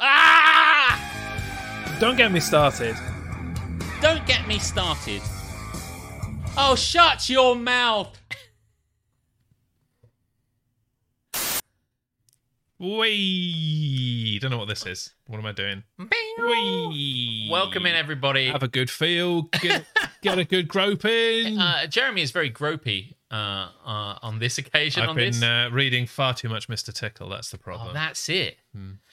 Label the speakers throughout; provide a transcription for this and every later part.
Speaker 1: Ah!
Speaker 2: Don't get me started.
Speaker 1: Don't get me started. Oh, shut your mouth.
Speaker 3: Wee. Don't know what this is. What am I doing? Wee.
Speaker 1: Welcome in, everybody.
Speaker 3: Have a good feel. Get, get a good grope in.
Speaker 1: Uh, Jeremy is very gropey uh, uh, on this occasion.
Speaker 3: I've
Speaker 1: on
Speaker 3: been
Speaker 1: this,
Speaker 3: uh, reading far too much Mr. Tickle. That's the problem.
Speaker 1: oh, that's it.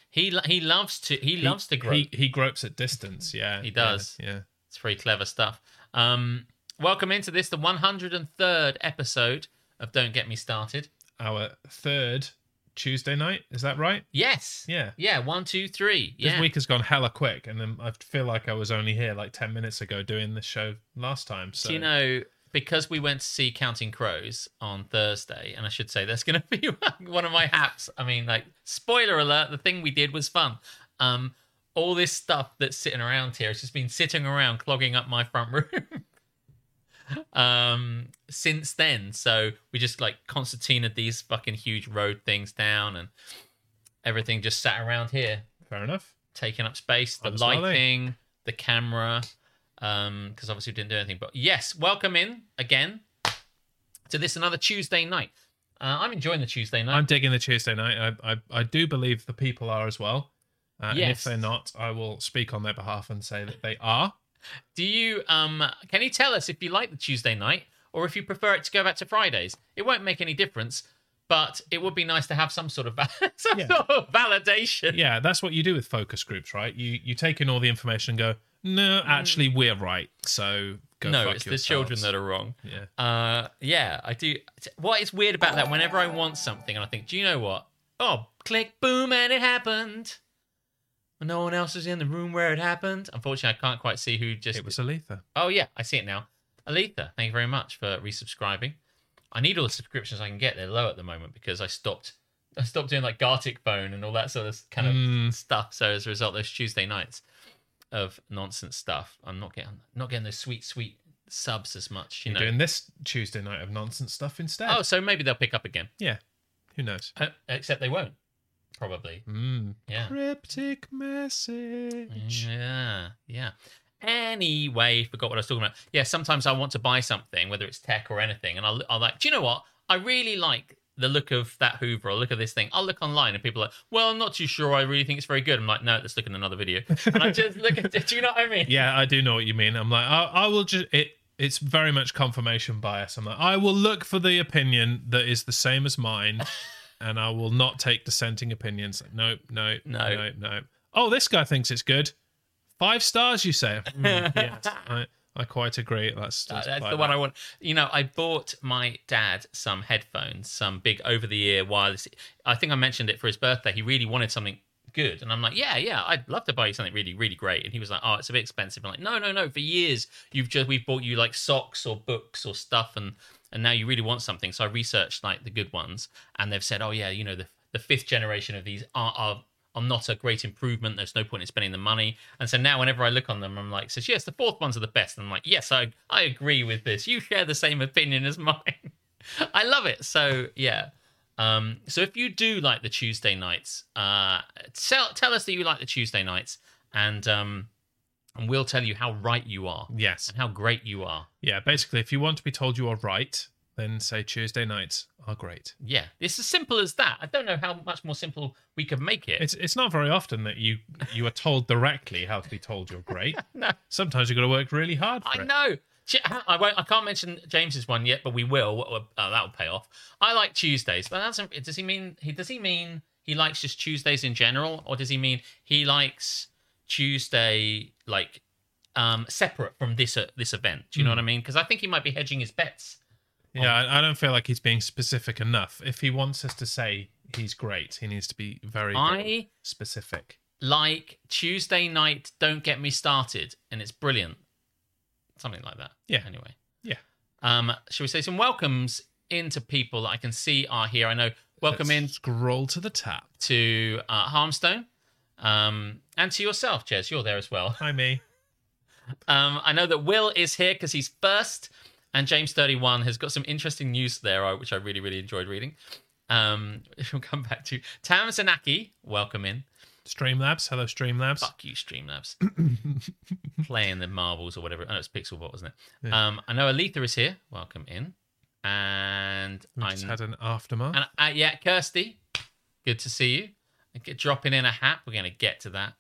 Speaker 1: He lo- he loves to he,
Speaker 3: Hmm. he,
Speaker 1: loves to grope.
Speaker 3: He, he gropes at distance. Yeah.
Speaker 1: He does.
Speaker 3: Yeah. yeah.
Speaker 1: It's very clever stuff. Um, welcome into this, the 103rd episode of Don't Get Me Started.
Speaker 3: Our third Tuesday night. Is that right?
Speaker 1: Yes.
Speaker 3: Yeah.
Speaker 1: Yeah. One, two, three.
Speaker 3: This
Speaker 1: Yeah.
Speaker 3: week has gone hella quick, and then I feel like I was only here like ten minutes ago doing this show last time. So
Speaker 1: Do you know, because we went to see Counting Crows on Thursday, and I should say that's going to be one of my haps. I mean, like, spoiler alert, the thing we did was fun. Um, all this stuff that's sitting around here has just been sitting around clogging up my front room. um since then so we just like concertinaed these fucking huge road things down and everything just sat around here
Speaker 3: fair enough.
Speaker 1: taking up space, the
Speaker 3: That's what I think.
Speaker 1: lighting, the camera, because obviously we didn't do anything. But yes, welcome in again to this another Tuesday night. Uh, I'm enjoying the Tuesday night.
Speaker 3: I'm digging the Tuesday night. I I, I do believe the people are as well. Uh, And
Speaker 1: Yes.
Speaker 3: if they're not, I will speak on their behalf and say that they are.
Speaker 1: Do you? Um, can you tell us if you like the Tuesday night or if you prefer it to go back to Fridays? It won't make any difference, but it would be nice to have some sort of val- some
Speaker 3: Yeah.
Speaker 1: sort of validation.
Speaker 3: Yeah, that's what you do with focus groups, right? You you take in all the information and go, no, actually we're right. So go
Speaker 1: Mm. no,
Speaker 3: fuck
Speaker 1: it's the
Speaker 3: yourselves."
Speaker 1: children that are wrong.
Speaker 3: yeah.
Speaker 1: Uh, yeah, I do. What is weird about that? Whenever I want something, and I think, do you know what? Oh, click, boom, and it happened. When no one else was in the room where it happened. Unfortunately, I can't quite see who just.
Speaker 3: It was Aletha.
Speaker 1: Oh yeah, I see it now. Aletha, thank you very much for resubscribing. I need all the subscriptions I can get. They're low at the moment because I stopped. I stopped doing like Gartic Phone and all that sort of kind of
Speaker 3: Mm.
Speaker 1: stuff. So as a result, those Tuesday nights of nonsense stuff, I'm not getting not getting those sweet sweet subs as much. You
Speaker 3: You're
Speaker 1: know.
Speaker 3: doing this Tuesday night of nonsense stuff instead.
Speaker 1: Oh, so maybe they'll pick up again.
Speaker 3: Yeah. Who knows?
Speaker 1: Uh, except they won't. Probably.
Speaker 3: Mm.
Speaker 1: Yeah.
Speaker 3: Cryptic
Speaker 1: Mm.
Speaker 3: message.
Speaker 1: Yeah. Yeah. Anyway, forgot what I was talking about. Yeah, sometimes I want to buy something, whether it's tech or anything, and I'll, I'll like, do you know what? I really like the look of that Hoover or look of this thing. I'll look online and people are like, well, I'm not too sure. I really think it's very good. I'm like, no, let's look at another video. And I just look at it. Do you know what I mean?
Speaker 3: Yeah, I do know what you mean. I'm like, I, I will just it. It's very much confirmation bias. I'm like, I will look for the opinion that is the same as mine, and I will not take dissenting opinions. No, no,
Speaker 1: No.
Speaker 3: no, no. Oh, this guy thinks it's good. Five stars, you say? Mm, yes, I, I quite agree. That's,
Speaker 1: Uh,
Speaker 3: that's,
Speaker 1: that's the one I want. You know, I bought my dad some headphones, some big over the ear wireless. I think I mentioned it for his birthday. He really wanted something good. And I'm like, yeah, yeah, I'd love to buy you something really, really great. And he was like, oh, it's a bit expensive. I'm like, no, no, no. For years, you've just, we've bought you like socks or books or stuff. And, and now you really want something. So I researched like the good ones and they've said, oh, yeah, you know, the, the fifth generation of these are, are, are not a great improvement. There's no point in spending the money. And so now, whenever I look on them, I'm like, says, yes, the fourth ones are the best. And I'm like, yes, I, I agree with this. You share the same opinion as mine. I love it. So, yeah. Um, so if you do like the Tuesday nights, uh, tell, tell us that you like the Tuesday nights and, um, and we'll tell you how right you are
Speaker 3: Yes,
Speaker 1: and how great you are.
Speaker 3: yeah. Basically, if you want to be told you are right, then say Tuesday nights are great.
Speaker 1: Yeah. It's as simple as that. I don't know how much more simple we could make it.
Speaker 3: It's it's not very often that you you are told directly how to be told you're great.
Speaker 1: No.
Speaker 3: Sometimes you've got to work really hard. For
Speaker 1: I
Speaker 3: it.
Speaker 1: know. Ch- I won't. I can't mention James's one yet, but we will. Uh, that'll pay off. I like Tuesdays, but that's does he mean he does he mean he likes just Tuesdays in general, or does he mean he likes Tuesday like um separate from this uh, this event? Do you know what I mean? Because I think he might be hedging his bets.
Speaker 3: Yeah,
Speaker 1: Um,
Speaker 3: I, I don't feel like he's being specific enough. If he wants us to say he's great, he needs to be very, very
Speaker 1: I
Speaker 3: specific.
Speaker 1: like Tuesday night. Don't get me started, and it's brilliant. Something like that.
Speaker 3: Yeah.
Speaker 1: Anyway.
Speaker 3: Yeah.
Speaker 1: Um. Shall we say some welcomes into people that I can see are here? I know. Welcome in
Speaker 3: Let's Scroll to the top.
Speaker 1: to uh, Harmstone um, and to yourself, Jez. You're there as well.
Speaker 3: Hi, me.
Speaker 1: Um, I know that Will is here because he's first, and James31 has got some interesting news there, uh, which I really, really enjoyed reading. Um, which we'll come back to. Tam Zanaki, welcome in.
Speaker 3: Streamlabs. Hello, Streamlabs.
Speaker 1: Fuck you, Streamlabs. Playing the marbles or whatever. Oh, it's Pixelbot, wasn't it?
Speaker 3: Yeah.
Speaker 1: Um, I know Aletha is here. Welcome in. And
Speaker 3: We
Speaker 1: I
Speaker 3: just had an aftermath.
Speaker 1: and uh, yeah, Kirsty, good to see you. I get- Dropping in a hat. We're going to get to that.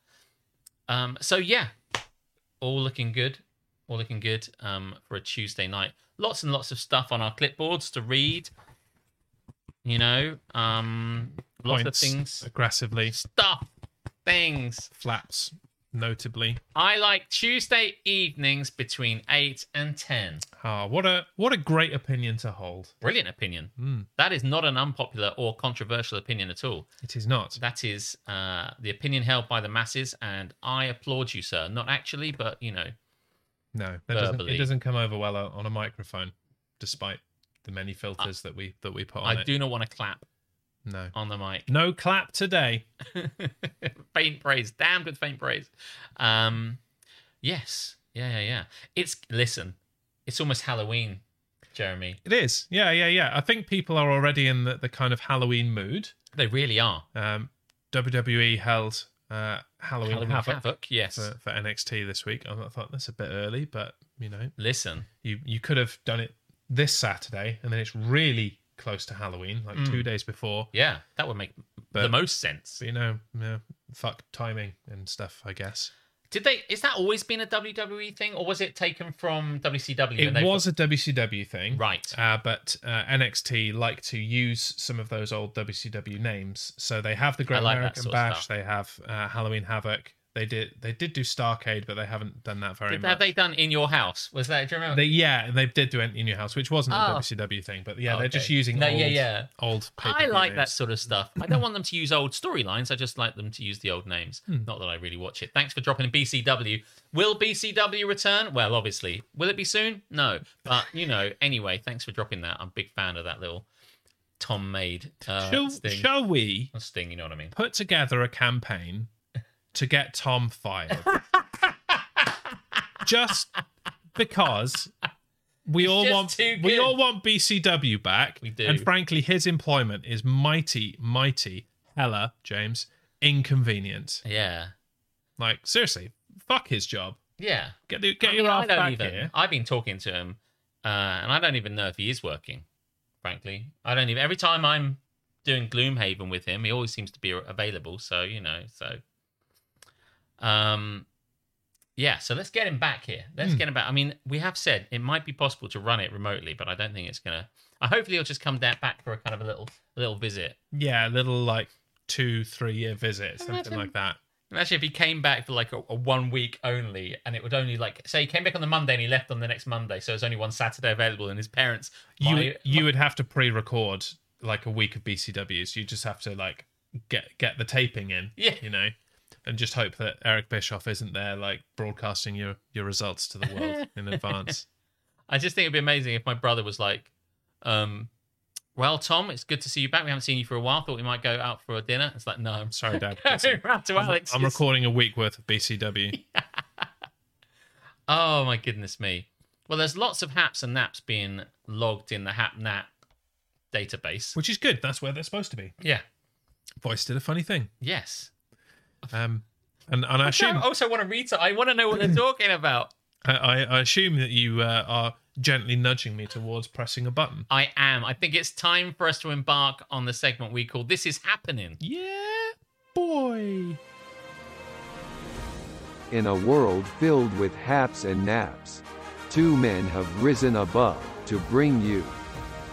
Speaker 1: Um, so yeah, all looking good. All looking good um, for a Tuesday night. Lots and lots of stuff on our clipboards to read. You know, um, lots
Speaker 3: Points
Speaker 1: of things.
Speaker 3: aggressively
Speaker 1: Stuff. Things.
Speaker 3: flaps, notably.
Speaker 1: I like Tuesday evenings between 8 and 10.
Speaker 3: Ah, what a what a great opinion to hold.
Speaker 1: Brilliant opinion.
Speaker 3: Hmm,
Speaker 1: That is not an unpopular or controversial opinion at all.
Speaker 3: it is not.
Speaker 1: That is uh, the opinion held by the masses, and I applaud you, sir. Not actually, but you know,
Speaker 3: No, that doesn't,
Speaker 1: Verbally.
Speaker 3: it doesn't come over well uh, on a microphone, despite the many filters that we that we put on
Speaker 1: I
Speaker 3: it.
Speaker 1: do not want to clap
Speaker 3: No,
Speaker 1: on the mic.
Speaker 3: no clap today.
Speaker 1: faint praise, damned with faint praise. Um, yes, yeah, yeah, yeah. It's listen, it's almost Halloween, Jeremy.
Speaker 3: It is. Yeah, yeah, yeah. I think people are already in the, the kind of Halloween mood.
Speaker 1: They really are.
Speaker 3: Um, WWE held uh, Halloween,
Speaker 1: Halloween
Speaker 3: Havoc, Uh,
Speaker 1: havoc, yes.
Speaker 3: For, for NXT this week. I thought that's a bit early, but you know,
Speaker 1: listen,
Speaker 3: you you could have done it this Saturday, and then it's really close to Halloween, like
Speaker 1: Mm.
Speaker 3: two days before.
Speaker 1: yeah, that would make the
Speaker 3: But-
Speaker 1: most sense.
Speaker 3: But you know, yeah, fuck timing and stuff. I guess
Speaker 1: Did they? Is that always been a WWE thing, or was it taken from WCW? and
Speaker 3: it
Speaker 1: they've
Speaker 3: was a WCW thing,
Speaker 1: got- right.
Speaker 3: Uh, but uh, NXT like to use some of those old WCW names, so they have the Great
Speaker 1: I like that
Speaker 3: American
Speaker 1: sort of
Speaker 3: Bash,
Speaker 1: stuff.
Speaker 3: they have uh, Halloween Havoc. They did they did do Starcade, but they haven't done that very
Speaker 1: Did,
Speaker 3: much.
Speaker 1: have they done in your house? Was that? Do you remember?
Speaker 3: They- yeah, they did do Ent in Your House, which wasn't
Speaker 1: Oh.
Speaker 3: a WCW thing, but yeah,
Speaker 1: Oh,
Speaker 3: they're just
Speaker 1: okay.
Speaker 3: using
Speaker 1: No,
Speaker 3: old,
Speaker 1: yeah, yeah.
Speaker 3: old.
Speaker 1: I
Speaker 3: pay-per-view
Speaker 1: like that
Speaker 3: names.
Speaker 1: sort of stuff. I don't want them to use old storylines. I just like them to use the old names.
Speaker 3: Hmm.
Speaker 1: Not that I really watch it. Thanks for dropping in BCW. Will BCW return? Well, obviously. Will it be soon? No. But, you know, anyway, thanks for dropping that. I'm a big fan of that little Tom made uh,
Speaker 3: Shall,
Speaker 1: sting.
Speaker 3: shall we
Speaker 1: Not sting, you know what I mean?
Speaker 3: put together a campaign to get Tom fired? just because we all
Speaker 1: just
Speaker 3: want
Speaker 1: too
Speaker 3: we
Speaker 1: good.
Speaker 3: all want BCW back.
Speaker 1: We do.
Speaker 3: And frankly, his employment is mighty, mighty hella, James, inconvenient.
Speaker 1: Yeah.
Speaker 3: Like, seriously, fuck his job.
Speaker 1: Yeah.
Speaker 3: Get the, get
Speaker 1: I
Speaker 3: your
Speaker 1: mean, I
Speaker 3: ass
Speaker 1: don't
Speaker 3: back
Speaker 1: even,
Speaker 3: here.
Speaker 1: I've been talking to him, uh, and I don't even know if he is working. Frankly, I don't even. Every time I'm doing Gloomhaven with him, he always seems to be available. So you know, so um, yeah. So let's get him back here. Let's
Speaker 3: Hmm.
Speaker 1: get him back. I mean, we have said it might be possible to run it remotely, but I don't think it's gonna. I hopefully he'll just come down back for a kind of a little a little visit.
Speaker 3: Yeah, a little like two, three year visit, something
Speaker 1: Imagine-
Speaker 3: like that.
Speaker 1: Imagine if he came back for like a, a one week only, and it would only like say he came back on the Monday and he left on the next Monday, so there's only one Saturday available, and his parents.
Speaker 3: You
Speaker 1: might-
Speaker 3: you would have to pre-record like a week of BCWs. You just have to like get get the taping in.
Speaker 1: Yeah.
Speaker 3: you know, and just hope that Eric Bischoff isn't there like broadcasting your your results to the world in advance.
Speaker 1: I just think it'd be amazing if my brother was like, um, "Well, Tom, it's good to see you back. We haven't seen you for a while. Thought we might go out for a dinner." It's like, no, I'm
Speaker 3: Sorry, Dad.
Speaker 1: going round to
Speaker 3: I'm,
Speaker 1: Alex.
Speaker 3: I'm recording a week worth of BCW.
Speaker 1: Oh my goodness me! Well, there's lots of haps and naps being logged in the hap nap database.
Speaker 3: Which is good. That's where they're supposed to be.
Speaker 1: Yeah.
Speaker 3: Voice did a funny thing.
Speaker 1: Yes.
Speaker 3: Um, and and I
Speaker 1: I
Speaker 3: assume
Speaker 1: also want to read. I want to know what they're talking about.
Speaker 3: I, I I assume that you uh, are gently nudging me towards pressing a button.
Speaker 1: I am. I think it's time for us to embark on the segment we call "This Is Happening."
Speaker 3: Yeah, boy.
Speaker 2: In a world filled with haps and naps, two men have risen above to bring you.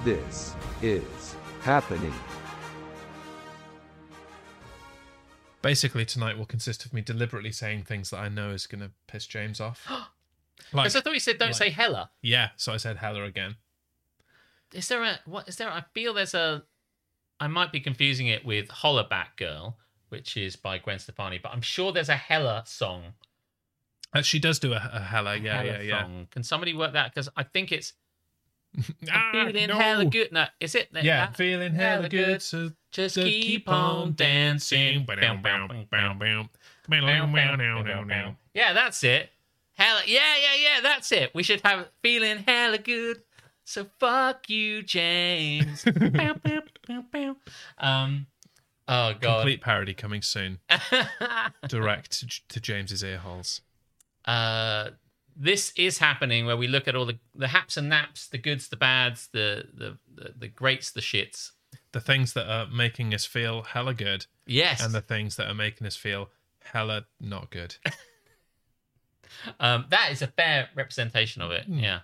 Speaker 2: This is happening.
Speaker 3: basically tonight will consist of me deliberately saying things that I know is going to piss James off. like,
Speaker 1: Because I thought you said don't
Speaker 3: like-
Speaker 1: say Hella.
Speaker 3: yeah, so I said Heller again.
Speaker 1: Is there a what is there? I feel there's a. I might be confusing it with Hollaback Girl, which is by Gwen Stefani, but I'm sure there's a Hella song.
Speaker 3: Uh, she does do a, a Heller, yeah,
Speaker 1: Hella
Speaker 3: yeah,
Speaker 1: Song. Can somebody work that? Because I think it's
Speaker 3: yeah.
Speaker 1: I'm feeling hella good. Ah, No, is it?
Speaker 3: Ah, Yeah,
Speaker 1: that?
Speaker 3: feeling
Speaker 1: hella
Speaker 3: hella good.
Speaker 1: good.
Speaker 3: So
Speaker 1: Just
Speaker 3: so
Speaker 1: keep, on dancing.
Speaker 3: Bow, bow, bow, bow, bow, bow, bow, bow, bow, bow.
Speaker 1: Yeah, that's it. Hella, yeah, yeah, yeah, that's it. We should have feeling hella good. So fuck you, James. Bow, bow, bow, bow. um, Oh god.
Speaker 3: Complete parody coming soon, direct to, to James's ear holes.
Speaker 1: uh, this is happening where we look at all the the haps and naps, the goods, the bads, the the the, the greats, the shits.
Speaker 3: The things that are making us feel hella good,
Speaker 1: Yes.
Speaker 3: and the things that are making us feel hella not good.
Speaker 1: Um, that is a fair representation of it.
Speaker 3: Hmm.
Speaker 1: Yeah.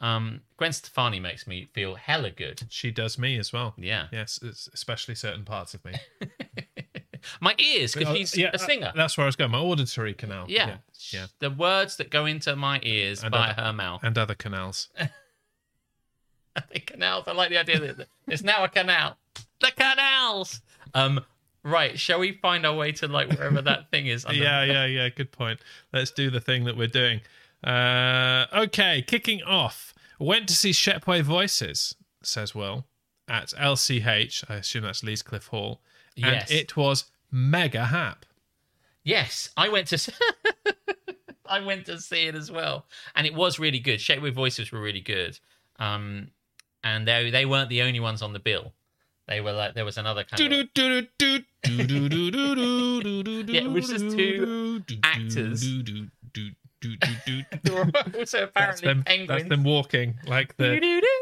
Speaker 1: Um, Gwen Stefani makes me feel hella good.
Speaker 3: She does me as well.
Speaker 1: Yeah.
Speaker 3: Yes, it's especially certain parts of me.
Speaker 1: My ears, because she's
Speaker 3: Yeah,
Speaker 1: a singer.
Speaker 3: That's where I was going. My auditory canal.
Speaker 1: yeah.
Speaker 3: yeah.
Speaker 1: The words that go into my ears
Speaker 3: And
Speaker 1: by
Speaker 3: other-
Speaker 1: her mouth.
Speaker 3: And other canals.
Speaker 1: the canals. I like the idea that it's now a canal. The canals. Um, right. Shall we find our way to like wherever that thing is? under-
Speaker 3: yeah, yeah, yeah. Good point. Let's do the thing that we're doing. Uh, okay, kicking off. Went to see Shepway Voices, says Will, at LCH. I assume that's Lees Cliff Hall. And
Speaker 1: Yes.
Speaker 3: it was mega hap.
Speaker 1: Yes, I went to. s- I went to see it as well, and it was really good. Shape with voices were really good, um, and they they weren't the only ones on the bill. They were like there was another kind of Yeah,
Speaker 3: Yeah,
Speaker 1: it was just two actors. there were also
Speaker 3: That's
Speaker 1: apparently
Speaker 3: them, that's
Speaker 1: penguins.
Speaker 3: them walking like the the-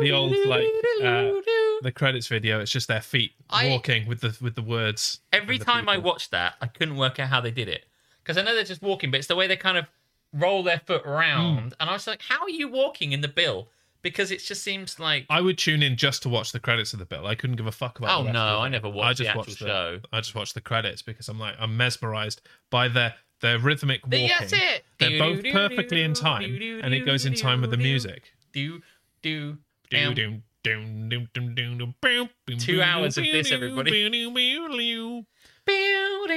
Speaker 3: the old, like, uh, the credits video. It's just their feet
Speaker 1: I-
Speaker 3: walking with the with the words.
Speaker 1: Every
Speaker 3: and the
Speaker 1: time I
Speaker 3: people.
Speaker 1: watched that, I couldn't work out how they did it because I know they're just walking, but it's the way they kind of roll their foot round,
Speaker 3: Hmm.
Speaker 1: and I was like, "How are you walking in the bill?" Because it just seems like
Speaker 3: I would tune in just to watch the credits of the bill. I couldn't give a fuck about.
Speaker 1: Oh
Speaker 3: the rest
Speaker 1: no,
Speaker 3: of it.
Speaker 1: I never watched the actual show.
Speaker 3: I just watched the credits because I'm like I'm mesmerized by their their rhythmic walking.
Speaker 1: That's it.
Speaker 3: They're both perfectly in time, and it goes in time with the music.
Speaker 1: Do do. Down.
Speaker 3: Doom, doom, doom, doom, doom, doom, doom, boom, boom,
Speaker 1: Two
Speaker 3: boom,
Speaker 1: hours
Speaker 3: boom,
Speaker 1: of this,
Speaker 3: boom,
Speaker 1: everybody.
Speaker 3: boom, boom, boom.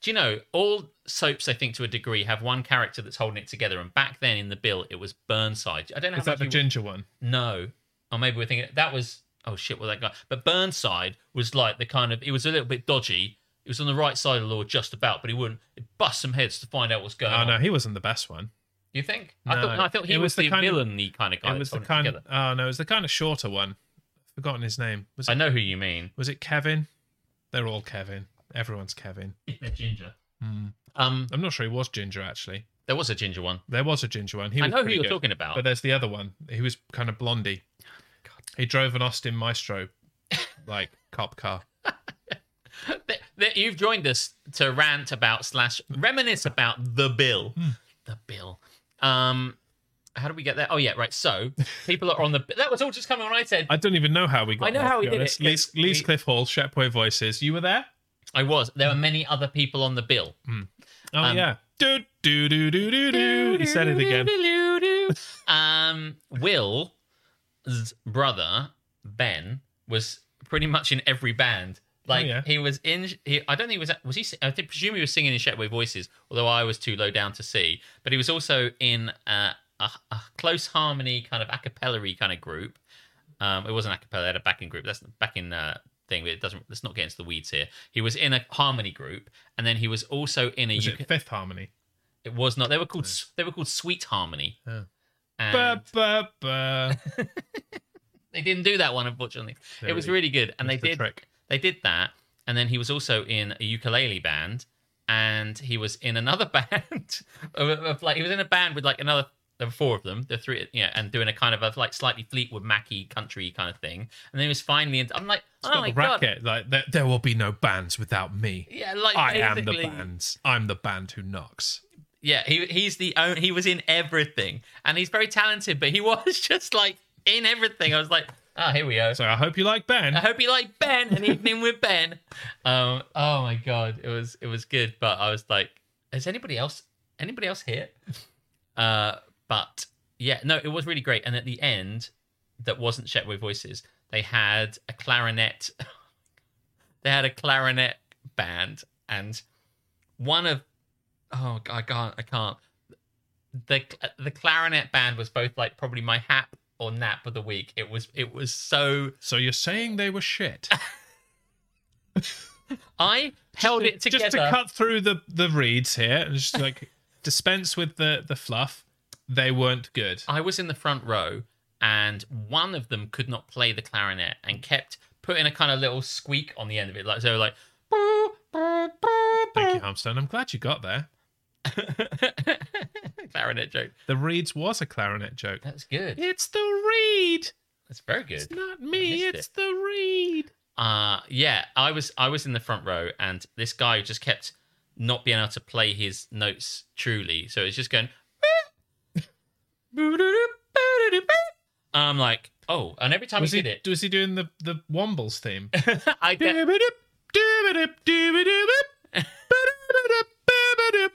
Speaker 1: Do you know all soaps? I think to a degree have one character that's holding it together, and back then in the bill it was Burnside. I don't know.
Speaker 3: Is
Speaker 1: how
Speaker 3: that the
Speaker 1: much you-
Speaker 3: ginger one?
Speaker 1: No, or maybe we're thinking that was oh shit, well that guy. But Burnside was like the kind of it was a little bit dodgy. It was on the right side of the law just about, but he wouldn't bust some heads to find out what's going
Speaker 3: Oh
Speaker 1: on.
Speaker 3: no, he wasn't the best one.
Speaker 1: You think? I
Speaker 3: No,
Speaker 1: thought no, I thought he
Speaker 3: it
Speaker 1: was,
Speaker 3: was the
Speaker 1: the,
Speaker 3: kind of-
Speaker 1: villainy kind of guy.
Speaker 3: it was the kind. Oh no, it was the kind of shorter one. Forgotten his name. Was
Speaker 1: I
Speaker 3: it?
Speaker 1: know who you mean.
Speaker 3: Was it Kevin? They're all Kevin. Everyone's Kevin.
Speaker 1: ginger.
Speaker 3: Hmm.
Speaker 1: Um,
Speaker 3: I'm not sure he was ginger actually.
Speaker 1: there was a ginger one.
Speaker 3: There was a ginger one. He
Speaker 1: I
Speaker 3: was
Speaker 1: know who
Speaker 3: pretty
Speaker 1: you're
Speaker 3: good.
Speaker 1: talking about.
Speaker 3: But there's the other one. He was kind of blondie. He drove an Austin Maestro, like cop car.
Speaker 1: Th- th- You've joined us to rant about slash reminisce about the bill. The bill. Um, how do we get there? Oh yeah, right. So people are on the. That was all just coming when I said
Speaker 3: I don't even know how we got.
Speaker 1: I know
Speaker 3: there,
Speaker 1: how
Speaker 3: to
Speaker 1: we
Speaker 3: be
Speaker 1: did it,
Speaker 3: honest.
Speaker 1: 'cause
Speaker 3: Lees, Lees
Speaker 1: we-
Speaker 3: Cliff Hall, Shepway Voices. You were there?
Speaker 1: I was. There were many other people on the bill.
Speaker 3: Oh yeah. Do do do do do do. He said it again.
Speaker 1: Um, Will's brother Ben was pretty much in every band. Like
Speaker 3: Oh, yeah.
Speaker 1: he was in. He, I don't think he was. Was he? si- I think, presume he was singing in Shetway Voices, although I was too low down to see. But he was also in uh, a, a close harmony kind of a cappella kind of group. Um, it wasn't a cappella; they had a backing group. That's the backing uh, thing, but it doesn't. Let's not get into the weeds here. He was in a harmony group, and then he was also in a.
Speaker 3: Is
Speaker 1: you
Speaker 3: it
Speaker 1: can-
Speaker 3: Fifth Harmony?
Speaker 1: it was not. They were called. s They were called Sweet Harmony.
Speaker 3: Oh.
Speaker 1: And
Speaker 3: Ba, ba, ba.
Speaker 1: they didn't do that one, unfortunately.
Speaker 3: They
Speaker 1: it was
Speaker 3: really-
Speaker 1: really good, and they
Speaker 3: That's the
Speaker 1: did.
Speaker 3: trick.
Speaker 1: They did that, and then he was also in a ukulele band, and he was in another band of, of, like he was in a band with like another. There were four of them, the three, yeah, and doing a kind of a, like slightly Fleetwood Mackie country kind of thing, and then he was finally. In, I'm like,
Speaker 3: It's
Speaker 1: oh
Speaker 3: got
Speaker 1: my
Speaker 3: the
Speaker 1: god,
Speaker 3: racket. Like there, there will be no bands without me.
Speaker 1: yeah, like
Speaker 3: I am the
Speaker 1: basically-
Speaker 3: bands. I'm the band who knocks.
Speaker 1: Yeah, he he's the own, he was in everything, and he's very talented, but he was just like in everything. I was like, oh, here we go.
Speaker 3: So I hope you like Ben.
Speaker 1: I hope you like Ben. An evening with Ben. Um. Oh my god, it was it was good, but I was like, is anybody else anybody else here? Uh. But yeah, no, it was really great. And at the end, that wasn't Shetway Voices. They had a clarinet. they had a clarinet band, and one of oh I can't I can't. The the clarinet band was both like probably my hap or nap of the week. It was it was so
Speaker 3: So you're saying they were shit.
Speaker 1: I held it together.
Speaker 3: Just to cut through the the reeds here and just like dispense with the the fluff. They weren't good.
Speaker 1: I was in the front row, and one of them could not play the clarinet and kept put in a kind of little squeak on the end of it, like so, like.
Speaker 3: Thank you, Hamstone. I'm glad you got there.
Speaker 1: clarinet joke.
Speaker 3: The reeds was a clarinet joke.
Speaker 1: That's good.
Speaker 3: It's the reed.
Speaker 1: That's very good.
Speaker 3: It's not
Speaker 1: missed
Speaker 3: me.
Speaker 1: it.
Speaker 3: It's the reed.
Speaker 1: uh yeah i was i was in the front row and this guy just kept not being able to play his notes truly so it's just going i'm like oh and every time
Speaker 3: Was
Speaker 1: he
Speaker 3: he,
Speaker 1: did
Speaker 3: was he doing the, the Wombles theme?
Speaker 1: it i get
Speaker 3: Doobadip, doobadip, doobadip, boop, boobadip, boobadip,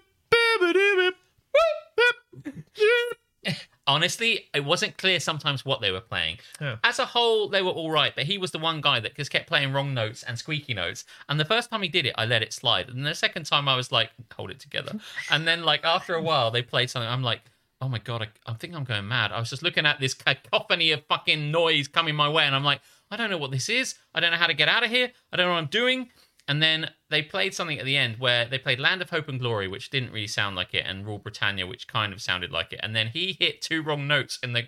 Speaker 3: boobadip, boop, boop, doop.
Speaker 1: honestly it wasn't clear sometimes what they were playing
Speaker 3: Yeah.
Speaker 1: as a whole they were all right but he was the one guy that just kept playing wrong notes and squeaky notes and the first time he did it i let it slide and the second time i was like hold it together and then like after a while they played something i'm like oh my god i, I think i'm going mad i was just looking at this cacophony of fucking noise coming my way and i'm like i don't know what this is i don't know how to get out of here i don't know what i'm doing and then they played something at the end where they played Land of Hope and Glory, which didn't really sound like it, and Rule Britannia, which kind of sounded like it. And then he hit two wrong notes in the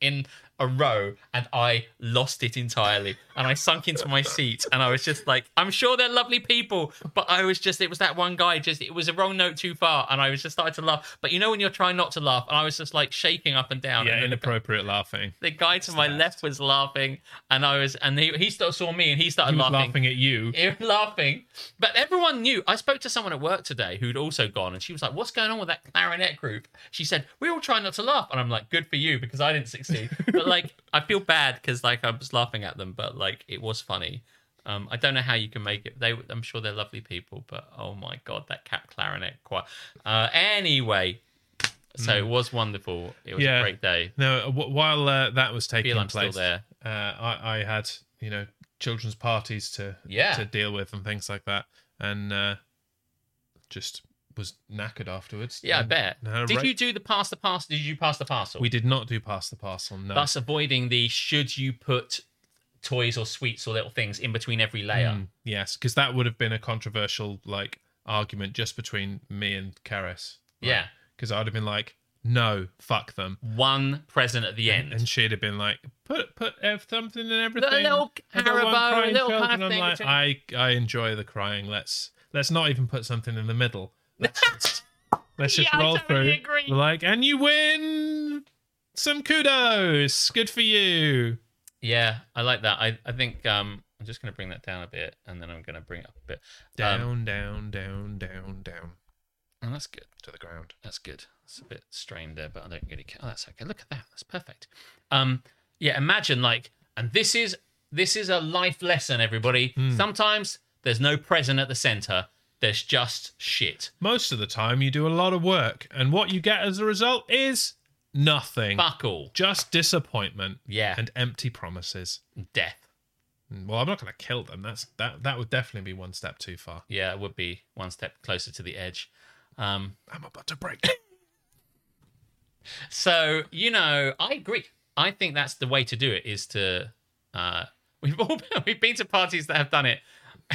Speaker 1: in a row, and I lost it entirely. And I sunk into my seat, and I was just like, I'm sure they're lovely people, but I was just, it was that one guy, just it was a wrong note too far, and I was just starting to laugh. But you know when you're trying not to laugh, and I was just like shaking up and down.
Speaker 3: Yeah,
Speaker 1: and then
Speaker 3: inappropriate laughing.
Speaker 1: the guy to my left was laughing, and I was, and he he still saw me, and he started
Speaker 3: He was
Speaker 1: laughing
Speaker 3: laughing at you.
Speaker 1: you were laughing. But everyone knew. I spoke to someone at work today who'd also gone, and she was like, "What's going on with that clarinet group?" She said, "We're all trying not to laugh," and I'm like, "Good for you," because I didn't succeed. but like, I feel bad because like I was laughing at them, but like it was funny. Um, I don't know how you can make it. They, I'm sure they're lovely people, but oh my god, that cat clarinet choir. Uh, anyway, so it was wonderful. It was a
Speaker 3: Hmm. Yeah.
Speaker 1: great day.
Speaker 3: No, w- while uh, that was
Speaker 1: I
Speaker 3: taking
Speaker 1: feel I'm
Speaker 3: place,
Speaker 1: still there.
Speaker 3: Uh, I, I had you know children's parties to
Speaker 1: Yeah.
Speaker 3: to deal with and things like that, and uh, just was knackered afterwards.
Speaker 1: Yeah, I
Speaker 3: And-
Speaker 1: bet.
Speaker 3: Mm. No,
Speaker 1: Did
Speaker 3: right-
Speaker 1: you do the pass the parcel? Did you pass the parcel?
Speaker 3: We did not do pass the parcel. No.
Speaker 1: thus avoiding the should you put toys or sweets or little things in between every layer.
Speaker 3: Mm, yes, because that would have been a controversial like argument just between me and Karis.
Speaker 1: Yeah.
Speaker 3: Because I'd have been like, no, fuck them,
Speaker 1: One present at the end.
Speaker 3: and she'd have been like, put put ev- something in everything.
Speaker 1: Mm. little
Speaker 3: I've got one
Speaker 1: Haribo,
Speaker 3: crying
Speaker 1: little
Speaker 3: child,
Speaker 1: kind of
Speaker 3: and
Speaker 1: thing,
Speaker 3: I'm like, I I enjoy the crying. Let's let's not even put something in the middle. Let's just, let's just
Speaker 1: Yeah, I
Speaker 3: roll
Speaker 1: totally
Speaker 3: through.
Speaker 1: agree.
Speaker 3: Like, and you win some kudos. Good for you.
Speaker 1: yeah, I like that. I, I think um, I'm just going to bring that down a bit and then I'm going to bring it up a bit. Um,
Speaker 3: Down, down, down, down, down
Speaker 1: And that's good.
Speaker 3: to the ground.
Speaker 1: That's good. It's a bit strained there, but I don't really care. Oh, that's okay. Look at that. That's perfect. Um, yeah, imagine like, and this is this is a life lesson, everybody.
Speaker 3: Hmm.
Speaker 1: Sometimes there's no present at the center. There's just shit.
Speaker 3: Most of the time, you do a lot of work, and what you get as a result is nothing.
Speaker 1: Fuck all.
Speaker 3: Just disappointment
Speaker 1: Yeah.
Speaker 3: and empty promises.
Speaker 1: Death.
Speaker 3: Well, I'm not going to kill them. That's that. That would definitely be one step too far.
Speaker 1: yeah, it would be one step closer to the edge. Um,
Speaker 3: I'm about to break.
Speaker 1: so you know, I agree. I think that's the way to do it. Is to uh, we've all been, we've been to parties that have done it.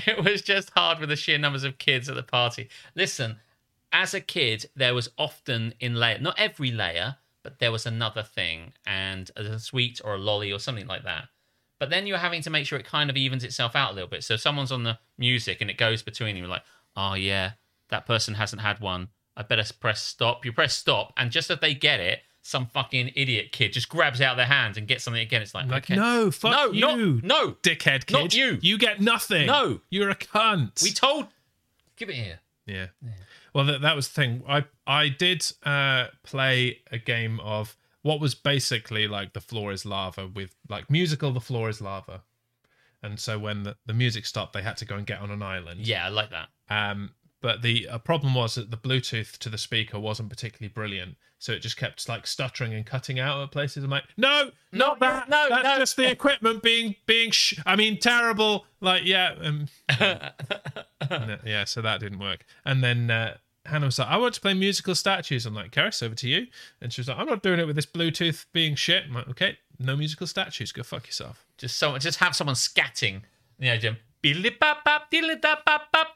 Speaker 1: It was just hard with the sheer numbers of kids at the party. Listen, as a kid, there was often in layer, not every layer, but there was another thing, and a sweet or a lolly or something like that. But then you're having to make sure it kind of evens itself out a little bit. So if someone's on the music and it goes between you, you're like, oh yeah, that person hasn't had one. I better press stop. You press stop, and just as they get it, some fucking idiot kid just grabs it out of their hands and gets something again. It's like,
Speaker 3: Like,
Speaker 1: okay,
Speaker 3: no, fuck
Speaker 1: no,
Speaker 3: you,
Speaker 1: not- no,
Speaker 3: dickhead kid.
Speaker 1: Not you.
Speaker 3: You get nothing.
Speaker 1: No.
Speaker 3: you're a cunt.
Speaker 1: we told. Give it here.
Speaker 3: yeah. Well, that, that was the thing. I I did uh, play a game of what was basically like the floor is lava with like musical. The floor is lava, and so when the, the music stopped, they had to go and get on an island.
Speaker 1: Yeah, I like that.
Speaker 3: Um, but the uh, problem was that the Bluetooth to the speaker wasn't particularly brilliant, so it just kept like stuttering and cutting out at places. I'm like, no,
Speaker 1: No,
Speaker 3: not that.
Speaker 1: no,
Speaker 3: that's
Speaker 1: no."
Speaker 3: just the equipment being being. Sh- I mean, terrible. Like, yeah, um, no, yeah. So that didn't work. And then uh, Hannah was like, I want to play musical statues. I'm like, Karis, over to you. And she was like, I'm not doing it with this Bluetooth being shit. I'm like, okay, no musical statues. Go fuck yourself.
Speaker 1: Just someone, just have someone scatting. You know, Jim. Billy bap bap, dilly da bap bap.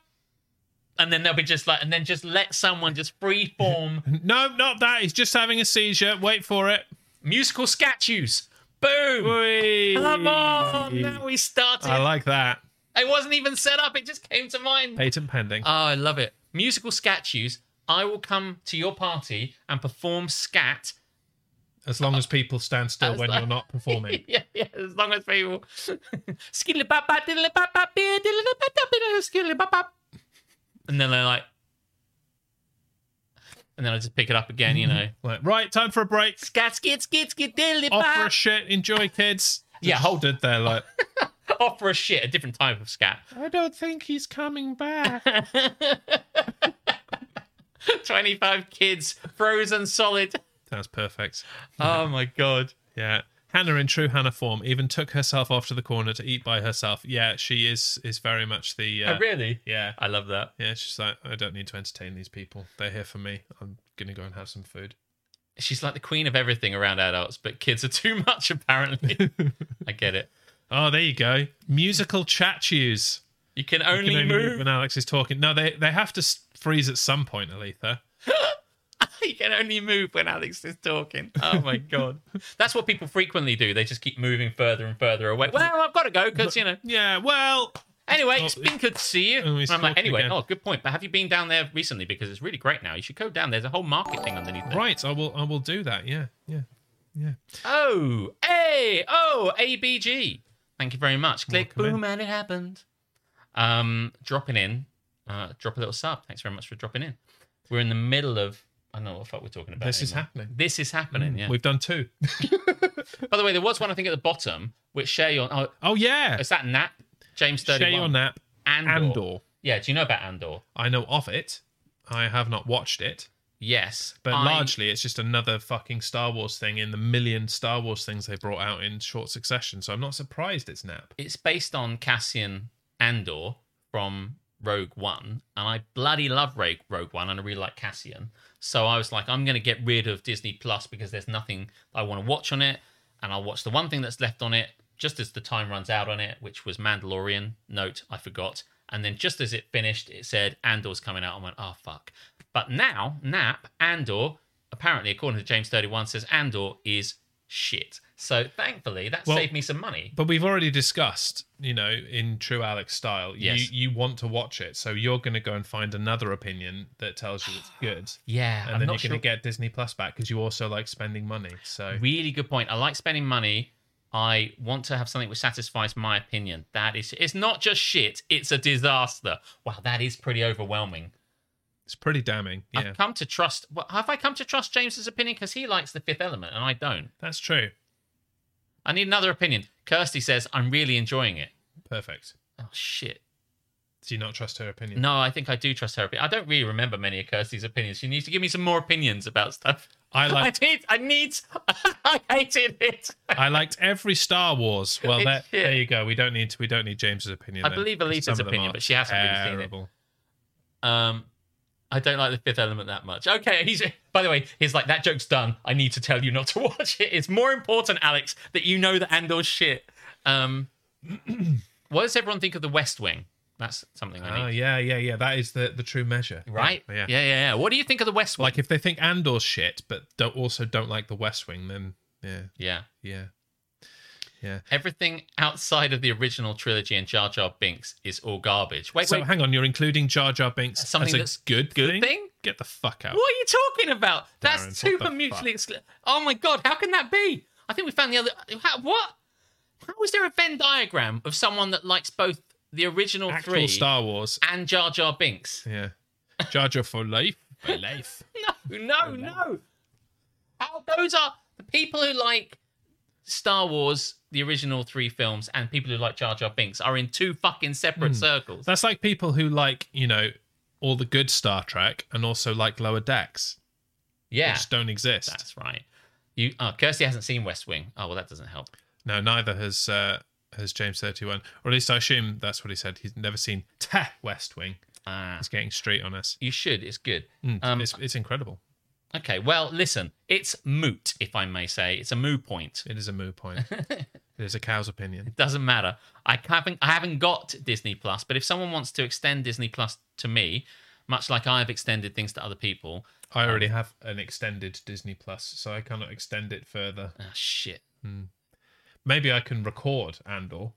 Speaker 1: And then they'll be just like, and then just let someone just freeform
Speaker 3: No, not that. He's just having a seizure. Wait for it.
Speaker 1: musical statues. Boom!
Speaker 3: Whee!
Speaker 1: Come on! Now we started.
Speaker 3: I like that.
Speaker 1: it wasn't even set up. It just came to mind.
Speaker 3: Patent pending.
Speaker 1: Oh, I love it. Musical statues. I will come to your party and perform scat.
Speaker 3: as long as
Speaker 1: uh,
Speaker 3: people stand still
Speaker 1: as
Speaker 3: when
Speaker 1: long-
Speaker 3: you're not performing.
Speaker 1: yeah, yeah, as long as people. Skiddly-bop-bop, diddly-bop-bop, diddly-bop-bop, skiddly-bop-bop. and then they're like. And then I just pick it up again, you know.
Speaker 3: Like, right, time for a break.
Speaker 1: Scat, skid, skid, skid, diddly
Speaker 3: Off for a
Speaker 1: bop.
Speaker 3: shit. Enjoy, kids.
Speaker 1: Yeah,
Speaker 3: Just
Speaker 1: hold-
Speaker 3: stood there like.
Speaker 1: Off for a shit, a different type of scat.
Speaker 3: I don't think he's coming back.
Speaker 1: 25 kids, frozen solid.
Speaker 3: That's perfect.
Speaker 1: Oh my god.
Speaker 3: Yeah. Hannah in true Hannah form even took herself off to the corner to eat by herself. Yeah, she is is very much the uh,
Speaker 1: Oh, really?
Speaker 3: yeah.
Speaker 1: I love that.
Speaker 3: Yeah, she's like, I don't need to entertain these people. They're here for me. I'm gonna go and have some food.
Speaker 1: She's like the queen of everything around adults, but kids are too much, apparently. I get it.
Speaker 3: Oh, there you go. Musical chatues.
Speaker 1: You can
Speaker 3: You
Speaker 1: only,
Speaker 3: can only
Speaker 1: move.
Speaker 3: when Alex is talking. No, they they have to s- freeze at some point, Aletha.
Speaker 1: you can only move when Alex is talking. Oh my god. That's what people frequently do. They just keep moving further and further away. Well, I've got to go because, you know.
Speaker 3: Yeah, well,
Speaker 1: Anyway,
Speaker 3: Oh,
Speaker 1: it's been good to see you.
Speaker 3: oh,
Speaker 1: And
Speaker 3: he's
Speaker 1: I'm like,
Speaker 3: talking
Speaker 1: anyway,
Speaker 3: again.
Speaker 1: oh, good point. But have you been down there recently? Because it's really great now. You should go down. There's a whole market thing underneath there.
Speaker 3: right. I will I will do that. Yeah, yeah.
Speaker 1: Oh, hey, oh, ABG. Thank you very much. Click
Speaker 3: Welcome in.
Speaker 1: boom and it happened. Um, dropping in, uh, drop a little sub. Thanks very much for dropping in. We're in the middle of. I don't know what the fuck we're talking about.
Speaker 3: This is
Speaker 1: anymore.
Speaker 3: happening. Mm,
Speaker 1: This is happening. Yeah.
Speaker 3: We've done two.
Speaker 1: By the way, there was one I think at the bottom which share your. Oh,
Speaker 3: Oh yeah.
Speaker 1: is that Nap? James
Speaker 3: Share
Speaker 1: thirty
Speaker 3: your
Speaker 1: one.
Speaker 3: nap.
Speaker 1: Andor.
Speaker 3: Andor.
Speaker 1: Yeah. Do you know about Andor?
Speaker 3: I know of it. I have not watched it,
Speaker 1: Yes,
Speaker 3: but
Speaker 1: I-
Speaker 3: largely it's just another fucking Star Wars thing in the million Star Wars things they brought out in short succession. So I'm not surprised it's Nap.
Speaker 1: it's based on Cassian Andor from Rogue One, and I bloody love Rogue Rogue One, and I really like Cassian. So I was like, I'm gonna get rid of Disney Plus because there's nothing I want to watch on it, and I'll watch the one thing that's left on it just as the time runs out on it, which was Mandalorian. Note, I forgot. And then just as it finished, it said Andor's coming out. I went, oh fuck. But now, Nap Andor, apparently according to James Thirty One, says Andor is shit. So thankfully, that
Speaker 3: Well,
Speaker 1: saved me some money.
Speaker 3: But we've already discussed, you know, in true Alex style,
Speaker 1: Yes.
Speaker 3: you, you want to watch it. So you're going to go and find another opinion that tells you it's good.
Speaker 1: Yeah,
Speaker 3: And
Speaker 1: I'm
Speaker 3: then you're
Speaker 1: not sure. Mm-hmm.
Speaker 3: going to get Disney Plus back because you also like spending money. So
Speaker 1: Really good point. I like spending money. I want to have something which satisfies my opinion. That is, it's not just shit. It's a disaster. Wow, that is pretty overwhelming.
Speaker 3: it's pretty damning. Yeah,
Speaker 1: I've come to trust. Well, have I come to trust James's opinion because he likes the Fifth Element and I don't?
Speaker 3: that's true.
Speaker 1: I need another opinion. Kirsty says I'm really enjoying it.
Speaker 3: Perfect.
Speaker 1: Oh shit.
Speaker 3: Do you not trust her opinion?
Speaker 1: No, I think I do trust her opinion. I don't really remember many of Kirsty's opinions. She needs to give me some more opinions about stuff.
Speaker 3: I like
Speaker 1: I need. I need. I hated it.
Speaker 3: I liked every Star Wars. Well,
Speaker 1: It's
Speaker 3: that,
Speaker 1: shit.
Speaker 3: there you go. We don't need to. We don't need James's opinion.
Speaker 1: I
Speaker 3: then,
Speaker 1: believe
Speaker 3: 'cause
Speaker 1: Alita's
Speaker 3: some of them
Speaker 1: opinion,
Speaker 3: are
Speaker 1: but she hasn't really seen it.
Speaker 3: terrible.
Speaker 1: Um, I don't like the Fifth Element that much. Okay, he's by the way, he's like that joke's done. I need to tell you not to watch it. It's more important, Alex, that you know that Andor's shit. Um, what does everyone think of the West Wing? That's something I
Speaker 3: Oh
Speaker 1: need.
Speaker 3: yeah, yeah, yeah. That is the the true measure,
Speaker 1: Right?
Speaker 3: Yeah.
Speaker 1: yeah, yeah, yeah. What do you think of the West Wing?
Speaker 3: Like if they think Andor's shit, but don't, also don't like the West Wing, then yeah,
Speaker 1: yeah,
Speaker 3: yeah.
Speaker 1: everything outside of the original trilogy and Jar Jar Binks is all garbage. Wait,
Speaker 3: so
Speaker 1: wait,
Speaker 3: hang on, you're including Jar Jar Binks
Speaker 1: Something
Speaker 3: as a
Speaker 1: that's
Speaker 3: good
Speaker 1: good
Speaker 3: thing?
Speaker 1: thing?
Speaker 3: Get the fuck out.
Speaker 1: What are you talking about?
Speaker 3: Darren,
Speaker 1: That's
Speaker 3: what
Speaker 1: super
Speaker 3: the
Speaker 1: mutually exclusive. Oh my god, how can that be? I think we found the other. How, what? How is there a Venn diagram of someone that likes both the original
Speaker 3: Actual
Speaker 1: three
Speaker 3: Star Wars.
Speaker 1: and Jar Jar Binks?
Speaker 3: Yeah. Jar Jar for life. For life.
Speaker 1: No, no, no. How those are the people who like Star Wars, the original three films, and people who like Jar Jar Binks are in two fucking
Speaker 3: Hmm.
Speaker 1: separate circles.
Speaker 3: That's like people who like you know all the good Star Trek and also like Lower Decks,
Speaker 1: Yeah,
Speaker 3: which don't exist.
Speaker 1: that's right. You, oh, Kirsty hasn't seen West Wing. Oh well, that doesn't help.
Speaker 3: No, neither has uh, has James Thirty One, or at least I assume that's what he said. He's never seen Teh West Wing.
Speaker 1: Ah,
Speaker 3: He's getting straight on us.
Speaker 1: you should. It's good.
Speaker 3: Mm,
Speaker 1: Um,
Speaker 3: it's, it's incredible.
Speaker 1: Okay, well, listen, it's moot, if I may say. It's a moo point.
Speaker 3: It is a moo point. it is a cow's opinion.
Speaker 1: It doesn't matter. I haven't I haven't got Disney Plus, but if someone wants to extend Disney Plus to me, much like I've extended things to other people,
Speaker 3: I already have an extended Disney Plus, so I cannot extend it further.
Speaker 1: ah shit.
Speaker 3: Maybe I can record Andor.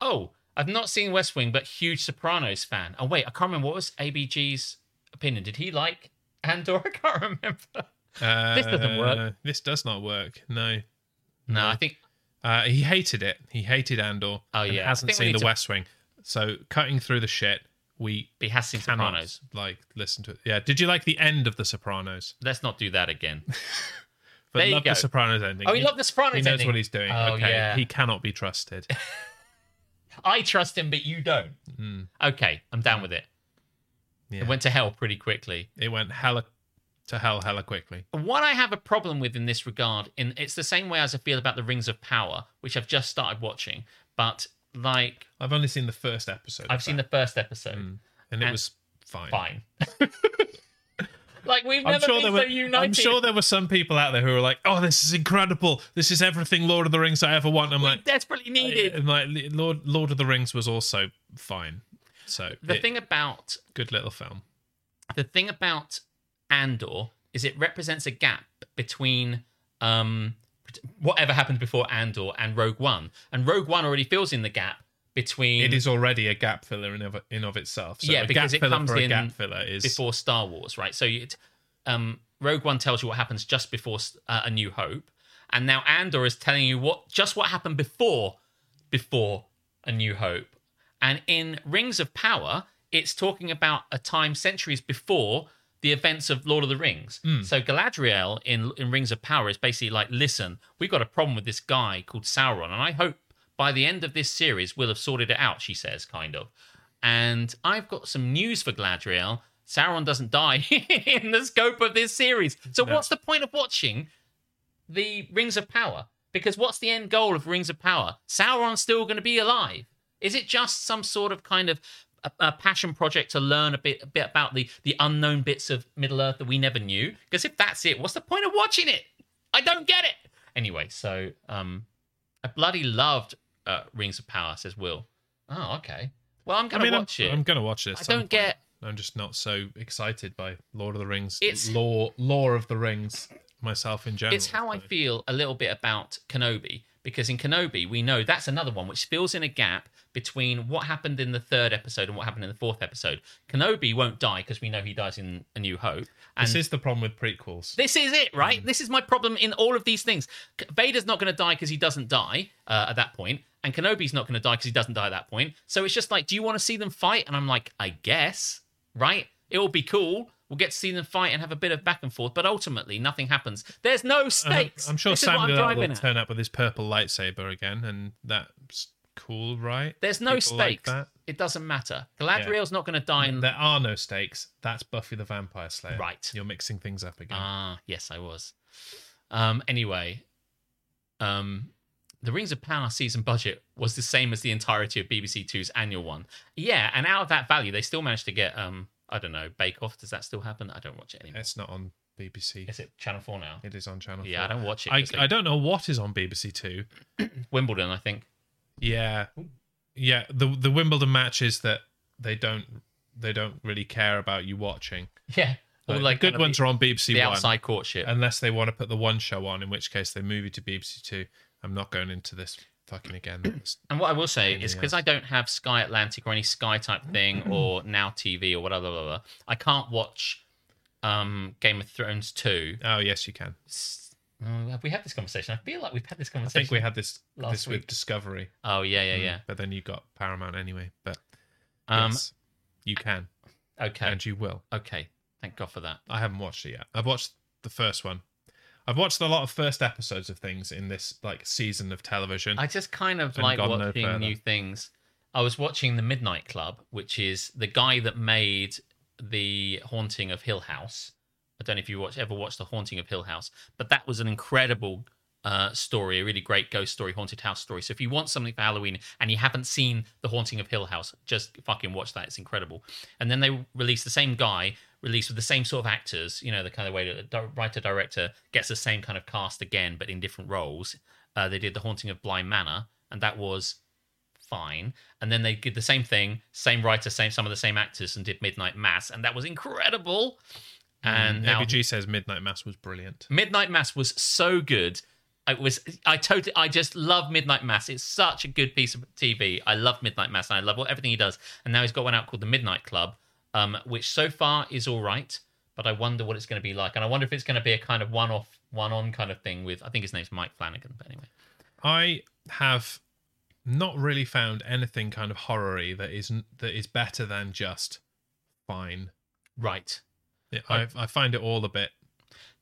Speaker 1: Oh, I've not seen West Wing, but huge Sopranos fan. Oh wait, I can't remember what was ABG's opinion. Did he like Andor? I can't remember.
Speaker 3: Uh,
Speaker 1: This doesn't work.
Speaker 3: This does not work. No.
Speaker 1: No, I think
Speaker 3: Uh, he hated it. He hated Andor.
Speaker 1: Oh,
Speaker 3: and
Speaker 1: yeah. I
Speaker 3: Hasn't
Speaker 1: think we
Speaker 3: seen
Speaker 1: need
Speaker 3: The
Speaker 1: to-
Speaker 3: West Wing. So cutting through the shit, we
Speaker 1: he has seen
Speaker 3: cannot
Speaker 1: Sopranos.
Speaker 3: like listen to it. Yeah. Did you like the end of The Sopranos?
Speaker 1: Let's not do that again.
Speaker 3: But
Speaker 1: There you
Speaker 3: love
Speaker 1: go.
Speaker 3: The Sopranos ending.
Speaker 1: Oh, he loved The Sopranos.
Speaker 3: He knows
Speaker 1: ending.
Speaker 3: what he's doing.
Speaker 1: Oh,
Speaker 3: okay.
Speaker 1: yeah.
Speaker 3: He cannot be trusted.
Speaker 1: I trust him, but you don't.
Speaker 3: Mm.
Speaker 1: Okay, I'm down with it.
Speaker 3: Yeah.
Speaker 1: It went to hell pretty quickly.
Speaker 3: it went hella to hell hella quickly.
Speaker 1: What I have a problem with in this regard, in it's the same way as I feel about the Rings of Power, which I've just started watching, but like
Speaker 3: I've only seen the first episode. of
Speaker 1: I've seen the
Speaker 3: that,
Speaker 1: first episode.
Speaker 3: Hmm. and it
Speaker 1: and-
Speaker 3: was fine.
Speaker 1: Fine. like we've
Speaker 3: I'm
Speaker 1: never
Speaker 3: sure,
Speaker 1: been
Speaker 3: there
Speaker 1: so
Speaker 3: were,
Speaker 1: united.
Speaker 3: I'm sure there were some people out there who were like, "Oh, this is incredible! This is everything Lord of the Rings I ever want." I'm
Speaker 1: we
Speaker 3: like,
Speaker 1: desperately needed.
Speaker 3: I'm like, Lord Lord of the Rings was also fine, so
Speaker 1: the
Speaker 3: it-
Speaker 1: thing about
Speaker 3: good little film.
Speaker 1: the thing about Andor is it represents a gap between um, whatever happened before Andor and Rogue One, and Rogue One already fills in the gap between
Speaker 3: It is already a gap filler in of, in of itself. So
Speaker 1: Yeah,
Speaker 3: a
Speaker 1: because
Speaker 3: gap
Speaker 1: it
Speaker 3: filler
Speaker 1: comes
Speaker 3: for a
Speaker 1: in
Speaker 3: gap filler is
Speaker 1: before Star Wars, right? So it, um, Rogue One tells you what happens just before uh, A New Hope, and now Andor is telling you what just what happened before before A New Hope. And in Rings of Power, it's talking about a time centuries before the events of Lord of the Rings. So Galadriel in in Rings of Power is basically like, listen, we've got a problem with this guy called Sauron, and I hope by the end of this series we'll have sorted it out. She says, kind of. And I've got some news for Galadriel. Sauron doesn't die in the scope of this series. So what's the point of watching the Rings of Power? Because what's the end goal of Rings of Power? Sauron's still going to be alive. Is it just some sort of kind of a, a passion project to learn a bit, a bit about the, the unknown bits of Middle Earth that we never knew? Because if that's it, what's the point of watching it? I don't get it. Anyway, so um, I bloody loved uh, Rings of Power, says Will. Oh, okay. Well, I'm
Speaker 3: I
Speaker 1: going
Speaker 3: mean,
Speaker 1: to
Speaker 3: I'm-
Speaker 1: watch
Speaker 3: I'm,
Speaker 1: it.
Speaker 3: going to watch it.
Speaker 1: I
Speaker 3: at some
Speaker 1: don't
Speaker 3: point.
Speaker 1: get.
Speaker 3: I'm just not so excited by Lord of the Rings.
Speaker 1: It's-
Speaker 3: law Law of the Rings myself in general.
Speaker 1: It's how I
Speaker 3: so-
Speaker 1: feel a little bit about Kenobi because in Kenobi we know that's another one which fills in a gap between what happened in the third episode and what happened in the fourth episode. Kenobi won't die because we know he dies in A New Hope. And
Speaker 3: This is the problem with prequels.
Speaker 1: This is it, right?
Speaker 3: Mm.
Speaker 1: This is my problem in all of these things. K- Vader's not going to die because he doesn't die uh, at that point, and Kenobi's not going to die because he doesn't die at that point. So it's just like, do you want to see them fight? And I'm like, I guess, right? It will be cool. We'll get to see them fight and have a bit of back and forth, but ultimately nothing happens. There's no
Speaker 3: And I'm-
Speaker 1: stakes.
Speaker 3: Uh-huh. I'm sure
Speaker 1: this is what I'm
Speaker 3: Samuel L.
Speaker 1: driving
Speaker 3: will
Speaker 1: at.
Speaker 3: turn up with his purple lightsaber again, and that's cool, right?
Speaker 1: There's no
Speaker 3: People like
Speaker 1: stakes.
Speaker 3: that.
Speaker 1: it doesn't matter. Galadriel's not going to die. In-
Speaker 3: There are no stakes. That's Buffy the Vampire Slayer.
Speaker 1: Right.
Speaker 3: You're mixing things up again.
Speaker 1: Ah, yes, I was. Um, anyway, um, the Rings of Power season budget was the same as the entirety of BBC Two's annual one. Yeah, and out of that value, they still managed to get um, I don't know, Bake Off. Does that still happen? I don't watch it anymore.
Speaker 3: it's not on BBC.
Speaker 1: Is it Channel Four now?
Speaker 3: It is on Channel
Speaker 1: Yeah, I
Speaker 3: 4.
Speaker 1: don't watch it.
Speaker 3: Uh, I,
Speaker 1: 'cause they-
Speaker 3: I don't know what is on BBC Two.
Speaker 1: Wimbledon, I think.
Speaker 3: Yeah, yeah. The the Wimbledon matches that they don't they don't really care about you watching.
Speaker 1: Yeah,
Speaker 3: Like, the good ones Uh,
Speaker 1: the,
Speaker 3: are on BBC
Speaker 1: the
Speaker 3: One,
Speaker 1: outside courtship.
Speaker 3: unless they want to put the one show on, in which case they move you to BBC Two. I'm not going into this fucking again. That's-
Speaker 1: And what I will say is
Speaker 3: Anything
Speaker 1: because I don't have Sky Atlantic or any Sky type thing or Now TV or whatever, blah, blah, blah, I can't watch um, Game of Thrones two.
Speaker 3: oh yes, you can.
Speaker 1: S- oh, have we had this conversation? I feel like we've had this
Speaker 3: I
Speaker 1: conversation.
Speaker 3: think we had this
Speaker 1: Last
Speaker 3: this with
Speaker 1: week.
Speaker 3: Discovery. Mm,
Speaker 1: Oh yeah, yeah, yeah.
Speaker 3: But then you got Paramount anyway. But
Speaker 1: Um,
Speaker 3: yes, you can
Speaker 1: okay,
Speaker 3: and you will.
Speaker 1: okay. Thank God for that.
Speaker 3: I haven't watched it yet. I've watched the first one. I've watched a lot of first episodes of things in this like season of television.
Speaker 1: I just kind of
Speaker 3: And
Speaker 1: like
Speaker 3: gone no
Speaker 1: watching
Speaker 3: further.
Speaker 1: new things. I was watching The Midnight Club, which is the guy that made The Haunting of Hill House. I don't know if you watch, ever watched The Haunting of Hill House, but that was an incredible uh, story, a really great ghost story, haunted house story. So if you want something for Halloween and you haven't seen The Haunting of Hill House, just fucking watch that. It's incredible. And then they released the same guy, released with the same sort of actors, you know, the kind of way that the di- writer director gets the same kind of cast again, but in different roles. Uh, they did The Haunting of Bly Manor, and that was fine. And then they did the same thing, same writer, same some of the same actors, and did Midnight Mass, and that was incredible. And now
Speaker 3: Mm, ABG says Midnight Mass was brilliant.
Speaker 1: Midnight Mass was so good. It was I totally I just love Midnight Mass. It's such a good piece of TV. I love Midnight Mass and I love what everything he does. And now he's got one out called The Midnight Club, um, which so far is all right, but I wonder what it's going to be like. And I wonder if it's going to be a kind of one-off, one-on kind of thing with I think his name's Mike Flanagan. But anyway,
Speaker 3: I have not really found anything kind of horror-y that is that is better than just fine.
Speaker 1: right.
Speaker 3: Yeah, I I find it all a bit.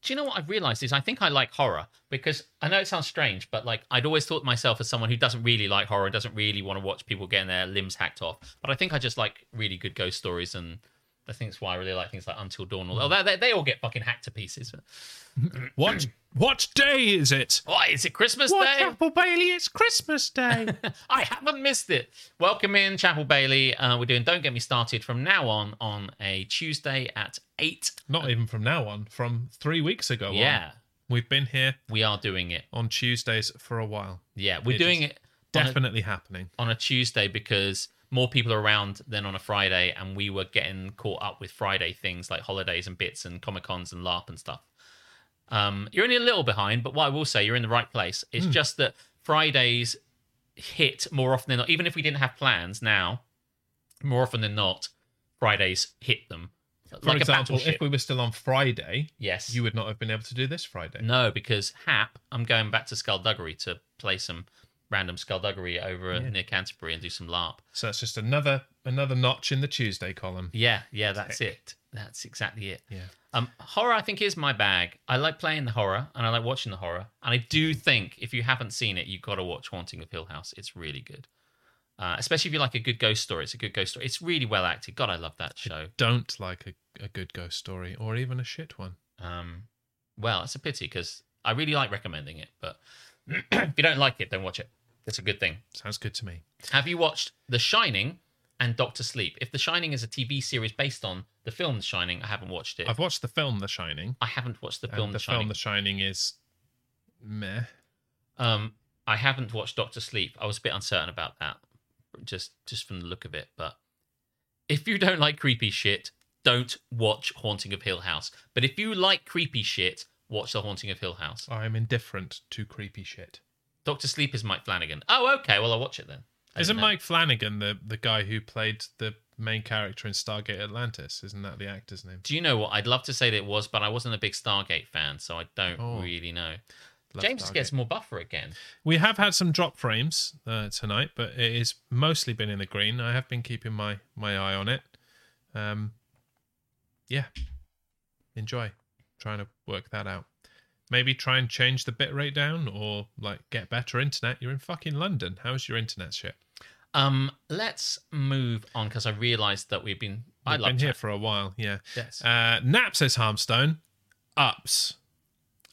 Speaker 1: do you know what I've realized is I think I like horror because I know it sounds strange, but like I'd always thought myself as someone who doesn't really like horror and doesn't really want to watch people getting their limbs hacked off. But I think I just like really good ghost stories, and I think that's why I really like things like Until Dawn.
Speaker 3: Mm.
Speaker 1: Although they, they all get fucking hacked to pieces.
Speaker 3: What what day is it?
Speaker 1: Why is it Christmas
Speaker 3: What
Speaker 1: Day?
Speaker 3: Apple Bailey? It's Christmas Day.
Speaker 1: I haven't missed it. Welcome in, Chapel Bailey. Uh, we're doing Don't Get Me Started from now on on a Tuesday at eight.
Speaker 3: not even from now on. From three weeks ago. on.
Speaker 1: Yeah,
Speaker 3: we've been here
Speaker 1: we are doing it.
Speaker 3: on Tuesdays for a while.
Speaker 1: Yeah, we're
Speaker 3: It
Speaker 1: doing
Speaker 3: is
Speaker 1: it. on a-
Speaker 3: Definitely happening.
Speaker 1: on a Tuesday because more people are around than on a Friday, and we were getting caught up with Friday things like holidays and bits and Comic Cons and LARP and stuff. Um, you're only a little behind, but what I will say, you're in the right place.
Speaker 3: Hmm.
Speaker 1: It's just that Fridays hit more often than not. Even if we didn't have plans now, more often than not, Fridays hit them.
Speaker 3: For example, if we were still on Friday,
Speaker 1: yes,
Speaker 3: you would not have been able to do this Friday.
Speaker 1: no, because Hap, I'm going back to Skullduggery to play some random Skullduggery over near Canterbury and do some LARP.
Speaker 3: So that's just another another notch in the Tuesday column.
Speaker 1: Yeah, yeah, that's it. That's exactly it.
Speaker 3: Yeah.
Speaker 1: Um, horror, I think, is my bag. I like playing the horror and I like watching the horror. And I do think if you haven't seen it, you've got to watch Haunting of Hill House. It's really good. Uh, especially if you like a good ghost story. It's a good ghost story. It's really well acted. God, I love that show.
Speaker 3: Don't like a, a good ghost story or even a shit one.
Speaker 1: Um, well, it's a pity because I really like recommending it. But if you don't like it, don't watch it. It's a good thing.
Speaker 3: Sounds good to me.
Speaker 1: Have you watched The Shining and Doctor Sleep? If The Shining is a TV series based on the film The Shining, I haven't watched it.
Speaker 3: I've watched the film The Shining.
Speaker 1: I haven't watched the
Speaker 3: and
Speaker 1: film
Speaker 3: the
Speaker 1: The Shining.
Speaker 3: film The Shining is meh.
Speaker 1: Um, I haven't watched Doctor Sleep. I was a bit uncertain about that, just just from the look of it. But if you don't like creepy shit, don't watch Haunting of Hill House. But if you like creepy shit, watch The Haunting of Hill House.
Speaker 3: I'm indifferent to creepy shit.
Speaker 1: Doctor Sleep is Mike Flanagan. Oh, okay. Well, I'll watch it then. I didn't
Speaker 3: Isn't
Speaker 1: know.
Speaker 3: Mike Flanagan the, the guy who played the main character in Stargate Atlantis? Isn't that the actor's name?
Speaker 1: Do you know what? I'd love to say that it was, but I wasn't a big Stargate fan, so I don't
Speaker 3: Oh.
Speaker 1: really know.
Speaker 3: Love
Speaker 1: James
Speaker 3: Stargate.
Speaker 1: gets more buffer again.
Speaker 3: We have had some drop frames uh, tonight, but it is mostly been in the green. I have been keeping my my eye on it. Um, yeah, enjoy trying to work that out. Maybe try and change the bitrate down, or like get better internet. You're in fucking London. How's your internet shit?
Speaker 1: Um, let's move on because I realised that we've been. I
Speaker 3: I've
Speaker 1: love
Speaker 3: been here
Speaker 1: here.
Speaker 3: for a while. Yeah.
Speaker 1: Yes.
Speaker 3: Uh, Nap says Harmstone ups.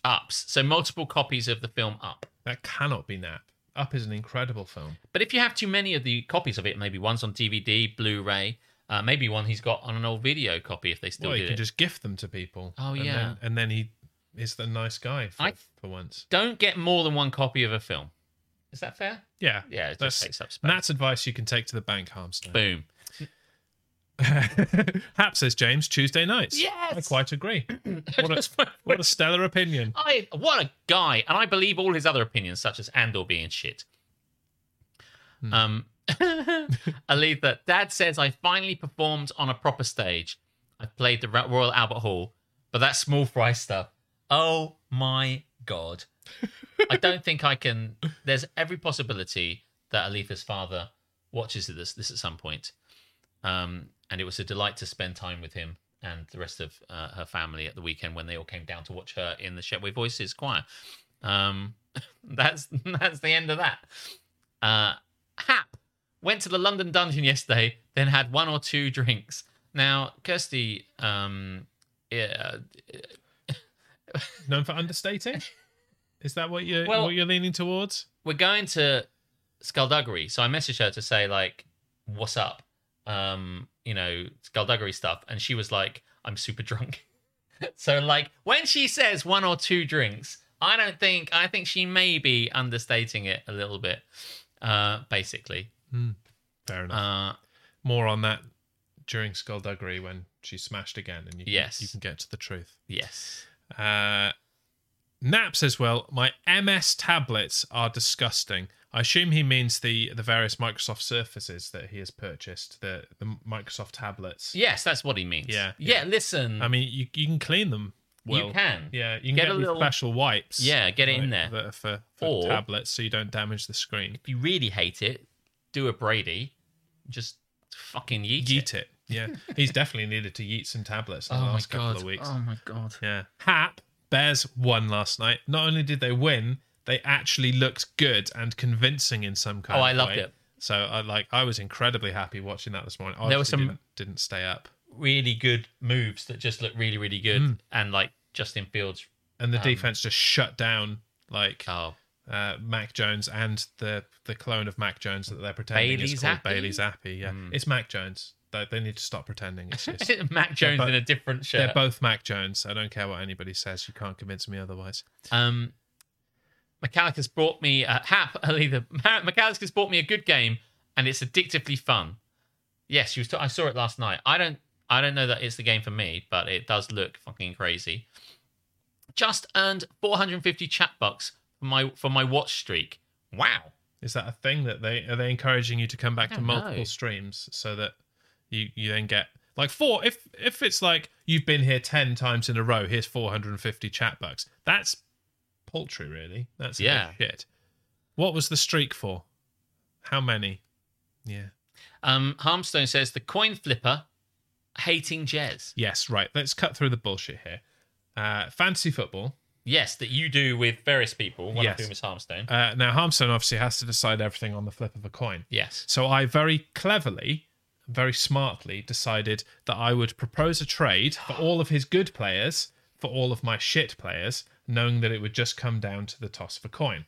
Speaker 1: Ups. So multiple copies of the film Up.
Speaker 3: That cannot be Nap. Up is an incredible film.
Speaker 1: But if you have too many of the copies of it, maybe one's on DVD, Blu-ray, uh, maybe one he's got on an old video copy if they still
Speaker 3: well,
Speaker 1: do
Speaker 3: you
Speaker 1: it.
Speaker 3: can just gift them to people.
Speaker 1: Oh,
Speaker 3: and
Speaker 1: yeah.
Speaker 3: then, and then he is the nice guy for,
Speaker 1: I-
Speaker 3: for once.
Speaker 1: Don't get more than one copy of a film. Is that fair?
Speaker 3: Yeah,
Speaker 1: Yeah, it
Speaker 3: That's-
Speaker 1: just takes up space.
Speaker 3: That's advice you can take to the bank, Harmstone.
Speaker 1: Boom.
Speaker 3: Hap says James Tuesday nights.
Speaker 1: Yes!
Speaker 3: I quite agree. What a, what a stellar opinion.
Speaker 1: I what a guy, and I believe all his other opinions, such as Andor being shit. Um, I leave that. Dad says I finally performed on a proper stage. I played the Ra- Royal Albert Hall, but that small fry stuff. Oh my god! I don't think I can. There's every possibility that Alifa's father watches this this at some point. Um, and it was a delight to spend time with him and the rest of uh, her family at the weekend when they all came down to watch her in the Shetway Voices choir. Um, that's that's the end of that. Uh, Hap went to the London Dungeon yesterday, then had one or two drinks. Now, Kirsty, um, yeah,
Speaker 3: Known for understating? Is that what you're,
Speaker 1: Well-
Speaker 3: what you're leaning towards?
Speaker 1: we're going to Skullduggery. So I messaged her to say like, "What's up?" Um, you know, Skullduggery stuff, and she was like, "I'm super drunk." so like, when she says one or two drinks, I don't think I think she may be understating it a little bit. Uh, basically,
Speaker 3: Fair
Speaker 1: uh,
Speaker 3: enough. More on that during Skullduggery when she's smashed again and you, can-
Speaker 1: Yes.
Speaker 3: you can get to the truth.
Speaker 1: yes.
Speaker 3: Uh, Nap says, "Well, my MS tablets are disgusting." I assume he means the the various Microsoft Surfaces that he has purchased, the the Microsoft tablets.
Speaker 1: Yes, that's what he means.
Speaker 3: Yeah,
Speaker 1: Yeah, listen.
Speaker 3: I mean, you you can clean them. Well,
Speaker 1: you can.
Speaker 3: Yeah, you can
Speaker 1: Get
Speaker 3: get,
Speaker 1: a
Speaker 3: with
Speaker 1: little-
Speaker 3: special wipes.
Speaker 1: Yeah, get it in
Speaker 3: like,
Speaker 1: there.
Speaker 3: that are for, for
Speaker 1: Or-
Speaker 3: tablets, so you don't damage the screen.
Speaker 1: If you really hate it, do a Brady. Just fucking yeet,
Speaker 3: Yeet it. Yeah, he's definitely needed to yeet some tablets in
Speaker 1: Oh
Speaker 3: the
Speaker 1: my
Speaker 3: last couple
Speaker 1: god.
Speaker 3: of weeks.
Speaker 1: Oh my god.
Speaker 3: Yeah. Hap Bears won last night. Not only did they win, they actually looked good and convincing in some kind.
Speaker 1: Oh, I
Speaker 3: of
Speaker 1: loved
Speaker 3: way.
Speaker 1: it.
Speaker 3: So I like I was incredibly happy watching that this morning. I
Speaker 1: There
Speaker 3: there
Speaker 1: were
Speaker 3: was
Speaker 1: some-
Speaker 3: didn't, didn't stay up.
Speaker 1: Really good moves that just look really, really good.
Speaker 3: Hmm.
Speaker 1: And like Justin Fields.
Speaker 3: And the
Speaker 1: Um,
Speaker 3: defense just shut down like
Speaker 1: Oh,
Speaker 3: uh, Mac Jones and the the clone of Mac Jones that they're pretending
Speaker 1: Bailey
Speaker 3: is called
Speaker 1: Zappi? Hmm.
Speaker 3: Bailey Zappi. Yeah, it's Mac Jones. They, they need to stop pretending. It's, it's,
Speaker 1: Mac Jones
Speaker 3: both-
Speaker 1: in a different
Speaker 3: they're
Speaker 1: shirt.
Speaker 3: both Mac Jones. I don't care what anybody says. You can't convince me otherwise.
Speaker 1: Um, Mechalicus brought me uh, Hap. Either Mechalicus brought me a good game, and it's addictively fun. Yes, you. was. T- I saw it last night. I don't. I don't know that it's the game for me, but it does look fucking crazy. Just earned 450 chat bucks for my for my watch streak. Wow.
Speaker 3: Is that a thing that they are they encouraging you to come back
Speaker 1: I
Speaker 3: to
Speaker 1: don't
Speaker 3: multiple
Speaker 1: know.
Speaker 3: streams so that you you then get like four if if it's like you've been here 10 times in a row here's 450 chat bucks that's paltry really that's a bit
Speaker 1: Yeah.
Speaker 3: shit what was the streak for how many yeah
Speaker 1: Um, Harmstone says the coin flipper, hating Jez.
Speaker 3: yes right let's cut through the bullshit here uh fantasy football
Speaker 1: Yes, that you do with various people. One
Speaker 3: Yes.
Speaker 1: of whom is Harmstone.
Speaker 3: uh now harmstone obviously has to decide everything on the flip of a coin
Speaker 1: yes.
Speaker 3: So I very cleverly, very smartly decided that I would propose a trade for all of his good players for all of my shit players, knowing that it would just come down to the toss of a coin.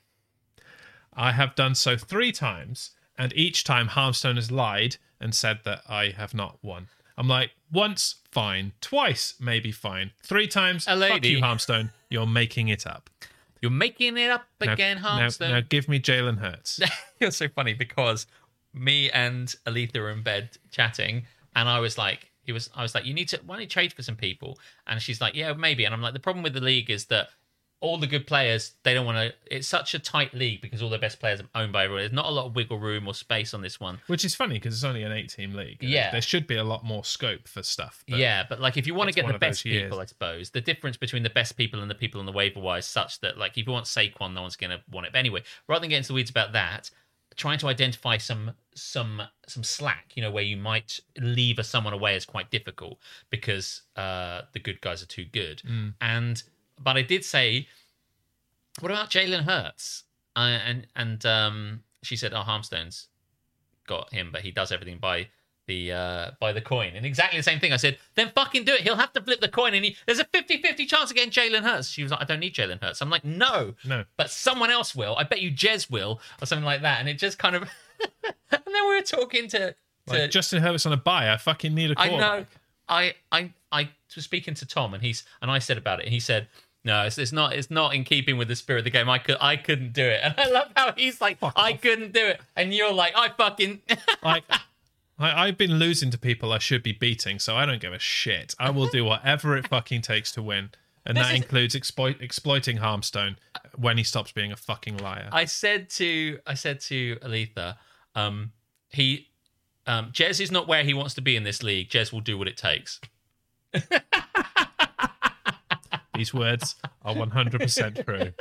Speaker 3: I have done so three times, and each time Harmstone has lied and said that I have not won. I'm like, once, fine. Twice, maybe fine. Three times,
Speaker 1: A lady.
Speaker 3: fuck you, Harmstone. You're making it up.
Speaker 1: You're making it up
Speaker 3: Now-
Speaker 1: again,
Speaker 3: now-
Speaker 1: Harmstone.
Speaker 3: Now, give me Jalen Hurts.
Speaker 1: it was so funny because me and Aletha were in bed chatting, and I was like, he was, I was like, you need to, why don't you trade for some people? And she's like, yeah, maybe. And I'm like, the problem with the league is that all the good players, they don't want to. It's such a tight league because all the best players are owned by everyone. There's not a lot of wiggle room or space on this one.
Speaker 3: Which is funny because it's only an eight-team league.
Speaker 1: Yeah.
Speaker 3: there should be a lot more scope for stuff. but-
Speaker 1: yeah, but like if you want to
Speaker 3: it's
Speaker 1: get
Speaker 3: one
Speaker 1: the
Speaker 3: of those
Speaker 1: best
Speaker 3: years.
Speaker 1: people, I suppose the difference between the best people and the people on the waiver wire is such that like if you want Saquon, no one's going to want it. But anyway, rather than getting into the weeds about that, trying to identify some some some slack, you know, where you might lever someone away is quite difficult because uh the good guys are too good.
Speaker 3: Mm.
Speaker 1: And but I did say, what about Jalen Hurts? Uh, and and um, she said, oh, Harmstone's got him, but he does everything by the uh, by the coin. And exactly the same thing. I said, then fucking do it. He'll have to flip the coin. And he, there's a 50-50 chance of getting Jalen Hurts. She was like, I don't need Jalen Hurts. I'm like, no,
Speaker 3: No.
Speaker 1: but someone else will. I bet you Jez will or something like that. And it just kind of. and then we were talking to,
Speaker 3: Like
Speaker 1: to
Speaker 3: Justin Herbert's on a buy. I fucking need a
Speaker 1: I
Speaker 3: quarterback.
Speaker 1: know. I I I was speaking to Tom and he's and I said about it and he said no it's, it's not it's not in keeping with the spirit of the game I could I couldn't do it and I love how he's like
Speaker 3: Fuck
Speaker 1: I
Speaker 3: off.
Speaker 1: couldn't do it and you're like I fucking
Speaker 3: Like, I, I've been losing to people I should be beating, so I don't give a shit. I will do whatever it fucking takes to win, and
Speaker 1: This
Speaker 3: that
Speaker 1: is-
Speaker 3: includes exploit, exploiting Harmstone when he stops being a fucking liar.
Speaker 1: I said to I said to Aletha um he um Jez is not where he wants to be in this league Jez will do what it takes
Speaker 3: These words are one hundred percent true.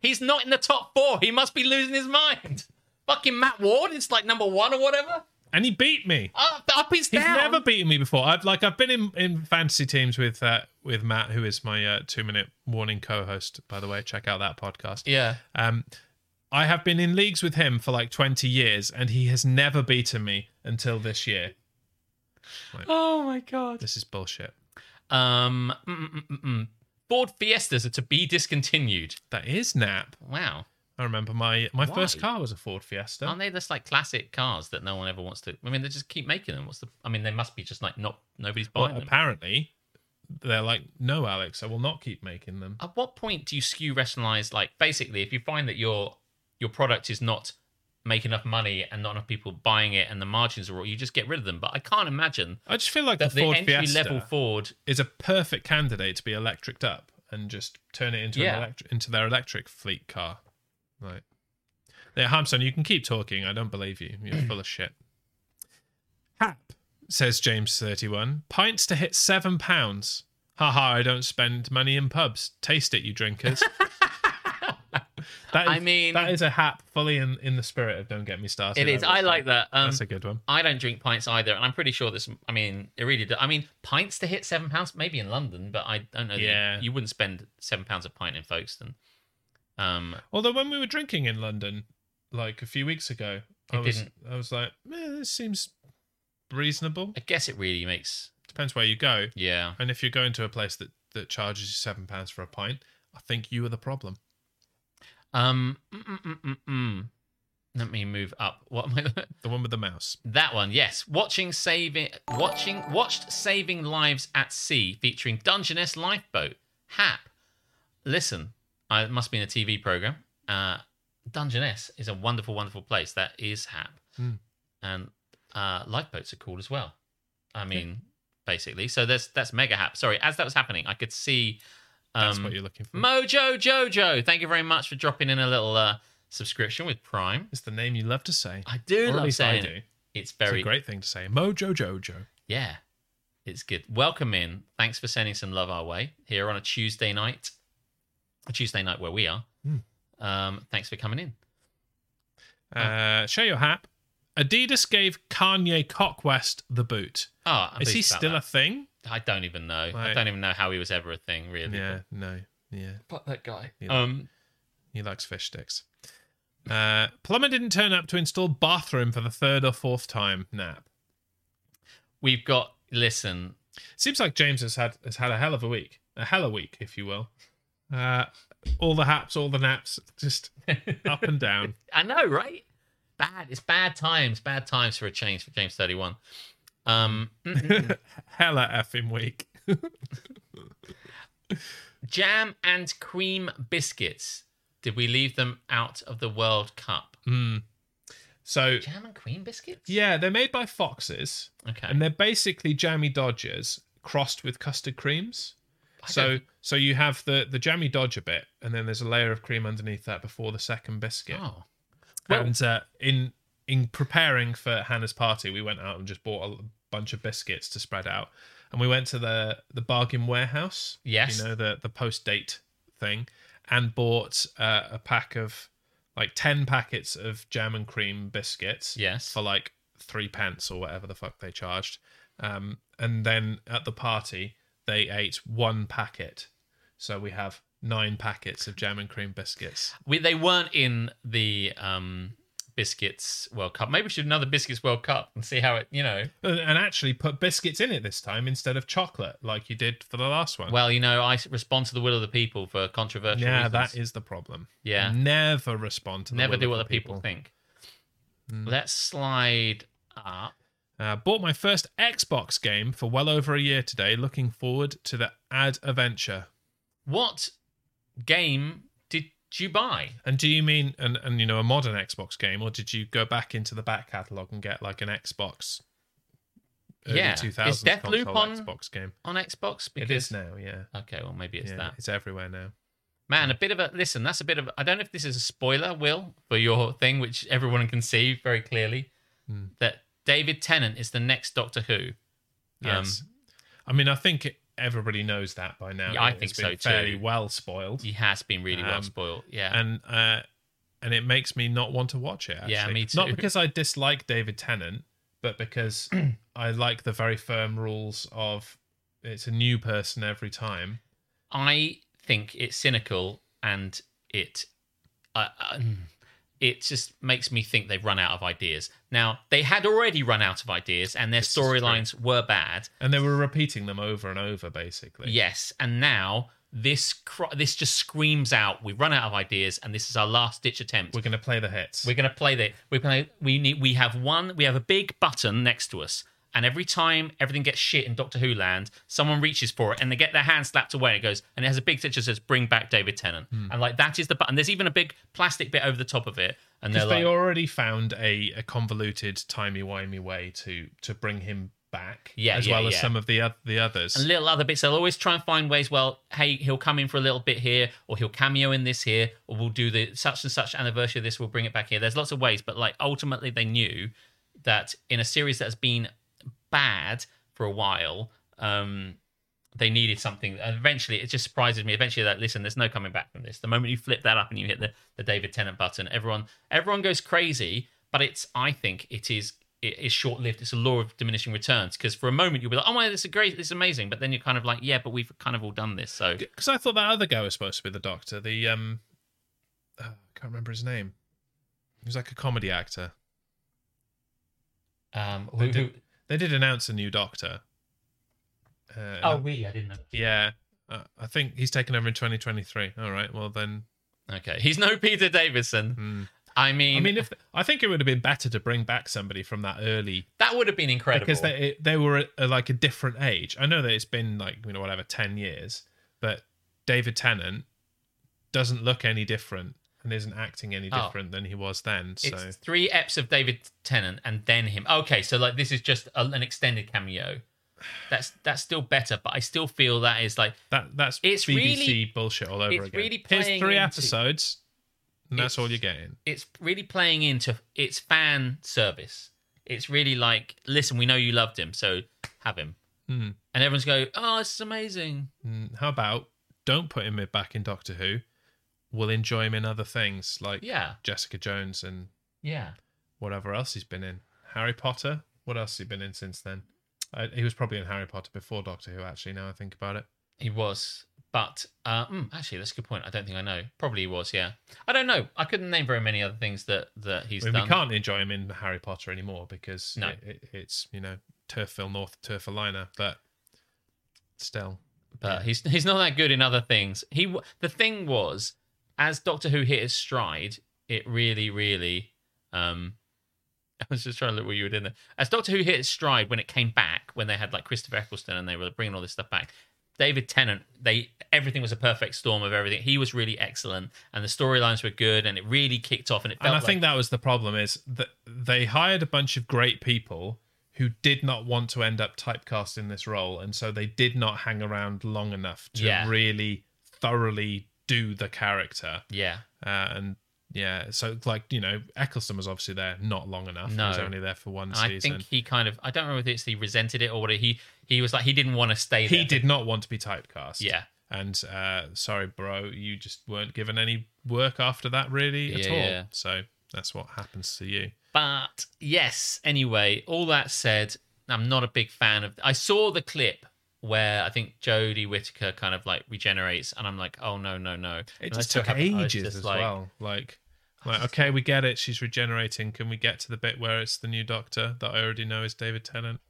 Speaker 1: he's not in the top 4 he must be losing his mind fucking Matt Ward it's like number 1 or whatever
Speaker 3: And he beat me.
Speaker 1: up up is
Speaker 3: He's
Speaker 1: down
Speaker 3: never beaten me before. I've like I've been in, in fantasy teams with uh, with Matt, who is my uh, two minute warning co-host. By the way, check out that podcast.
Speaker 1: yeah
Speaker 3: Um, I have been in leagues with him for like 20 years, and he has never beaten me until this year.
Speaker 1: oh my god
Speaker 3: This is bullshit.
Speaker 1: Um, mm, mm, mm, mm. Ford Fiestas are to be discontinued.
Speaker 3: That is nap.
Speaker 1: Wow,
Speaker 3: I remember my my
Speaker 1: Why?
Speaker 3: first car was a Ford Fiesta.
Speaker 1: aren't they just like classic cars that no one ever wants to? I mean, they just keep making them. What's the? I mean, they must be just like not nobody's
Speaker 3: Well,
Speaker 1: buying them.
Speaker 3: apparently, they're like, no, Alex, I will not keep making them.
Speaker 1: At what point do you skew rationalize? Like, basically, if you find that your your product is not make enough money and not enough people buying it and the margins are all, you just get rid of them. But I can't imagine
Speaker 3: I just feel like
Speaker 1: that
Speaker 3: the
Speaker 1: the
Speaker 3: Ford
Speaker 1: entry
Speaker 3: Fiesta
Speaker 1: level Ford.
Speaker 3: is a perfect candidate to be electriced up and just turn it into
Speaker 1: Yeah.
Speaker 3: an electric into their electric fleet car. Right. Yeah, Hamson, you can keep talking. I don't believe you. You're full of shit. Hap says James thirty one. Pints to hit seven pounds. Ha ha! I don't spend money in pubs. Taste it, you drinkers. that is,
Speaker 1: I mean-
Speaker 3: that is a hap fully in, in the spirit of "Don't Get Me Started."
Speaker 1: It is.
Speaker 3: would
Speaker 1: I
Speaker 3: say.
Speaker 1: like that. Um,
Speaker 3: That's a good one.
Speaker 1: I don't drink pints either, and I'm pretty sure this. I mean, it really. Do, I mean, pints to hit seven pounds, maybe in London, but I don't know. that you-
Speaker 3: Yeah.
Speaker 1: you, wouldn't spend seven pounds a pint in Folkestone. Um,
Speaker 3: Although when we were drinking in London, like a few weeks ago, I
Speaker 1: It
Speaker 3: was
Speaker 1: didn't-
Speaker 3: I was like, eh, this seems reasonable.
Speaker 1: I guess it really makes.
Speaker 3: Depends where you go,
Speaker 1: Yeah,
Speaker 3: and if you're going to a place that that charges you seven pounds for a pint, I think you are the problem.
Speaker 1: Um, mm, mm, mm, mm, mm. let me move up. What am I?
Speaker 3: The one with the mouse.
Speaker 1: that one, yes. Watching saving, watching watched saving lives at sea, featuring Dungeness lifeboat. Hap, listen, I it must be in a TV program. Uh, Dungeness is a wonderful, wonderful place. That is Hap,
Speaker 3: Hmm.
Speaker 1: and uh, lifeboats are cool as well. I mean, basically, so that's that's mega Hap. Sorry, as that was happening, I could see. Um,
Speaker 3: That's what you're looking for.
Speaker 1: Mojo Jojo, thank you very much for dropping in a little uh, subscription with Prime.
Speaker 3: it's the name you love to say.
Speaker 1: I do
Speaker 3: Or at
Speaker 1: love
Speaker 3: least
Speaker 1: saying
Speaker 3: I do.
Speaker 1: it. it's
Speaker 3: It's
Speaker 1: very
Speaker 3: a great thing to say. Mojo Jojo.
Speaker 1: yeah, it's good. Welcome in. Thanks for sending some love our way here on a Tuesday night, a Tuesday night where we are.
Speaker 3: Hmm.
Speaker 1: Um, thanks for coming in. Oh.
Speaker 3: Uh, share your hap. Adidas gave Kanye Cockwest the boot.
Speaker 1: Oh, I'm
Speaker 3: is he
Speaker 1: pleased about
Speaker 3: still
Speaker 1: that.
Speaker 3: a thing?
Speaker 1: I don't even know. I
Speaker 3: Right.
Speaker 1: don't even know how he was ever a thing, really.
Speaker 3: Yeah, no. Yeah.
Speaker 1: But that guy.
Speaker 3: Yeah.
Speaker 1: Um,
Speaker 3: He likes fish sticks. Uh, plumber didn't turn up to install bathroom for the third or fourth time. Nap.
Speaker 1: we've got. Listen,
Speaker 3: Seems like James has had has had a hell of a week, a hell of a week, if you will. Uh, all the haps, all the naps, just up and down.
Speaker 1: I know, right? Bad. It's bad times. Bad times for a change for James Thirty One. Um, mm, mm, mm.
Speaker 3: Hella effing week.
Speaker 1: jam and cream biscuits. Did we leave them out of the World Cup?
Speaker 3: Mm. So
Speaker 1: Jam and cream biscuits.
Speaker 3: yeah, they're made by foxes,
Speaker 1: Okay.
Speaker 3: and they're basically jammy dodgers crossed with custard creams.
Speaker 1: I
Speaker 3: So
Speaker 1: don't-
Speaker 3: so you have the the jammy dodger bit, and then there's a layer of cream underneath that before the second biscuit.
Speaker 1: Oh. Well-
Speaker 3: And uh, in in preparing for Hannah's party, we went out and just bought a bunch of biscuits to spread out, and we went to the the bargain warehouse.
Speaker 1: Yes.
Speaker 3: you know the the post date thing, and bought uh, a pack of like ten packets of jam and cream biscuits.
Speaker 1: Yes.
Speaker 3: for like three pence or whatever the fuck they charged, um, and then at the party they ate one packet, so we have nine packets of jam and cream biscuits.
Speaker 1: We, they weren't in the um, biscuits World Cup. Maybe we should do another biscuits World Cup and see how it. You know.
Speaker 3: And- Uh, and actually put biscuits in it this time instead of chocolate like you did for the last one.
Speaker 1: Well, you know, I s- respond to the will of the people for controversial
Speaker 3: yeah,
Speaker 1: reasons.
Speaker 3: that is the problem.
Speaker 1: Yeah.
Speaker 3: Never respond to the
Speaker 1: Never
Speaker 3: will
Speaker 1: do what
Speaker 3: of the Mm.
Speaker 1: the people, think. Let's slide up.
Speaker 3: Uh, bought my first Xbox game for well over a year today. Looking forward to the ad adventure.
Speaker 1: What game did you buy?
Speaker 3: And do you mean and and you know a modern Xbox game, or did you go back into the back catalog and get like an Xbox? Early
Speaker 1: Yeah. Is
Speaker 3: 2000s
Speaker 1: Deathloop
Speaker 3: console
Speaker 1: on-
Speaker 3: Xbox game.
Speaker 1: on Xbox?
Speaker 3: It
Speaker 1: Because
Speaker 3: is now, yeah.
Speaker 1: okay, well maybe it's
Speaker 3: yeah,
Speaker 1: that.
Speaker 3: It's everywhere now.
Speaker 1: Man, a bit of a listen. That's a bit of. I don't know if this is a spoiler, Will, for your thing, which everyone can see very clearly
Speaker 3: Hmm.
Speaker 1: that David Tennant is the next Doctor Who. Um,
Speaker 3: Yes. I mean, I think everybody knows that by now.
Speaker 1: Yeah, I
Speaker 3: It's
Speaker 1: think
Speaker 3: been
Speaker 1: so too.
Speaker 3: Fairly well spoiled,
Speaker 1: He has been really well
Speaker 3: Um,
Speaker 1: spoiled. Yeah,
Speaker 3: and uh, and it makes me not want to watch it. Actually.
Speaker 1: Yeah, me too.
Speaker 3: Not because I dislike David Tennant, but because I like the very firm rules of it's a new person every time.
Speaker 1: I think it's cynical and it. Uh, it just makes me think they've run out of ideas. Now, they had already run out of ideas and their
Speaker 3: This is true.
Speaker 1: storylines were bad.
Speaker 3: And they were repeating them over and over, basically.
Speaker 1: Yes, and now this cr- this just screams out: we've run out of ideas, and this is our last ditch attempt.
Speaker 3: We're going to play the hits.
Speaker 1: We're going to play the we play we need we have one we have a big button next to us. And every time everything gets shit in Doctor Who land, someone reaches for it and they get their hand slapped away. It goes and it has a big picture that says "Bring back David Tennant," and like that is the button. There's even a big plastic bit over the top of it, and they're
Speaker 3: Because
Speaker 1: like,
Speaker 3: they already found a, a convoluted, timey-wimey way to, to bring him back,
Speaker 1: Yeah,
Speaker 3: as
Speaker 1: yeah,
Speaker 3: well as
Speaker 1: yeah.
Speaker 3: some of the oth- the others.
Speaker 1: and little other bits. They'll always try and find ways. Well, hey, he'll come in for a little bit here, or he'll cameo in this here, or we'll do the such and such anniversary of this. We'll bring it back here. There's lots of ways, but like ultimately, they knew that in a series that has been bad for a while, um, they needed something. And eventually, it just surprises me. Eventually, that listen, there's no coming back from this. The moment you flip that up and you hit the, the David Tennant button, everyone everyone goes crazy. But it's I think it is it is short lived. It's a law of diminishing returns because for a moment you'll be like, oh my, this is great, this is amazing. But then you're kind of like, yeah, but we've kind of all done this. So
Speaker 3: Because I thought that other guy was supposed to be the doctor. The um, oh, I can't remember his name. He was like a comedy actor.
Speaker 1: um, who,
Speaker 3: They
Speaker 1: who,
Speaker 3: did, they did announce a new doctor. Uh, and
Speaker 1: oh
Speaker 3: I-
Speaker 1: we I didn't know.
Speaker 3: yeah. Uh, I think he's taken over in 2023. All right. Well then,
Speaker 1: Okay, he's no Peter Davison.
Speaker 3: hmm.
Speaker 1: I mean,
Speaker 3: I mean, if I think it would have been better to bring back somebody from that early
Speaker 1: that would have been incredible.
Speaker 3: because they it- they were at, uh, like a different age. I know that it's been like you know whatever ten years, but David Tennant doesn't look any different and isn't acting any
Speaker 1: Oh.
Speaker 3: different than he was then. So
Speaker 1: It's three eps of David Tennant and then him. Okay, so like this is just a, an extended cameo. That's that's still better, but I still feel that is like
Speaker 3: that that's
Speaker 1: It's
Speaker 3: BBC
Speaker 1: really-
Speaker 3: bullshit all over
Speaker 1: it's
Speaker 3: again.
Speaker 1: really
Speaker 3: Here's
Speaker 1: playing
Speaker 3: three
Speaker 1: into-
Speaker 3: episodes, and that's
Speaker 1: It's-
Speaker 3: all you're getting.
Speaker 1: it's really playing into its fan service. It's really like, listen, we know you loved him, so have him.
Speaker 3: Hmm.
Speaker 1: And everyone's go, oh, this is amazing.
Speaker 3: Mm, How about don't put him back in Doctor Who? We'll enjoy him in other things like
Speaker 1: Yeah,
Speaker 3: Jessica Jones and
Speaker 1: yeah.
Speaker 3: whatever else he's been in. Harry Potter. What else has he been in since then? I, he was probably in Harry Potter before Doctor Who. Actually, now I think about it.
Speaker 1: He was, but uh, mm, actually, that's a good point. I don't think I know. Probably he was. Yeah, I don't know. I couldn't name very many other things that that he's
Speaker 3: I mean,
Speaker 1: done.
Speaker 3: we can't enjoy him in Harry Potter anymore because
Speaker 1: No.
Speaker 3: it, it, it's you know Turfville North Turfalina, but still,
Speaker 1: but Uh, he's he's not that good in other things. He w- the thing was, as Doctor Who hit its stride, it really, really. Um, I was just trying to look what you were doing there. As Doctor Who hit its stride when it came back, when they had like Christopher Eccleston and they were bringing all this stuff back. David Tennant, they everything was a perfect storm of everything. He was really excellent, and the storylines were good, and it really kicked off. And it felt
Speaker 3: and I
Speaker 1: like,
Speaker 3: think that was the problem is that they hired a bunch of great people who did not want to end up typecast in this role, and so they did not hang around long enough to
Speaker 1: Yeah.
Speaker 3: really thoroughly do the character.
Speaker 1: yeah,
Speaker 3: Uh, and yeah, so like you know, Eccleston was obviously there not long enough.
Speaker 1: No.
Speaker 3: He was only there for one
Speaker 1: I
Speaker 3: season.
Speaker 1: think he kind of I don't remember if it's he resented it or what he he was like he didn't want to stay there.
Speaker 3: he did not want to be typecast.
Speaker 1: yeah.
Speaker 3: And uh, sorry, bro, you just weren't given any work after that really at
Speaker 1: Yeah,
Speaker 3: all.
Speaker 1: yeah.
Speaker 3: So that's what happens to you.
Speaker 1: But yes, anyway, all that said, I'm not a big fan of. I saw the clip where I think Jodie Whittaker kind of like regenerates, and I'm like, oh no, no, no.
Speaker 3: It
Speaker 1: And I
Speaker 3: just
Speaker 1: took
Speaker 3: took
Speaker 1: up- I was
Speaker 3: ages
Speaker 1: just
Speaker 3: as
Speaker 1: like-
Speaker 3: well. Like, like okay, we get it. She's regenerating. Can we get to the bit where it's the new Doctor that I already know is David Tennant?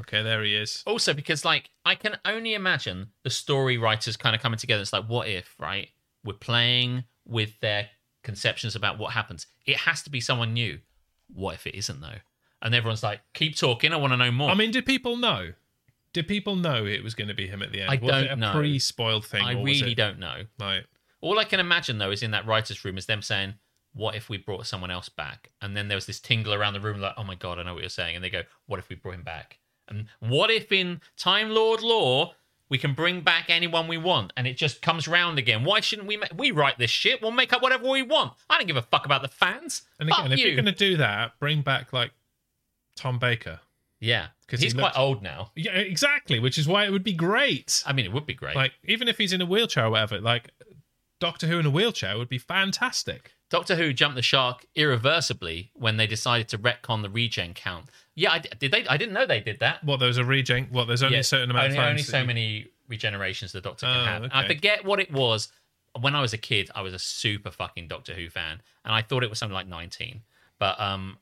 Speaker 3: Okay, there he is.
Speaker 1: Also, because like I can only imagine the story writers kind of coming together. It's like, what if, right? We're playing with their conceptions about what happens. It has to be someone new. What if it isn't though? And everyone's like, keep talking. I want to know more.
Speaker 3: I mean, did people know? Did people know it was going to be him at the end?
Speaker 1: I
Speaker 3: was it
Speaker 1: don't
Speaker 3: a
Speaker 1: know.
Speaker 3: pre-spoiled thing?
Speaker 1: I
Speaker 3: or was
Speaker 1: really
Speaker 3: it,
Speaker 1: don't know.
Speaker 3: Like,
Speaker 1: All I can imagine though is in that writers' room is them saying, "What if we brought someone else back?" And then there was this tingle around the room, like, "Oh my god, I know what you're saying." And they go, "What if we brought him back?" And what if in Time Lord law we can bring back anyone we want, and it just comes round again? Why shouldn't we? Ma- we write this shit. We'll make up whatever we want. I don't give a fuck about the fans.
Speaker 3: and
Speaker 1: Fuck
Speaker 3: again, if
Speaker 1: you.
Speaker 3: you're going to do that, bring back like Tom Baker.
Speaker 1: yeah,
Speaker 3: 'Cause
Speaker 1: because
Speaker 3: he
Speaker 1: he's
Speaker 3: looked-
Speaker 1: quite old now.
Speaker 3: Yeah, exactly. Which is why it would be great.
Speaker 1: I mean, it would be great.
Speaker 3: Like, even if he's in a wheelchair or whatever, like Doctor Who in a wheelchair would be fantastic.
Speaker 1: Doctor Who jumped the shark irreversibly when they decided to retcon the regen count. Yeah, I, d- did they? I didn't know they did that.
Speaker 3: What there's a regen? What there's only
Speaker 1: Yeah,
Speaker 3: a certain amount
Speaker 1: only,
Speaker 3: of times.
Speaker 1: only
Speaker 3: that
Speaker 1: so
Speaker 3: you-
Speaker 1: many regenerations the Doctor can
Speaker 3: Oh,
Speaker 1: have. And
Speaker 3: okay.
Speaker 1: I forget what it was. When I was a kid, I was a super fucking Doctor Who fan, and I thought it was something like nineteen, but um,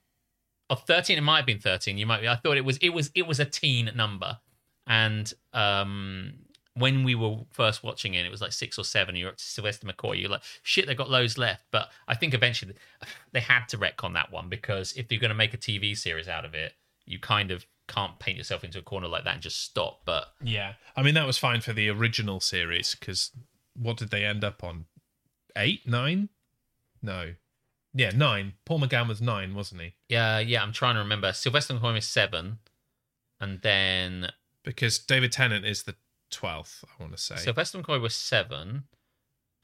Speaker 1: or thirteen. It might have been thirteen. You might. Be, I thought it was. It was. It was a teen number, and um. When we were first watching it, it was like six or seven. You're up to Sylvester McCoy. You're like, shit, they've got loads left. But I think eventually they had to retcon that one because if you're going to make a TV series out of it, you kind of can't paint yourself into a corner like that and just stop. But
Speaker 3: Yeah, I mean that was fine for the original series because what did they end up on? Eight, nine? No, yeah, nine. Paul McGann was nine, wasn't he?
Speaker 1: Yeah, yeah, I'm trying to remember. Sylvester McCoy is seven. and then
Speaker 3: because David Tennant is the twelfth. I want to say.
Speaker 1: Sylvester McCoy was seven,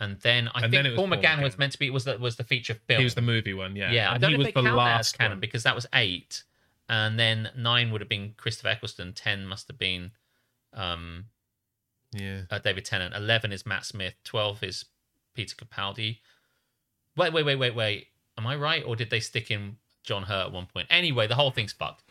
Speaker 1: and then I
Speaker 3: And
Speaker 1: think
Speaker 3: then it was
Speaker 1: Paul
Speaker 3: Paul
Speaker 1: McGann was
Speaker 3: McGann.
Speaker 1: meant to be was the was the feature film.
Speaker 3: he was the movie one, yeah.
Speaker 1: yeah. I
Speaker 3: And
Speaker 1: don't
Speaker 3: he
Speaker 1: know
Speaker 3: was
Speaker 1: if they count that as
Speaker 3: last
Speaker 1: canon
Speaker 3: one.
Speaker 1: because that was eight, and then nine would have been Christopher Eccleston. Ten must have been um,
Speaker 3: Yeah.
Speaker 1: uh, David Tennant. Eleven is Matt Smith. Twelve is Peter Capaldi. Wait, wait, wait, wait, wait. Am I right, or did they stick in John Hurt at one point? Anyway, the whole thing's fucked.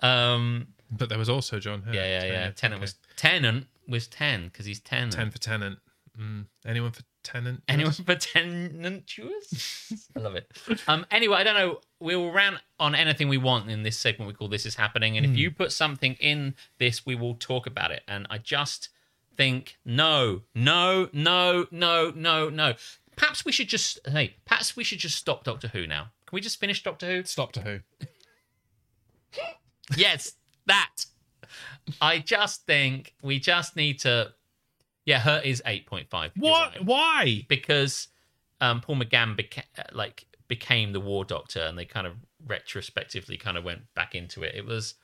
Speaker 1: um,
Speaker 3: But there was also John Hurt.
Speaker 1: yeah, yeah,
Speaker 3: so,
Speaker 1: yeah. Tennant
Speaker 3: okay.
Speaker 1: was Tennant was ten because he's ten.
Speaker 3: ten for Tennant. Mm. Anyone for Tennant?
Speaker 1: Anyone for tenantuous? I love it. Um, anyway, I don't know. We will rant on anything we want in this segment we call This Is Happening.
Speaker 3: Hmm.
Speaker 1: And if you put something in this, we will talk about it. And I just think, no, no, no, no, no, no. Perhaps we should just, hey, perhaps we should just stop Doctor Who now. Can we just finish Doctor Who?
Speaker 3: Stop to who?
Speaker 1: yes, that. I just think we just need to. Yeah, her is 8.5. You're
Speaker 3: What?
Speaker 1: right
Speaker 3: Why?
Speaker 1: because um, Paul McGann beca- like became the War Doctor, and they kind of retrospectively kind of went back into it. It was,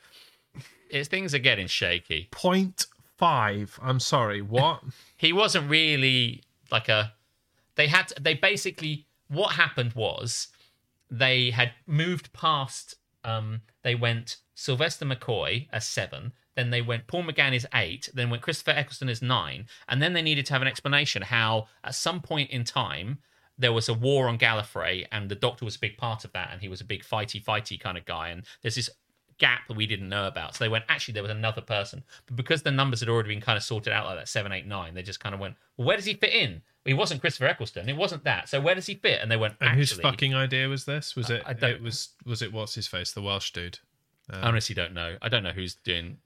Speaker 1: it's things are getting shaky.
Speaker 3: Point five. I'm sorry. What?
Speaker 1: He wasn't really like a. They had to- they basically what happened was they had moved past. Um, they went Sylvester McCoy as seven. Then they went Paul McGann is eight. Then went Christopher Eccleston is nine. And then they needed to have an explanation how at some point in time there was a war on Gallifrey, and the Doctor was a big part of that, and he was a big fighty, fighty kind of guy. And there's this gap that we didn't know about. So they went, actually, there was another person. But because the numbers had already been kind of sorted out like that, seven, eight, nine, they just kind of went, well, where does he fit in? He wasn't Christopher Eccleston. It wasn't that. So where does he fit? And they went,
Speaker 3: And
Speaker 1: actually,
Speaker 3: whose fucking idea was this? Was it?
Speaker 1: I don't-
Speaker 3: It was. Was it? What's his face? The Welsh dude. Um,
Speaker 1: I honestly don't know. I don't know who's doing.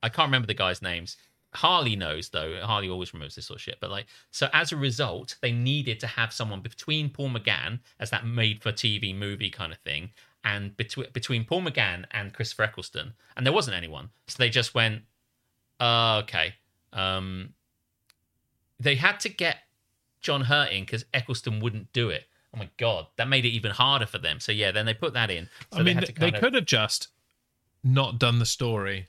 Speaker 1: I can't remember the guys' names. Harley knows though. Harley always remembers this sort of shit. But like, so as a result, they needed to have someone between Paul McGann as that made-for-TV movie kind of thing, and between between Paul McGann and Christopher Eccleston, and there wasn't anyone. So they just went, uh, okay. Um, they had to get John Hurt in because Eccleston wouldn't do it. Oh my god, that made it even harder for them. So yeah, then they put that in. So
Speaker 3: I mean,
Speaker 1: had
Speaker 3: they,
Speaker 1: to kind of-
Speaker 3: could have just not done the story.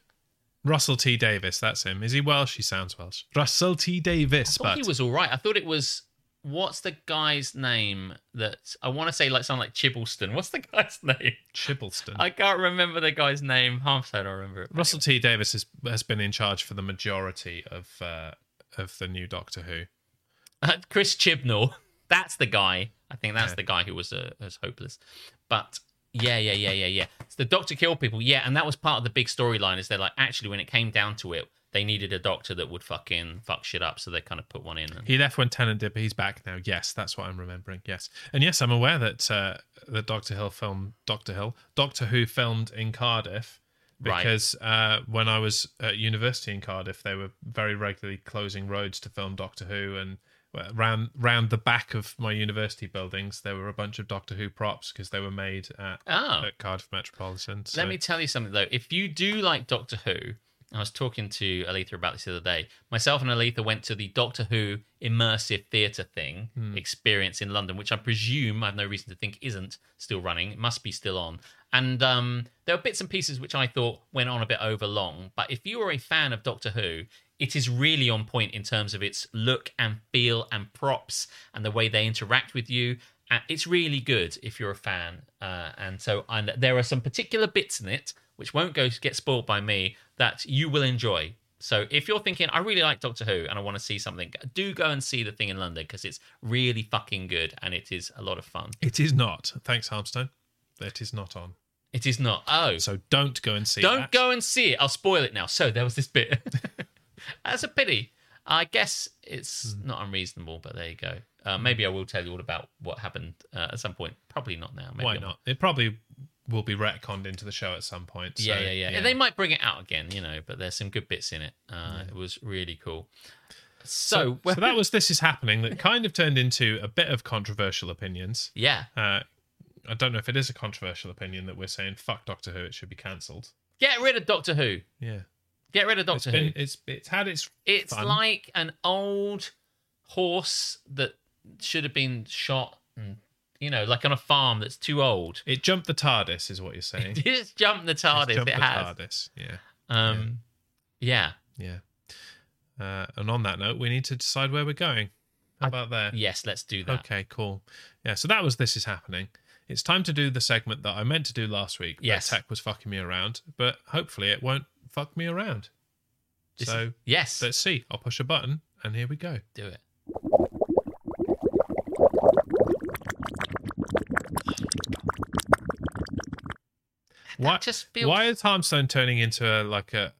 Speaker 3: Russell T Davis, that's him. Is he Welsh? He sounds Welsh. Russell T Davis,
Speaker 1: I thought
Speaker 3: but
Speaker 1: he was all right. I thought it was what's the guy's name that I want to say like sound like Chibbleston. What's the guy's name?
Speaker 3: Chibbleston.
Speaker 1: I can't remember the guy's name. Half said I remember it.
Speaker 3: Russell T Davis is, has been in charge for the majority of uh, of the new Doctor Who.
Speaker 1: Anyway. Uh, Chris Chibnall. That's the guy. I think that's the guy who was uh, was hopeless. But yeah, yeah, yeah, yeah, yeah. It's the doctor kill people. Yeah, and that was part of the big storyline. Is they're like actually when it came down to it, they needed a doctor that would fucking fuck shit up. So they kind of put one in. And,
Speaker 3: He left when Tennant did, but he's back now. Yes, that's what I'm remembering. Yes, and yes, I'm aware that uh, the Doctor Hill film, Doctor Hill, Doctor Who filmed in Cardiff
Speaker 1: Right.
Speaker 3: because uh, when I was at university in Cardiff, they were very regularly closing roads to film Doctor Who, and well, round round the back of my university buildings, there were a bunch of Doctor Who props because they were made at,
Speaker 1: oh,
Speaker 3: at Cardiff Metropolitan. So.
Speaker 1: Let me tell you something though. If you do like Doctor Who, I was talking to Aletha about this the other day. Myself and Aletha went to the Doctor Who immersive theatre thing experience in London, which I presume I have no reason to think isn't still running. It must be still on. And um, there were bits and pieces which I thought went on a bit overlong. But if you are a fan of Doctor Who, it is really on point in terms of its look and feel and props and the way they interact with you. Uh, It's really good if you're a fan, uh, and so and there are some particular bits in it which won't go get spoiled by me that you will enjoy. So if you're thinking I really like Doctor Who and I want to see something, do go and see the thing in London because it's really fucking good and it is a lot of fun.
Speaker 3: it is not. Thanks, Harmstone. It is not on.
Speaker 1: It is not. Oh,
Speaker 3: So don't go and see.
Speaker 1: Don't
Speaker 3: that.
Speaker 1: go and see it. I'll spoil it now. So there was this bit. That's a pity. I guess it's
Speaker 3: Hmm.
Speaker 1: not unreasonable, but there you go. Uh, maybe I will tell you all about what happened uh, at some point. Probably not now. Maybe
Speaker 3: Why
Speaker 1: I'll-
Speaker 3: not? It probably will be retconned into the show at some point. So,
Speaker 1: yeah, yeah, yeah, They might bring it out again, you know. But there's some good bits in it. Uh, It was really cool. So,
Speaker 3: So that was this is happening. That kind of turned into a bit of controversial opinions.
Speaker 1: yeah,
Speaker 3: Uh, I don't know if it is a controversial opinion that we're saying fuck Doctor Who, it should be cancelled.
Speaker 1: get rid of Doctor Who.
Speaker 3: Yeah,
Speaker 1: Get rid of
Speaker 3: it's
Speaker 1: Doctor Who.
Speaker 3: been it's it's had its
Speaker 1: It's
Speaker 3: fun.
Speaker 1: like an old horse that should have been shot and you know, like on a farm that's too old.
Speaker 3: It jumped the TARDIS, is what you're saying. It's
Speaker 1: It's jumped the TARDIS.
Speaker 3: jumped
Speaker 1: it
Speaker 3: the
Speaker 1: has.
Speaker 3: TARDIS. Yeah,
Speaker 1: Um, yeah.
Speaker 3: yeah. Uh, and on that note, we need to decide where we're going. How
Speaker 1: I-
Speaker 3: about there?
Speaker 1: Yes, let's do that.
Speaker 3: Okay, cool. Yeah, so that was this is happening. It's time to do the segment that I meant to do last week. but
Speaker 1: Yes.
Speaker 3: tech was fucking me around, but hopefully it won't fuck me around.
Speaker 1: This is-
Speaker 3: so
Speaker 1: yes,
Speaker 3: let's see. I'll push a button, and here we go.
Speaker 1: do it.
Speaker 3: Why
Speaker 1: just feels-
Speaker 3: Why is Harmstone turning into a like a,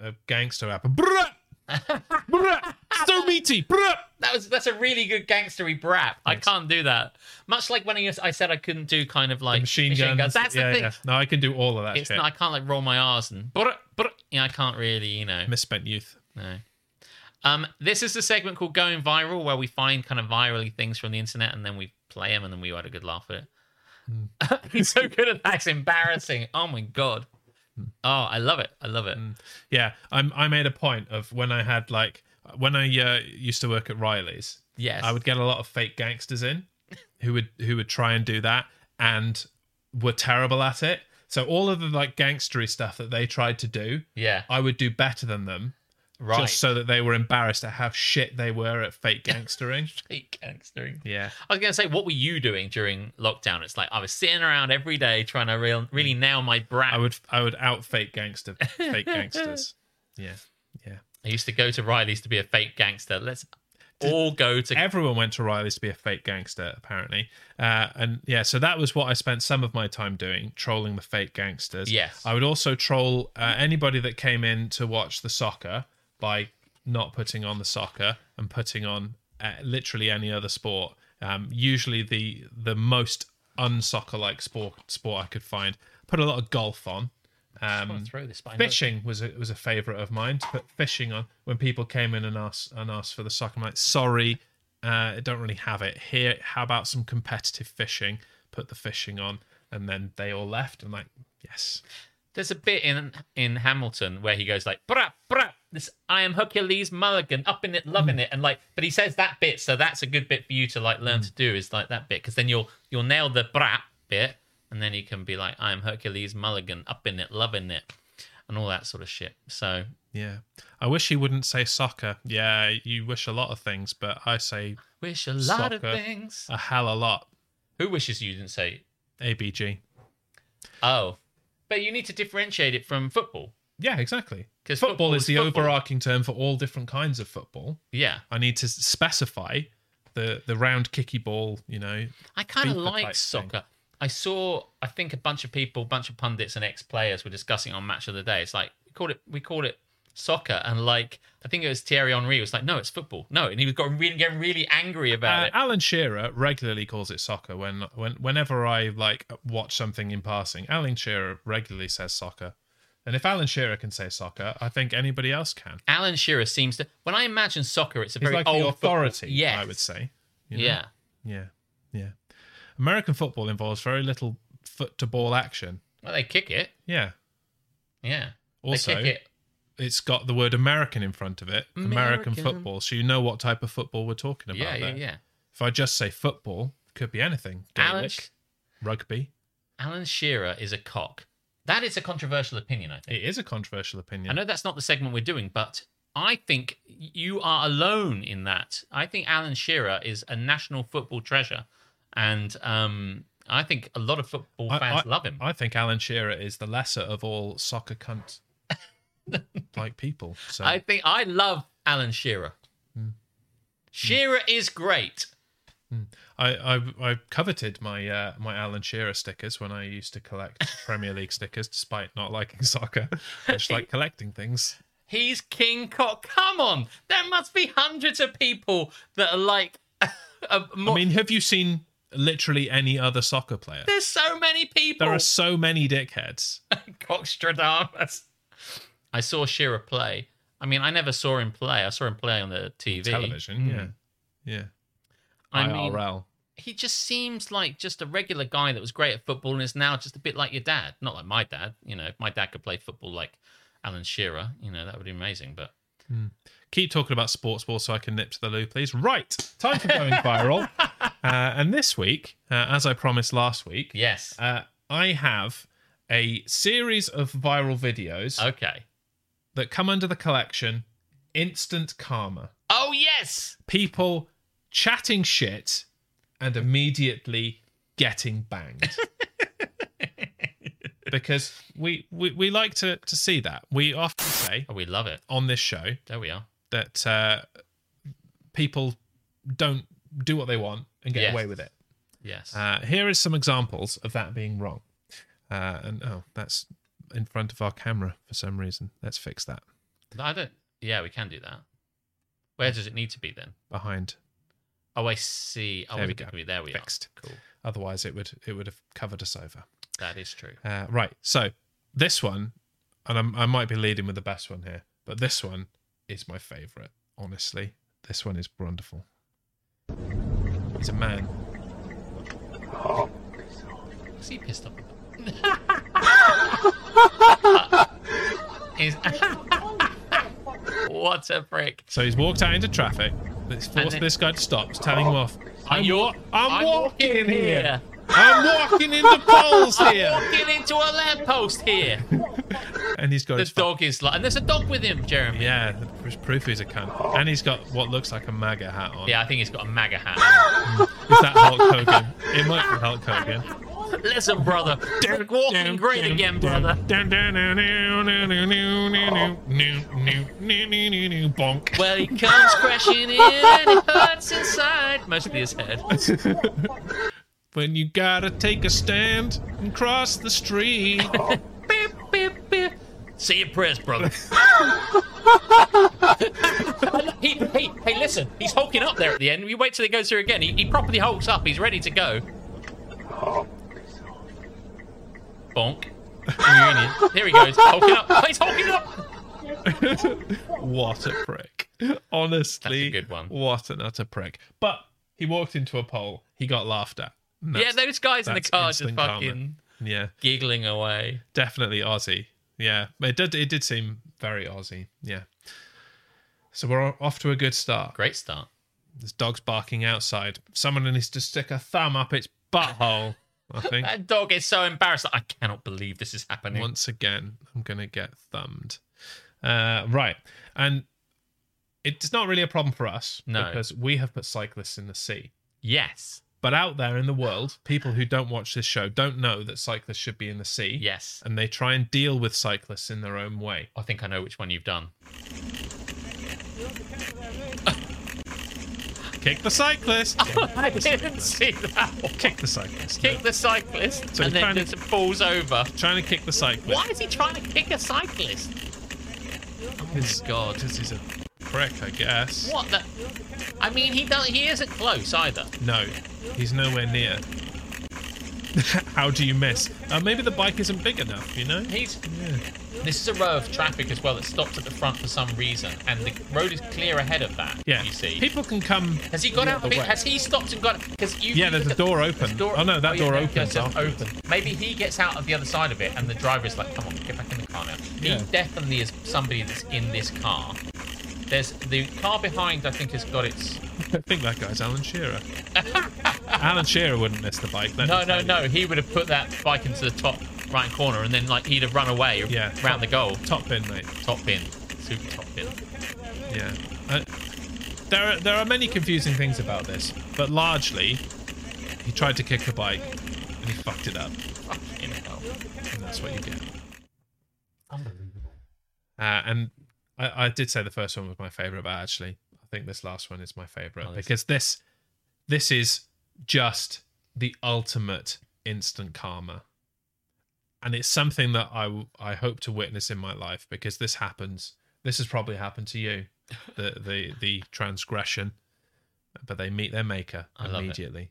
Speaker 3: a gangster rapper? Bruh! Bruh! So meaty! Bruh!
Speaker 1: That was that's a really good gangstery brap. I can't do that. Much like when I, used- I said I couldn't do kind of like
Speaker 3: Machine, guns.
Speaker 1: That's the
Speaker 3: yeah,
Speaker 1: thing.
Speaker 3: yeah. No, I can do all of that
Speaker 1: It's
Speaker 3: shit.
Speaker 1: not, I can't like roll my R's and brr, brr. Yeah, I can't really, you know.
Speaker 3: Misspent youth.
Speaker 1: No. Um, this is the segment called Going Viral, where we find kind of virally things from the internet and then we play them and then we had a good laugh at it.
Speaker 3: Hmm.
Speaker 1: He's so good at that. It's embarrassing. Oh my God.
Speaker 3: Hmm.
Speaker 1: Oh, I love it. I love it.
Speaker 3: Yeah, I'm, I made a point of when I had like when I uh, used to work at Riley's.
Speaker 1: Yes.
Speaker 3: I would get a lot of fake gangsters in who would who would try and do that and were terrible at it. So all of the like gangstery stuff that they tried to do,
Speaker 1: Yeah.
Speaker 3: I would do better than them
Speaker 1: Right.
Speaker 3: just so that they were embarrassed at how shit they were at fake gangstering.
Speaker 1: Fake gangstering.
Speaker 3: yeah.
Speaker 1: I was going to say, what were you doing during lockdown? It's like I was sitting around every day trying to real, really nail my brat. Mm. I,
Speaker 3: I would I would out fake gangster fake gangsters. Yeah. Yeah.
Speaker 1: used to go to Riley's to be a fake gangster. Let's all go to.
Speaker 3: Everyone went to Riley's to be a fake gangster, apparently. Uh, and yeah, so that was what I spent some of my time doing, trolling the fake gangsters.
Speaker 1: Yes.
Speaker 3: I would also troll uh, anybody that came in to watch the soccer by not putting on the soccer and putting on uh, literally any other sport. Um, usually the the most unsoccer like sport sport I could find. Put a lot of golf on.
Speaker 1: I'm
Speaker 3: Um,
Speaker 1: gonna throw this by
Speaker 3: Fishing was a, was a favorite of mine. To put fishing on when people came in and asked and asked for the soccer. I'm like, sorry, uh, I don't really have it here. How about some competitive fishing? Put the fishing on, and then they all left. I'm like, yes,
Speaker 1: There's a bit in in Hamilton where he goes like brap brap this I am Hercules Mulligan up in it loving it and like but he says that bit so that's a good bit for you to like learn to do is like that bit because then you'll you'll nail the brap bit and then you can be like I am Hercules Mulligan up in it loving it and all that sort of shit. So
Speaker 3: yeah. I wish he wouldn't say soccer. Yeah, you wish a lot of things, but I say
Speaker 1: wish a lot of
Speaker 3: Soccer.
Speaker 1: things.
Speaker 3: a hell of a lot.
Speaker 1: Uh, Who wishes you didn't say
Speaker 3: ABG.
Speaker 1: oh? But you need to differentiate it from football
Speaker 3: Yeah, exactly.
Speaker 1: because
Speaker 3: Football is the overarching term for all different kinds of football.
Speaker 1: Yeah,
Speaker 3: I need to specify the the round kicky ball. You know,
Speaker 1: I kind of
Speaker 3: FIFA type
Speaker 1: like
Speaker 3: thing.
Speaker 1: soccer. I saw, I think, a bunch of people, bunch of pundits and ex-players were discussing on Match of the Day. It's like we called it, we called it soccer, and like I think it was Thierry Henry was like, "No, it's football." No, and he was got really getting really angry about
Speaker 3: Uh,
Speaker 1: it.
Speaker 3: Alan Shearer regularly calls it soccer when, when whenever I like watch something in passing. Alan Shearer regularly says soccer, and if Alan Shearer can say soccer, I think anybody else can.
Speaker 1: Alan Shearer seems to. When I imagine soccer, it's a
Speaker 3: He's
Speaker 1: very
Speaker 3: like
Speaker 1: old
Speaker 3: the
Speaker 1: football-
Speaker 3: authority.
Speaker 1: Yes.
Speaker 3: I would say. you know?
Speaker 1: Yeah,
Speaker 3: yeah, yeah. American football involves very little foot to ball action.
Speaker 1: well, they kick it.
Speaker 3: Yeah.
Speaker 1: Yeah, they
Speaker 3: Also,
Speaker 1: kick it.
Speaker 3: it's got the word American in front of it. American,
Speaker 1: American.
Speaker 3: football, so you know what type of football we're talking about.
Speaker 1: Yeah, yeah,
Speaker 3: there.
Speaker 1: yeah.
Speaker 3: If I just say football, could be anything.
Speaker 1: Alan,
Speaker 3: Gaelic, rugby.
Speaker 1: Alan Shearer is a cock. That is a controversial opinion, I think.
Speaker 3: It is a controversial opinion.
Speaker 1: I know that's not the segment we're doing, but I think you are alone in that. I think Alan Shearer is a national football treasure, and um, I think a lot of football
Speaker 3: I-
Speaker 1: fans love him.
Speaker 3: I think Alan Shearer is the lesser of all soccer cunt like people. So
Speaker 1: I think I love Alan Shearer.
Speaker 3: Hmm.
Speaker 1: Shearer is great.
Speaker 3: I, I I coveted my uh, my Alan Shearer stickers when I used to collect Premier League stickers, despite not liking soccer. I just like collecting things.
Speaker 1: He's King Cock. Come on, there must be hundreds of people that are like. are more,
Speaker 3: I mean, have you seen literally any other soccer player?
Speaker 1: there's so many people.
Speaker 3: There are so many dickheads.
Speaker 1: Cockstradamus. I saw Shearer play. I mean, I never saw him play. I saw him play on the TV.
Speaker 3: Television, yeah, yeah.
Speaker 1: Hmm. I mean,
Speaker 3: IRL.
Speaker 1: he just seems like just a regular guy that was great at football and is now just a bit like your dad. Not like my dad. You know, if my dad could play football like Alan Shearer, you know, that would be amazing. But
Speaker 3: Keep talking about sports ball so I can nip to the loo, please. Right, time for going viral. Uh, and this week, uh, as I promised last week,
Speaker 1: Yes.
Speaker 3: uh, I have a series of viral videos
Speaker 1: Okay.
Speaker 3: that come under the collection Instant Karma.
Speaker 1: Oh yes.
Speaker 3: People chatting shit and immediately getting banged. because we, we, we like to, to see that. We often say
Speaker 1: Oh, we love it.
Speaker 3: on this show
Speaker 1: There we are.
Speaker 3: that uh, people don't do what they want and get
Speaker 1: Yes.
Speaker 3: away with it.
Speaker 1: Yes.
Speaker 3: Uh, here is some examples of that being wrong. Uh, and oh, that's in front of our camera for some reason. Let's fix that.
Speaker 1: I don't. Yeah, we can do that. Where does it need to be then?
Speaker 3: Behind,
Speaker 1: Oh, I see. Oh,
Speaker 3: There we
Speaker 1: look at
Speaker 3: go.
Speaker 1: me. There we
Speaker 3: fixed.
Speaker 1: are. Cool.
Speaker 3: Otherwise, it would it would have covered us over.
Speaker 1: That is true.
Speaker 3: Uh, right. So this one, and I'm, I might be leading with the best one here, but this one is my favorite. Honestly, this one is wonderful. It's a man
Speaker 1: Is he pissed off? He's- what a prick.
Speaker 3: So he's walked out into traffic. It's forced
Speaker 1: then-
Speaker 3: this guy to stop, it's telling him off.
Speaker 1: I'm,
Speaker 3: wa- I'm, walking, here.
Speaker 1: here.
Speaker 3: I'm walking in the poles here.
Speaker 1: Walking into a lamppost here.
Speaker 3: And he's got
Speaker 1: The
Speaker 3: his fu-
Speaker 1: dog is like, and there's a dog with him, Jeremy. Yeah,
Speaker 3: yeah, there's proof he's a cunt. And he's got what looks like a MAGA hat on.
Speaker 1: I think he's got a MAGA hat.
Speaker 3: Is that Hulk Hogan? It might be Hulk Hogan.
Speaker 1: Listen, brother, Derek walking great again, brother.
Speaker 3: Bonk.
Speaker 1: Well, he comes crashing in and it hurts inside, mostly his head.
Speaker 3: When you gotta take a stand and cross the street.
Speaker 1: Beep, beep, beep. Say your prayers, brother. he, hey, hey, listen, he's hulking up there at the end. You wait till he goes through again. He, he properly hulks up. He's ready to go. Bonk. Reunion. There he goes. Hulking up. Oh, he's hulking up.
Speaker 3: What a prick. Honestly,
Speaker 1: That's a good one.
Speaker 3: What an utter prick. But he walked into a pole. He got laughed at. And
Speaker 1: Yeah,
Speaker 3: that's-
Speaker 1: those guys in the
Speaker 3: that's
Speaker 1: car just fucking
Speaker 3: instant karma. yeah,
Speaker 1: giggling away.
Speaker 3: definitely Aussie. Yeah, but it did. It did seem very Aussie. Yeah. So we're off to a good start.
Speaker 1: Great start.
Speaker 3: There's dogs barking outside. Someone needs to stick a thumb up its butthole. I think
Speaker 1: That dog is so embarrassed. Like, I cannot believe this is happening.
Speaker 3: once again, I'm gonna get thumbed. Uh, right, and it's not really a problem for us
Speaker 1: No.
Speaker 3: because we have put cyclists in the sea.
Speaker 1: Yes.
Speaker 3: But out there in the world, people who don't watch this show don't know that cyclists should be in the sea.
Speaker 1: Yes.
Speaker 3: And they try and deal with cyclists in their own way.
Speaker 1: I think I know which one you've done.
Speaker 3: Kick the cyclist!
Speaker 1: I didn't see that one.
Speaker 3: kick the cyclist.
Speaker 1: Kick the cyclist
Speaker 3: So
Speaker 1: and
Speaker 3: he
Speaker 1: then
Speaker 3: found-
Speaker 1: just falls over.
Speaker 3: Trying to kick the cyclist.
Speaker 1: Why is he trying to kick a cyclist? Oh my god.
Speaker 3: Because he's a prick, I guess.
Speaker 1: What the I mean he does he isn't close either.
Speaker 3: No, he's nowhere near. How do you miss? Uh, maybe the bike isn't big enough, you know?
Speaker 1: He's this is a row of traffic as well that stops at the front for some reason and the road is clear ahead of that.
Speaker 3: Yeah.
Speaker 1: You see.
Speaker 3: People can come.
Speaker 1: has he got
Speaker 3: the
Speaker 1: out of
Speaker 3: other
Speaker 1: it?
Speaker 3: way.
Speaker 1: Has he stopped and got because you
Speaker 3: Yeah, there's a door open.
Speaker 1: Door-
Speaker 3: Oh no, that
Speaker 1: yeah,
Speaker 3: door
Speaker 1: there you go,
Speaker 3: opens.
Speaker 1: so it's
Speaker 3: afterwards.
Speaker 1: open. Maybe he gets out of the other side of it, and the driver is like, "Come on, get back in the car now."
Speaker 3: Yeah.
Speaker 1: He definitely is somebody that's in this car. There's the car behind. I think has got its.
Speaker 3: I think that guy's Alan Shearer. Alan Shearer wouldn't miss the bike. let me
Speaker 1: No,
Speaker 3: tell
Speaker 1: no,
Speaker 3: you.
Speaker 1: no. He would have put that bike into the top right hand corner, and then like he'd have run away
Speaker 3: Yeah.
Speaker 1: round the goal.
Speaker 3: Top bin, mate.
Speaker 1: Top bin, super top bin.
Speaker 3: Yeah. Uh, there are there are many confusing things about this, but largely, he tried to kick a bike and he fucked it up,
Speaker 1: Fucking hell.
Speaker 3: and that's what you get.
Speaker 1: Unbelievable.
Speaker 3: Uh, and I, I did say the first one was my favorite, but actually, I think this last one is my favorite
Speaker 1: Oh, this-
Speaker 3: because this this is just the ultimate instant karma, and it's something that I w- I hope to witness in my life because this happens. This has probably happened to you, the the the transgression, but they meet their maker
Speaker 1: I love it.
Speaker 3: immediately.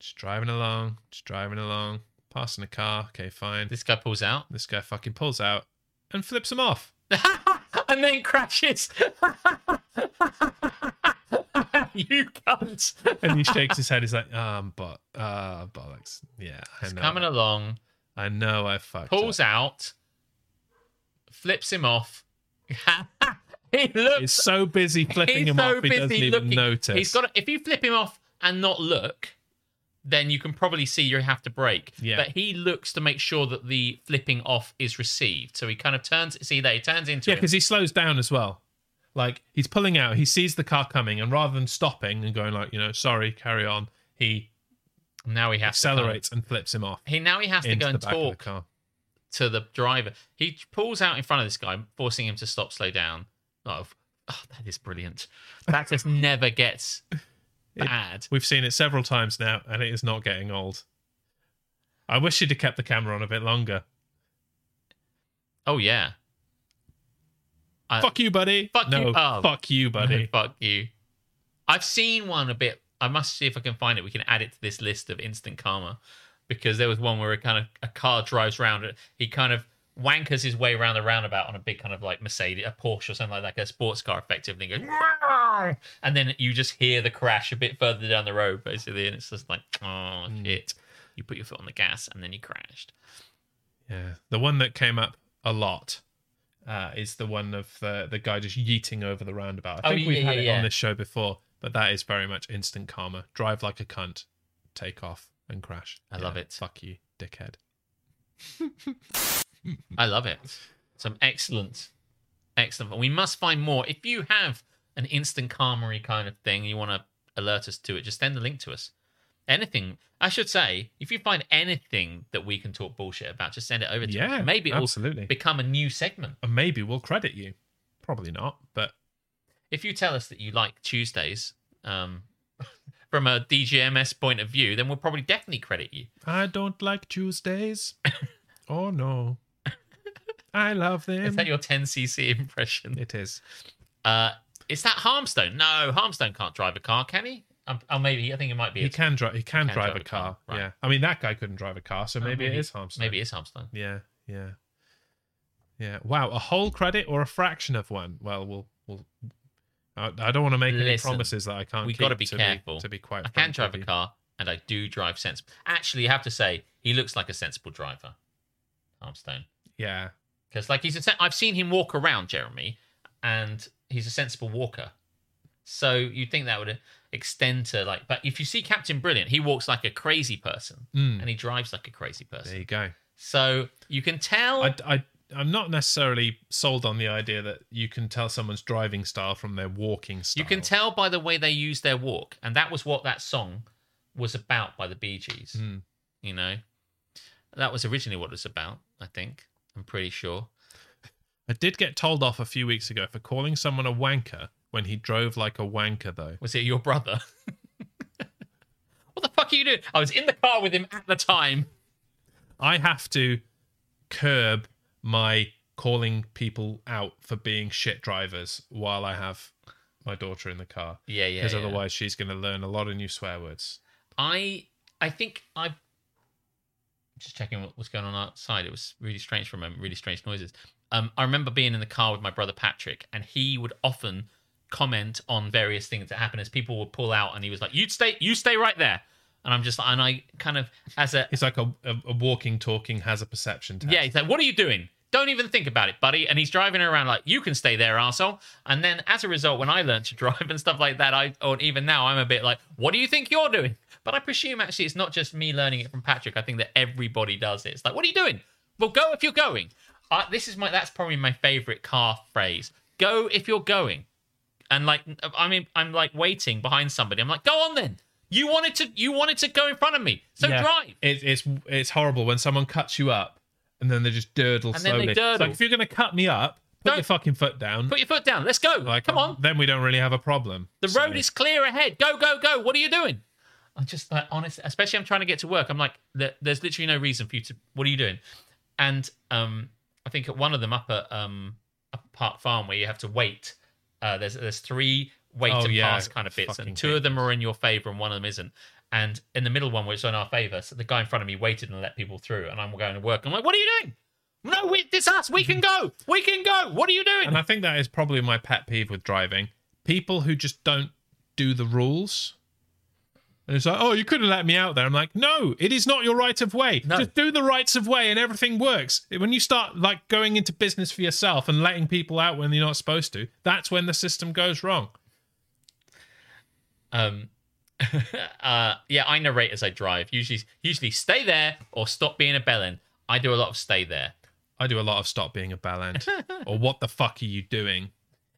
Speaker 3: Just driving along, just driving along, passing a car. Okay, fine.
Speaker 1: This guy pulls out
Speaker 3: This guy fucking pulls out and flips him off.
Speaker 1: and then crashes. you cunts.
Speaker 3: And he shakes his head. He's like, um, but, uh, bollocks. Yeah, I know.
Speaker 1: Coming along.
Speaker 3: I know I fucked
Speaker 1: pulls
Speaker 3: up.
Speaker 1: out, flips him off, He looks
Speaker 3: He's so busy flipping
Speaker 1: he's
Speaker 3: him
Speaker 1: so
Speaker 3: off, he
Speaker 1: busy
Speaker 3: doesn't
Speaker 1: looking.
Speaker 3: even notice.
Speaker 1: He's got. If you flip him off and not look, then you can probably see you have to break.
Speaker 3: Yeah.
Speaker 1: But he looks to make sure that the flipping off is received. So he kind of turns. See there, he turns into.
Speaker 3: yeah,
Speaker 1: him.
Speaker 3: because he slows down as well. Like he's pulling out, he sees the car coming, and rather than stopping and going like, you know, sorry, carry on, he
Speaker 1: now he has to kind of-
Speaker 3: accelerates and flips him off
Speaker 1: he now he has to
Speaker 3: into
Speaker 1: go
Speaker 3: the
Speaker 1: and
Speaker 3: back of the
Speaker 1: talk
Speaker 3: car.
Speaker 1: to the driver. He pulls out in front of this guy, forcing him to stop, slow down. Oh, oh that is brilliant. That just never gets bad.
Speaker 3: We've seen it several times now, and it is not getting old. I wish he'd have kept the camera on a bit longer.
Speaker 1: Oh yeah. Uh,
Speaker 3: fuck you, buddy.
Speaker 1: fuck
Speaker 3: no,
Speaker 1: you. Oh.
Speaker 3: fuck you, buddy.
Speaker 1: Fuck you. I've seen one a bit. I must see if I can find it. We can add it to this list of instant karma because there was one where a kind of a car drives round. He kind of wankers his way around the roundabout on a big kind of like Mercedes, a Porsche or something like that, like a sports car effectively, and goes, "Wow!" and then you just hear the crash a bit further down the road, basically, and it's just like, oh shit, you put your foot on the gas and then you crashed.
Speaker 3: Yeah, the one that came up a lot uh, is the one of the the guy just yeeting over the roundabout. I
Speaker 1: Oh,
Speaker 3: think we've
Speaker 1: yeah,
Speaker 3: had
Speaker 1: yeah,
Speaker 3: it
Speaker 1: yeah.
Speaker 3: on this show before, but that is very much instant karma. Drive like a cunt, take off and crash.
Speaker 1: I love it.
Speaker 3: Fuck you, dickhead.
Speaker 1: I love it. Some excellent, excellent. We must find more. If you have an instant karmery kind of thing, you want to alert us to it, just send the link to us. Anything, I should say, if you find anything that we can talk bullshit about, just send it over to
Speaker 3: Yeah,
Speaker 1: us. Maybe it will
Speaker 3: absolutely.
Speaker 1: become a new segment.
Speaker 3: And maybe we'll credit you. Probably not, but
Speaker 1: If you tell us that you like Tuesdays, um, from a DGMS point of view, then we'll probably definitely credit you.
Speaker 3: I don't like Tuesdays. oh no, I love them.
Speaker 1: Is that your 10cc impression?
Speaker 3: it is.
Speaker 1: Uh, is that Harmstone? No, Harmstone can't drive a car, can he? Um, oh, maybe. I think it might be.
Speaker 3: He
Speaker 1: a-
Speaker 3: can drive. He can, drive, a car.
Speaker 1: right.
Speaker 3: Yeah. I mean, that guy couldn't drive a car, so
Speaker 1: Oh,
Speaker 3: maybe, it is harmful.
Speaker 1: Maybe it's Harmstone.
Speaker 3: Yeah, yeah, yeah. Wow, a whole credit or a fraction of one? Well, we'll we'll. I, I don't want to make any
Speaker 1: Listen,
Speaker 3: promises that I can't.
Speaker 1: we
Speaker 3: keep,
Speaker 1: gotta be
Speaker 3: to
Speaker 1: careful.
Speaker 3: to be quite.
Speaker 1: I can
Speaker 3: frank with
Speaker 1: drive a
Speaker 3: you.
Speaker 1: car, and I do drive sensible. Actually, I have to say, he looks like a sensible driver, Harmstone,
Speaker 3: Yeah,
Speaker 1: because like he's a. sen- I've seen him walk around, Jeremy, and he's a sensible walker. So you'd think that would extend to like, but if you see Captain Brilliant, he walks like a crazy person,
Speaker 3: Mm.
Speaker 1: and he drives like a crazy person.
Speaker 3: there you go.
Speaker 1: So you can tell.
Speaker 3: I, I I'm not necessarily sold on the idea that you can tell someone's driving style from their walking style.
Speaker 1: You can tell by the way they use their walk, and that was what that song was about by the Bee Gees.
Speaker 3: Hmm.
Speaker 1: You know, that was originally what it was about. I think I'm pretty sure.
Speaker 3: I did get told off a few weeks ago for calling someone a wanker when he drove like a wanker, though.
Speaker 1: Was it your brother? what the fuck are you doing? I was in the car with him at the time.
Speaker 3: I have to curb my calling people out for being shit drivers while I have my daughter in the car.
Speaker 1: Yeah, yeah.
Speaker 3: Because
Speaker 1: yeah.
Speaker 3: otherwise, she's going to learn a lot of new swear words.
Speaker 1: I I think I am just checking what was going on outside. It was really strange for a moment, really strange noises. Um, I remember being in the car with my brother Patrick, and he would often comment on various things that happen as people would pull out, and he was like, "You stay, you stay right there," and I'm just, and I kind of as a
Speaker 3: It's like a, a, a walking, talking has a perception test.
Speaker 1: yeah, he's like, "What are you doing?" Don't even think about it, buddy. And he's driving her around like, you can stay there, arsehole. And then as a result, when I learned to drive and stuff like that, I or even now I'm a bit like, what do you think you're doing? But I presume actually it's not just me learning it from Patrick. I think that everybody does it. It's like, what are you doing? Well, go if you're going. Uh, this is my that's probably my favorite car phrase. Go if you're going. And like I mean, I'm like waiting behind somebody. I'm like, go on then. You wanted to you wanted to go in front of me. So
Speaker 3: Yeah.
Speaker 1: drive.
Speaker 3: It, it's it's horrible when someone cuts you up and then they just dirtle
Speaker 1: And then
Speaker 3: slowly.
Speaker 1: they
Speaker 3: It's like,
Speaker 1: dirtle.
Speaker 3: if you're going to cut me up, put
Speaker 1: Don't-
Speaker 3: your fucking foot down.
Speaker 1: Put your foot down. Let's go.
Speaker 3: like,
Speaker 1: Come on.
Speaker 3: Then we don't really have a problem.
Speaker 1: The
Speaker 3: So-
Speaker 1: road is clear ahead. Go, go, go. What are you doing? I'm just like, honest, especially I'm trying to get to work. I'm like, there- there's literally no reason for you to, what are you doing? And um, I think at one of them up at um, up at Park Farm where you have to wait, uh, there's there's three wait
Speaker 3: Oh,
Speaker 1: to
Speaker 3: yeah.
Speaker 1: pass kind of bits,
Speaker 3: Fucking
Speaker 1: and two of them are in your favor and one of them isn't. And in the middle one where it's in our favor, so the guy in front of me waited and let people through, and I'm going to work. I'm like, what are you doing? No, we, it's us. We can go. We can go. What are you doing?
Speaker 3: And I think that is probably my pet peeve with driving. People who just don't do the rules. And it's like, oh, you could have let me out there. I'm like, no, it is not your right of way.
Speaker 1: No.
Speaker 3: Just do the rights of way and everything works. When you start like going into business for yourself and letting people out when you're not supposed to, that's when the system goes wrong.
Speaker 1: Um, uh, yeah, I narrate as I drive. Usually, usually stay there or stop being a bellend. I do a lot of stay there.
Speaker 3: I do a lot of stop being a bell end. or what the fuck are you doing?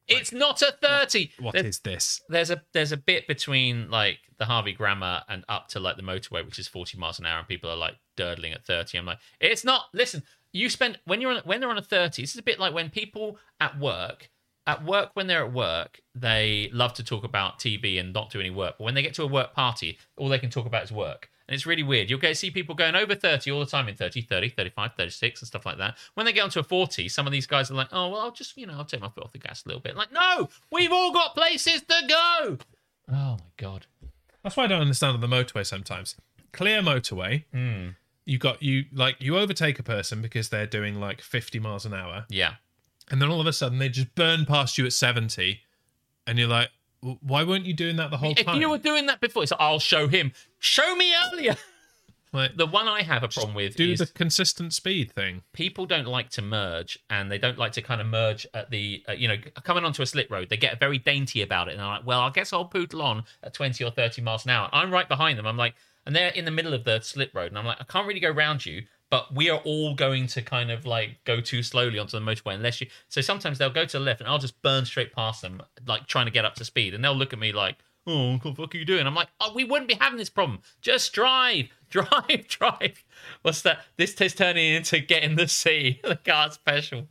Speaker 1: It's not a thirty.
Speaker 3: What is
Speaker 1: There-
Speaker 3: this?
Speaker 1: there's a there's a bit between like the Harvey Grammar and up to like the motorway, which is 40 miles an hour, and people are like durdling at 30. I'm like, it's not. Listen, you spend when you're on when they're on a 30. This is a bit like when people at work at work when they're at work, they love to talk about TV and not do any work. But when they get to a work party, all they can talk about is work. And it's really weird. You'll get see people going over 30 all the time in 30, 30, 35, 36 and stuff like that. When they get onto a 40, some of these guys are like, oh, well, I'll just, you know, I'll take my foot off the gas a little bit. Like, no, we've all got places to go. Oh, my God.
Speaker 3: That's why I don't understand the motorway sometimes. Clear motorway,
Speaker 1: Hmm.
Speaker 3: you got you like you overtake a person because they're doing like 50 miles an hour.
Speaker 1: Yeah.
Speaker 3: and then all of a sudden they just burn past you at 70 and you're like "W- why weren't you doing that the whole
Speaker 1: If
Speaker 3: time
Speaker 1: you were doing that before, it's like, I'll show him. Show me earlier.
Speaker 3: like
Speaker 1: The one I have a problem with
Speaker 3: do
Speaker 1: is
Speaker 3: the consistent speed thing
Speaker 1: people don't like to merge and they don't like to kind of merge at the uh, you know coming onto a slip road they get very dainty about it and they're like well i guess i'll poodle on at 20 or 30 miles an hour i'm right behind them i'm like and they're in the middle of the slip road and i'm like i can't really go round you but we are all going to kind of like go too slowly onto the motorway unless you so sometimes they'll go to the left and i'll just burn straight past them like trying to get up to speed and they'll look at me like oh what the fuck are you doing i'm like oh, we wouldn't be having this problem just drive drive drive What's that? This is turning into getting the sea. the car special.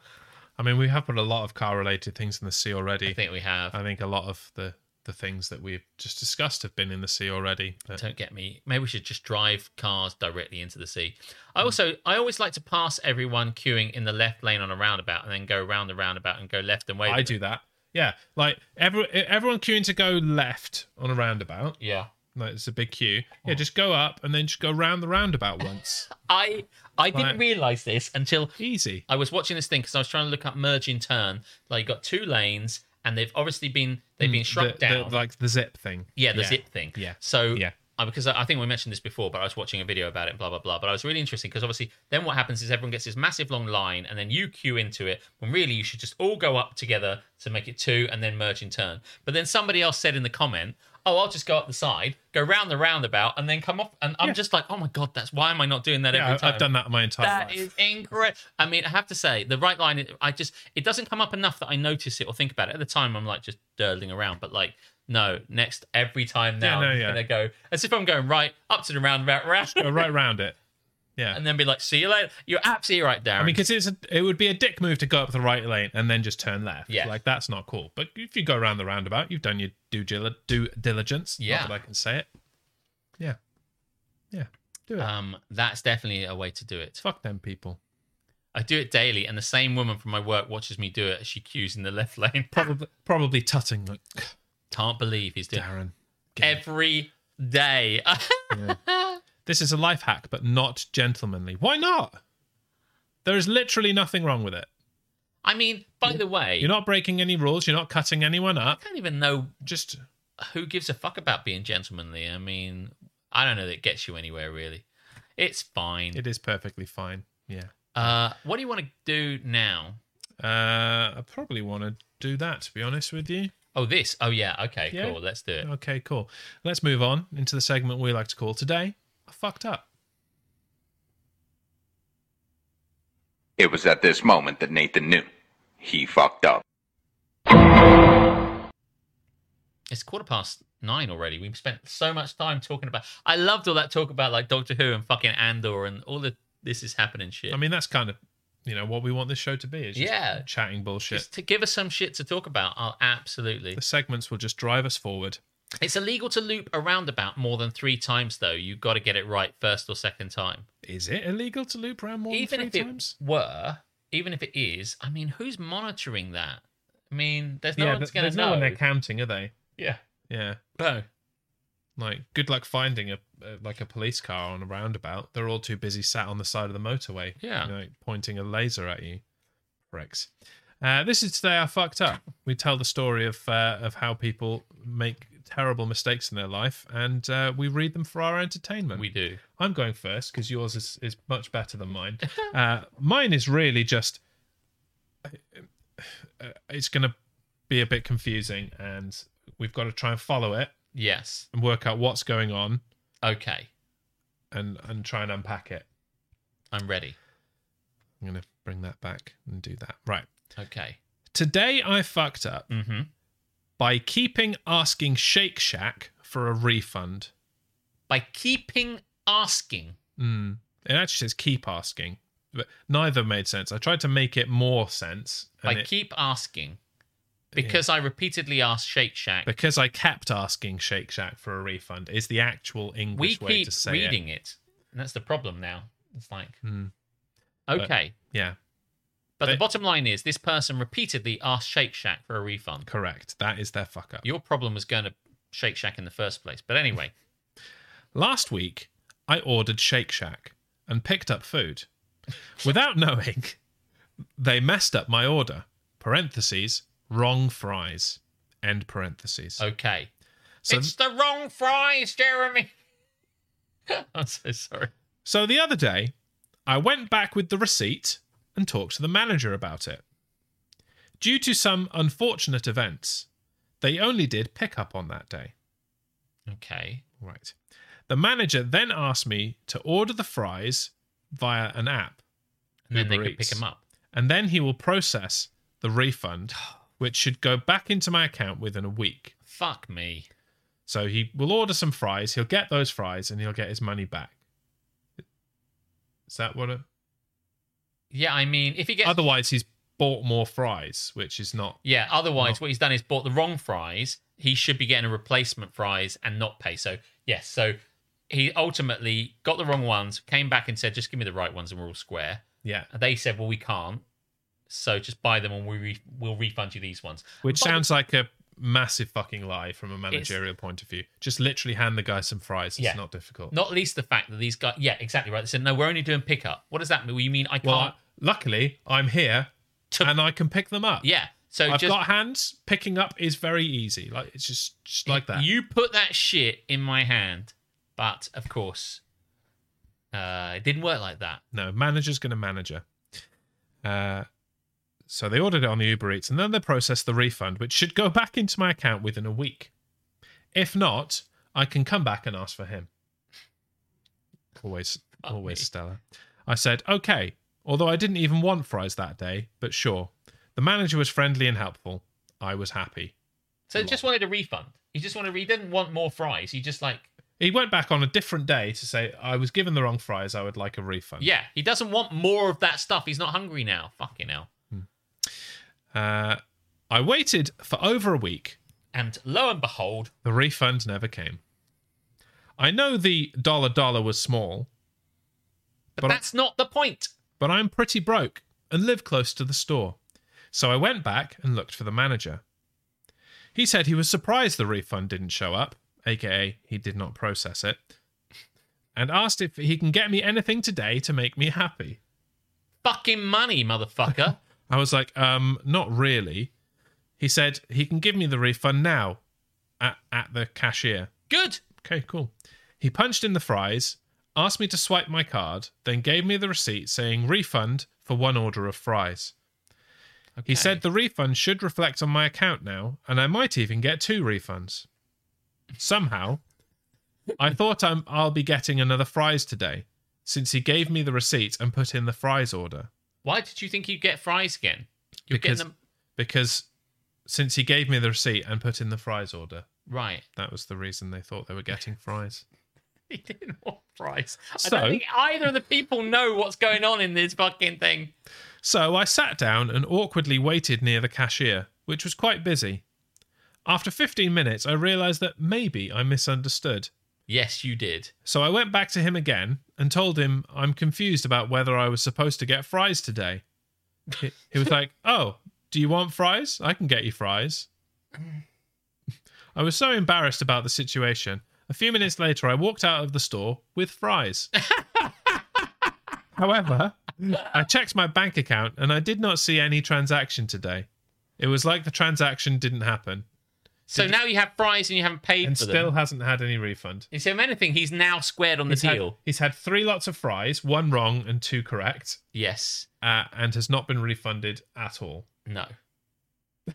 Speaker 3: i mean we have put a lot of car related things in the sea already
Speaker 1: I think we have.
Speaker 3: I think a lot of the the things that we've just discussed have been in the sea already but
Speaker 1: Don't get me. Maybe we should just drive cars directly into the sea. I also, I always like to pass everyone queuing in the left lane on a roundabout and then go around the roundabout and go left and wait.
Speaker 3: i do that yeah like every, everyone queuing to go left on a roundabout
Speaker 1: Yeah.
Speaker 3: like it's a big queue yeah
Speaker 1: Oh.
Speaker 3: just go up and then just go round the roundabout once
Speaker 1: I, I didn't
Speaker 3: Right.
Speaker 1: realize this until
Speaker 3: easy
Speaker 1: I was watching this thing because I was trying to look up merge in turn. Like you got two lanes and they've obviously been, they've been
Speaker 3: The-
Speaker 1: shrunk
Speaker 3: the-
Speaker 1: down.
Speaker 3: like the zip thing
Speaker 1: Yeah, the zip thing.
Speaker 3: Yeah.
Speaker 1: So
Speaker 3: Yeah.
Speaker 1: I- because I I think we mentioned this before, but I was watching a video about it and blah blah blah. But I was really interested because obviously then what happens is everyone gets this massive long line and then you queue into it when really you should just all go up together to make it two and then merge in turn. But then somebody else said in the comment, Oh, I'll just go up the side, go round the roundabout, and then come off and I'm just like, Oh my god, that's why am I not doing that
Speaker 3: yeah,
Speaker 1: every
Speaker 3: I-
Speaker 1: time?
Speaker 3: i've done that my entire
Speaker 1: That
Speaker 3: life
Speaker 1: is incorrect. I mean, I have to say, the right line, I just, it doesn't come up enough that I notice it or think about it. At the time, I'm like just durdling around, but like, no, next, every time now,
Speaker 3: Yeah, no,
Speaker 1: I'm
Speaker 3: yeah.
Speaker 1: going to go, as if I'm going right, up to the roundabout, round,
Speaker 3: go right round it yeah
Speaker 1: and then be like, see you later. You're absolutely right, Darren.
Speaker 3: I mean, because it's a, it would be a dick move to go up the right lane and then just turn left.
Speaker 1: Yeah.
Speaker 3: like that's not cool. But if you go around the roundabout, you've done your due, gil- due diligence. Not
Speaker 1: Yeah.
Speaker 3: that I can say it. Yeah, yeah. Do it.
Speaker 1: um, that's definitely a way to do it.
Speaker 3: Fuck them people.
Speaker 1: I do it daily, and the same woman from my work watches me do it as she queues in the left lane.
Speaker 3: Probably, probably tutting like
Speaker 1: Can't believe he's doing
Speaker 3: Darren.
Speaker 1: it every day.
Speaker 3: This is a life hack, but not gentlemanly. Why not? There is literally nothing wrong with it.
Speaker 1: I mean, by the way,
Speaker 3: You're not breaking any rules. You're not cutting anyone up.
Speaker 1: I don't even know
Speaker 3: Just
Speaker 1: who gives a fuck about being gentlemanly? I mean, I don't know that it gets you anywhere really. It's fine.
Speaker 3: it is perfectly fine. Yeah.
Speaker 1: Uh, what do you want to do now?
Speaker 3: Uh, I probably want to do that. To be honest with you.
Speaker 1: Oh, this. Oh, yeah. Okay,
Speaker 3: Yeah. Uh,
Speaker 1: cool. Let's do it.
Speaker 3: Okay, cool. Let's move on into the segment we like to call today. I fucked up.
Speaker 4: It was at this moment that Nathan knew he fucked up.
Speaker 1: It's quarter past nine already. We've spent so much time talking about. I loved all that talk about like Doctor Who and fucking Andor and all the this is happening shit.
Speaker 3: I mean, that's kind of you know what we want this show to be is just
Speaker 1: Yeah.
Speaker 3: chatting bullshit.
Speaker 1: just to give us some shit to talk about. I'll absolutely.
Speaker 3: the segments will just drive us forward.
Speaker 1: It's illegal to loop a roundabout more than three times though. You got to get it right first or second time.
Speaker 3: Is it illegal to loop around more
Speaker 1: even
Speaker 3: than
Speaker 1: if
Speaker 3: three
Speaker 1: it
Speaker 3: times?
Speaker 1: were, even if it is, I mean, who's monitoring that? I mean, there's no
Speaker 3: yeah,
Speaker 1: one's
Speaker 3: th-
Speaker 1: going
Speaker 3: there's
Speaker 1: to
Speaker 3: no
Speaker 1: know.
Speaker 3: one there counting, are they?
Speaker 1: yeah.
Speaker 3: Yeah,
Speaker 1: No.
Speaker 3: like good luck finding a, a like a police car on a roundabout. They're all too busy sat on the side of the motorway,
Speaker 1: Yeah.
Speaker 3: you know, pointing a laser at you, pricks. Uh, this is today I fucked up. We tell the story of uh, of how people make terrible mistakes in their life, and uh, we read them for our entertainment.
Speaker 1: We do.
Speaker 3: I'm going first because yours is, is much better than mine. Uh, mine is really just. Uh, It's going to be a bit confusing, and we've got to try and follow it
Speaker 1: Yes.
Speaker 3: and work out what's going on
Speaker 1: Okay.
Speaker 3: and, and try and unpack it.
Speaker 1: I'm ready.
Speaker 3: I'm going to bring that back and do that. Right.
Speaker 1: Okay.
Speaker 3: Today I fucked up
Speaker 1: Mm-hmm.
Speaker 3: by keeping asking Shake Shack for a refund.
Speaker 1: By keeping asking.
Speaker 3: Mm. It actually says keep asking, but neither made sense. I tried to make it more sense.
Speaker 1: By
Speaker 3: and it-
Speaker 1: keep asking. Because I repeatedly asked Shake Shack.
Speaker 3: because I kept asking Shake Shack for a refund is the actual
Speaker 1: we
Speaker 3: English way
Speaker 1: keep
Speaker 3: to say it.
Speaker 1: reading it. And that's the problem now. It's like,
Speaker 3: Hmm.
Speaker 1: okay.
Speaker 3: Yeah,
Speaker 1: But, the
Speaker 3: but-
Speaker 1: bottom line is this person repeatedly asked Shake Shack for a refund.
Speaker 3: correct. That is their fuck up.
Speaker 1: Your problem was going to Shake Shack in the first place. But anyway,
Speaker 3: Last week, I ordered Shake Shack and picked up food. Without knowing, they messed up my order. Parentheses, wrong fries. End parentheses.
Speaker 1: okay.
Speaker 3: So-
Speaker 1: it's the wrong fries, Jeremy. I'm so sorry.
Speaker 3: So the other day, I went back with the receipt and talked to the manager about it. Due to some unfortunate events, they only did pickup on that day.
Speaker 1: Okay.
Speaker 3: Right. The manager then asked me to order the fries via an app,
Speaker 1: And then they
Speaker 3: Uber
Speaker 1: could
Speaker 3: Eats.
Speaker 1: pick him up.
Speaker 3: and then he will process the refund, which should go back into my account within a week.
Speaker 1: Fuck me.
Speaker 3: So he will order some fries, he'll get those fries, and he'll get his money back. Is that what it?
Speaker 1: Yeah, I mean, if he gets
Speaker 3: Otherwise, he's bought more fries, which is not.
Speaker 1: Yeah,
Speaker 3: Oh.
Speaker 1: otherwise, what he's done is bought the wrong fries. He should be getting a replacement fries and not pay. So, yes, so he ultimately got the wrong ones, came back and said, just give me the right ones and we're all square.
Speaker 3: Yeah.
Speaker 1: And they said, well, we can't. So just buy them and we re- we'll refund you these ones.
Speaker 3: Which
Speaker 1: But-
Speaker 3: sounds like a massive fucking lie from a managerial point of view. Just literally hand the guy some fries. It's
Speaker 1: Yeah.
Speaker 3: not difficult.
Speaker 1: Not least the fact that these guys, yeah, exactly right. They said, no, we're only doing pickup. What does that mean? Well, you mean I can't?
Speaker 3: well, luckily, I'm here
Speaker 1: To-
Speaker 3: and I can pick them up.
Speaker 1: yeah. So
Speaker 3: I've
Speaker 1: just
Speaker 3: got hands. Picking up is very easy. Like it's just, just like that.
Speaker 1: you put that shit in my hand. But of course, uh, it didn't work like that.
Speaker 3: No, manager's going to manager. Uh, so they ordered it on the Uber Eats and then they processed the refund, which should go back into my account within a week. If not, I can come back and ask for him. Always,
Speaker 1: Fuck
Speaker 3: always
Speaker 1: me.
Speaker 3: Stella. I said, okay, although I didn't even want fries that day, but sure. The manager was friendly and helpful. I was happy.
Speaker 1: So he just wanted a refund. He just wanted. He didn't want more fries. He just like
Speaker 3: He went back on a different day to say, I was given the wrong fries. I would like a refund.
Speaker 1: yeah. He doesn't want more of that stuff. He's not hungry now. Fucking hell.
Speaker 3: Uh, I waited for over a week
Speaker 1: And lo and behold,
Speaker 3: The refund never came. I know the dollar dollar was small,
Speaker 1: but,
Speaker 3: But I-
Speaker 1: that's not the point.
Speaker 3: but I'm pretty broke and live close to the store. So I went back and looked for the manager. He said he was surprised the refund didn't show up, aka he did not process it, and asked if he can get me anything today to make me happy.
Speaker 1: Fucking money, motherfucker.
Speaker 3: I was like, um, not really. He said he can give me the refund now at, at the cashier.
Speaker 1: Good.
Speaker 3: Okay, cool. He punched in the fries, asked me to swipe my card, then gave me the receipt saying refund for one order of fries. He
Speaker 1: Okay.
Speaker 3: said the refund should reflect on my account now, and I might even get two refunds. Somehow, I thought I'm, I'll be getting another fries today, since he gave me the receipt and put in the fries order.
Speaker 1: Why did you think you'd get fries again? You're
Speaker 3: Because-
Speaker 1: getting them
Speaker 3: Because since he gave me the receipt and put in the fries order,
Speaker 1: right.
Speaker 3: that was the reason they thought they were getting fries.
Speaker 1: He didn't want fries. I
Speaker 3: So-
Speaker 1: don't think either of the people know what's going on in this fucking thing.
Speaker 3: So I sat down and awkwardly waited near the cashier, which was quite busy. After 15 minutes, I realised that maybe I misunderstood.
Speaker 1: Yes, you did.
Speaker 3: So I went back to him again and told him I'm confused about whether I was supposed to get fries today. He, he was like, Oh, do you want fries? I can get you fries. I was so embarrassed about the situation. A few minutes later, I walked out of the store with fries. However, I checked my bank account and I did not see any transaction today. It was like the transaction didn't happen.
Speaker 1: So now you have fries and you haven't paid
Speaker 3: and
Speaker 1: for
Speaker 3: still
Speaker 1: them.
Speaker 3: hasn't had any refund.
Speaker 1: And so if anything, he's now squared on the
Speaker 3: He's had,
Speaker 1: deal.
Speaker 3: he's had three lots of fries, one wrong and two correct,
Speaker 1: Yes.
Speaker 3: uh, and has not been refunded at all.
Speaker 1: No.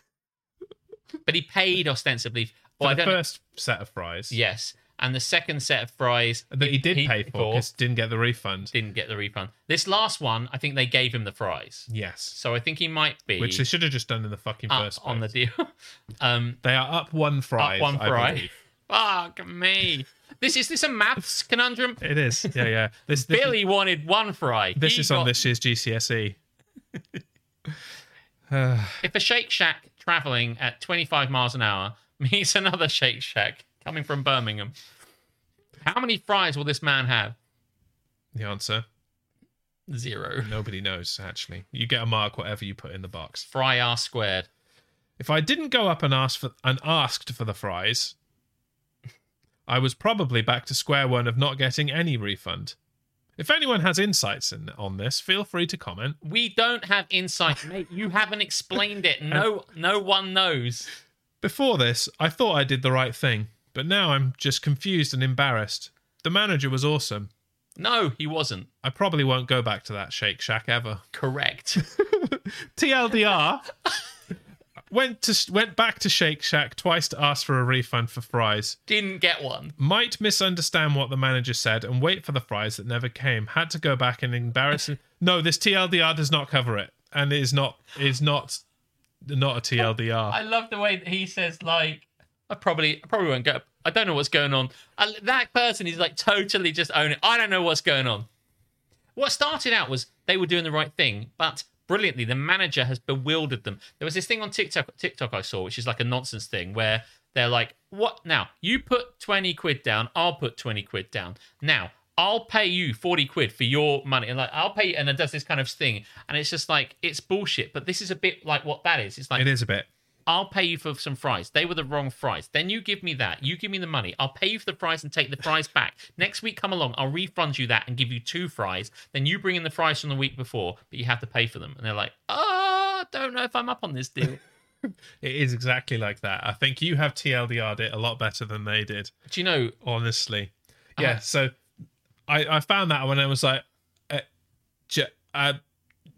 Speaker 1: but he paid ostensibly. Well,
Speaker 3: for
Speaker 1: I
Speaker 3: the
Speaker 1: don't.
Speaker 3: first set of fries,
Speaker 1: Yes, and the second set of fries
Speaker 3: that he did pay for because didn't get the refund.
Speaker 1: didn't get the refund. This last one, I think they gave him the fries,
Speaker 3: Yes,
Speaker 1: so I think he might be
Speaker 3: which they should have just done in the fucking
Speaker 1: up
Speaker 3: first
Speaker 1: Uh, on the
Speaker 3: place.
Speaker 1: deal. um,
Speaker 3: They are up one fry.
Speaker 1: up one
Speaker 3: I
Speaker 1: fry.
Speaker 3: believe.
Speaker 1: Fuck me. This is this a maths conundrum?
Speaker 3: It is. Yeah, yeah. This, this
Speaker 1: Billy wanted one fry.
Speaker 3: This
Speaker 1: He
Speaker 3: is on
Speaker 1: got-
Speaker 3: this year's GCSE.
Speaker 1: If a Shake Shack traveling at 25 miles an hour meets another Shake Shack coming from Birmingham, how many fries will this man have?
Speaker 3: The answer
Speaker 1: Zero.
Speaker 3: nobody knows, actually. You get a mark whatever you put in the box.
Speaker 1: Fry R squared.
Speaker 3: If I didn't go up and ask for and asked for the fries, I was probably back to square one of not getting any refund. If anyone has insights in, on this, feel free to comment.
Speaker 1: We don't have insight, mate. You haven't explained it. No, no one knows.
Speaker 3: Before this, I thought I did the right thing, but now I'm just confused and embarrassed. The manager was awesome.
Speaker 1: No, he wasn't.
Speaker 3: I probably won't go back to that Shake Shack ever.
Speaker 1: Correct.
Speaker 3: TLDR went to went back to Shake Shack twice to ask for a refund for fries.
Speaker 1: Didn't get one.
Speaker 3: Might misunderstand what the manager said and wait for the fries that never came. Had to go back and embarrass. no, this TLDR does not cover it, and it is not is not not a TLDR.
Speaker 1: I love the way that he says, like, I probably, I probably won't go. I don't know what's going on. I, that person is like totally just owning. I don't know what's going on. What started out was they were doing the right thing, but brilliantly, the manager has bewildered them. There was this thing on TikTok, TikTok I saw, which is like a nonsense thing where they're like, "What now? You put twenty quid down, I'll put twenty quid down. Now I'll pay you forty quid for your money, and like I'll pay." You, and it does this kind of thing, and it's just like it's bullshit. But this is a bit like what that is. It's like
Speaker 3: it is a bit.
Speaker 1: I'll pay you for some fries. They were the wrong fries. Then you give me that. You give me the money. I'll pay you for the fries and take the fries back. Next week, come along. I'll refund you that and give you two fries. Then you bring in the fries from the week before, but you have to pay for them. And they're like, oh, don't know if I'm up on this deal.
Speaker 3: It is exactly like that. I think you have TLDR'd it a lot better than they did.
Speaker 1: Do you know?
Speaker 3: honestly. Yeah,
Speaker 1: Uh-huh.
Speaker 3: so I, I found that one and was like, uh, j- uh,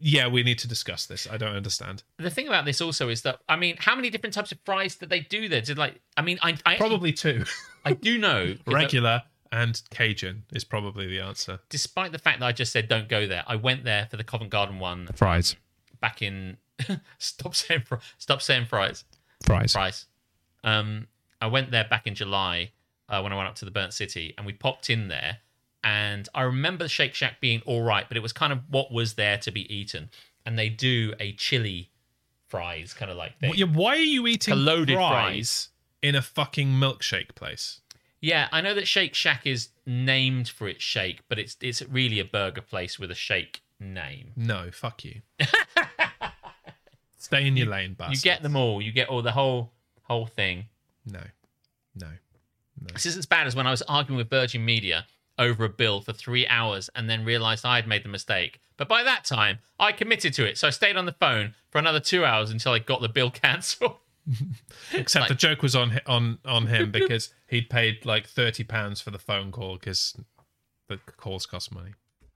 Speaker 3: yeah, we need to discuss this. I don't understand.
Speaker 1: The thing about this also is that, I mean, how many different types of fries did they do there? Did like, I mean, I, I
Speaker 3: Probably two.
Speaker 1: I do know. 'cause I-
Speaker 3: Regular and Cajun is probably the answer.
Speaker 1: Despite the fact that I just said don't go there, I went there for the Covent Garden one
Speaker 3: Fries.
Speaker 1: back in. stop saying fr- stop saying fries.
Speaker 3: Fries.
Speaker 1: price. Um, I went there back in July uh, when I went up to the Burnt City, and we popped in there. And I remember the Shake Shack being all right, but it was kind of what was there to be eaten. And they do a chili fries kind of like thing.
Speaker 3: Wh- yeah, Why are you eating
Speaker 1: Loaded
Speaker 3: fries,
Speaker 1: fries.
Speaker 3: in a fucking milkshake place?
Speaker 1: Yeah, I know that Shake Shack is named for its shake, but it's it's really a burger place with a shake name.
Speaker 3: No, fuck you. Stay in your lane, bastard.
Speaker 1: You get them all. You get all the whole whole thing.
Speaker 3: No, no.
Speaker 1: This isn't as bad as when I was arguing with Virgin Media over a bill for three hours and then realized I had made the mistake. But by that time, I committed to it, so I stayed on the phone for another two hours until I got the bill cancelled.
Speaker 3: Except
Speaker 1: Like-
Speaker 3: the joke was on hi- on on him because he'd paid like thirty pounds for the phone call because the calls cost money.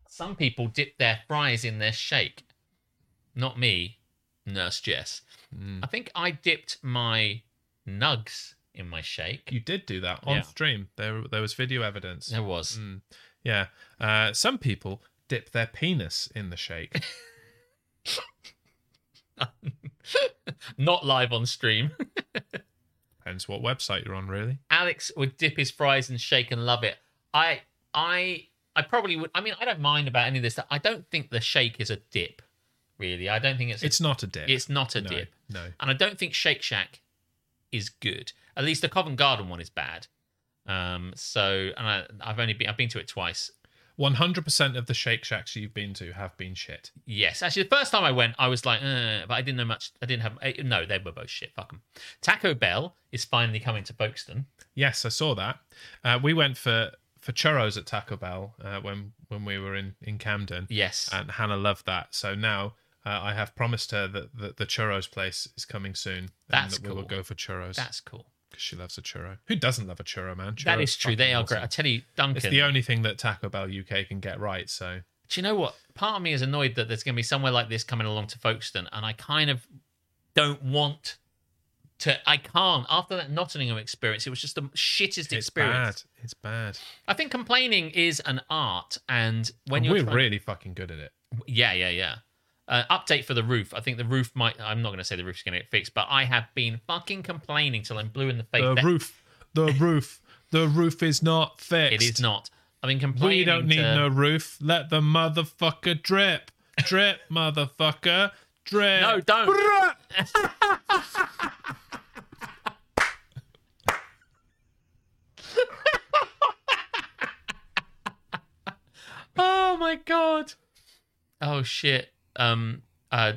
Speaker 1: Some people dip their fries in their shake. Not me, Nurse Jess. I think I dipped my nugs in my shake.
Speaker 3: You did do that on
Speaker 1: Yeah.
Speaker 3: stream. There there was video evidence.
Speaker 1: there was.
Speaker 3: Yeah, uh, some people dip their penis in the shake.
Speaker 1: Not live on stream.
Speaker 3: Depends what website you're on, really.
Speaker 1: Alex would dip his fries and shake and love it. I I I probably would. I mean, I don't mind about any of this. Stuff. I don't think the shake is a dip, really. I don't think it's a,
Speaker 3: It's not a dip.
Speaker 1: it's not a
Speaker 3: no,
Speaker 1: dip,
Speaker 3: No,
Speaker 1: and I don't think Shake Shack is good. At least the Covent Garden one is bad. Um, so and I, I've only been I've been to it twice.
Speaker 3: one hundred percent of the Shake Shacks you've been to have been shit.
Speaker 1: Yes, actually, the first time I went, I was like, uh, but I didn't know much. I didn't have eh, no. They were both shit. Fuck them. Taco Bell is finally coming to Folkestone.
Speaker 3: Yes, I saw that. Uh, we went for for churros at Taco Bell uh, when when we were in in Camden.
Speaker 1: Yes,
Speaker 3: and Hannah loved that. So now uh, I have promised her that, that the churros place is coming soon.
Speaker 1: That's
Speaker 3: and that We will
Speaker 1: cool.
Speaker 3: go for churros.
Speaker 1: that's cool.
Speaker 3: because she loves a churro. Who doesn't love a churro, man? Churros
Speaker 1: that is true. They
Speaker 3: fucking
Speaker 1: are
Speaker 3: awesome.
Speaker 1: great. I tell you, Duncan.
Speaker 3: It's the only thing that Taco Bell UK can get right. So
Speaker 1: do you know what? Part of me is annoyed that there's going to be somewhere like this coming along to Folkestone, and I kind of don't want to. I can't. After that Nottingham experience, it was just the shittest
Speaker 3: it's
Speaker 1: experience.
Speaker 3: bad. It's bad.
Speaker 1: I think complaining is an art, and when
Speaker 3: And
Speaker 1: you're
Speaker 3: we're
Speaker 1: trying-
Speaker 3: really fucking good at it.
Speaker 1: yeah, yeah, yeah. Uh, update for the roof. I think the roof might. I'm not going to say the roof's going to get fixed, but I have been fucking complaining till I'm blue in the face.
Speaker 3: The
Speaker 1: that
Speaker 3: roof, the roof, the roof is not fixed.
Speaker 1: It is not. I've been complaining.
Speaker 3: We don't need
Speaker 1: to-
Speaker 3: no roof. Let the motherfucker drip, drip, motherfucker, drip.
Speaker 1: No, don't. oh my god. Oh shit. Um. Uh.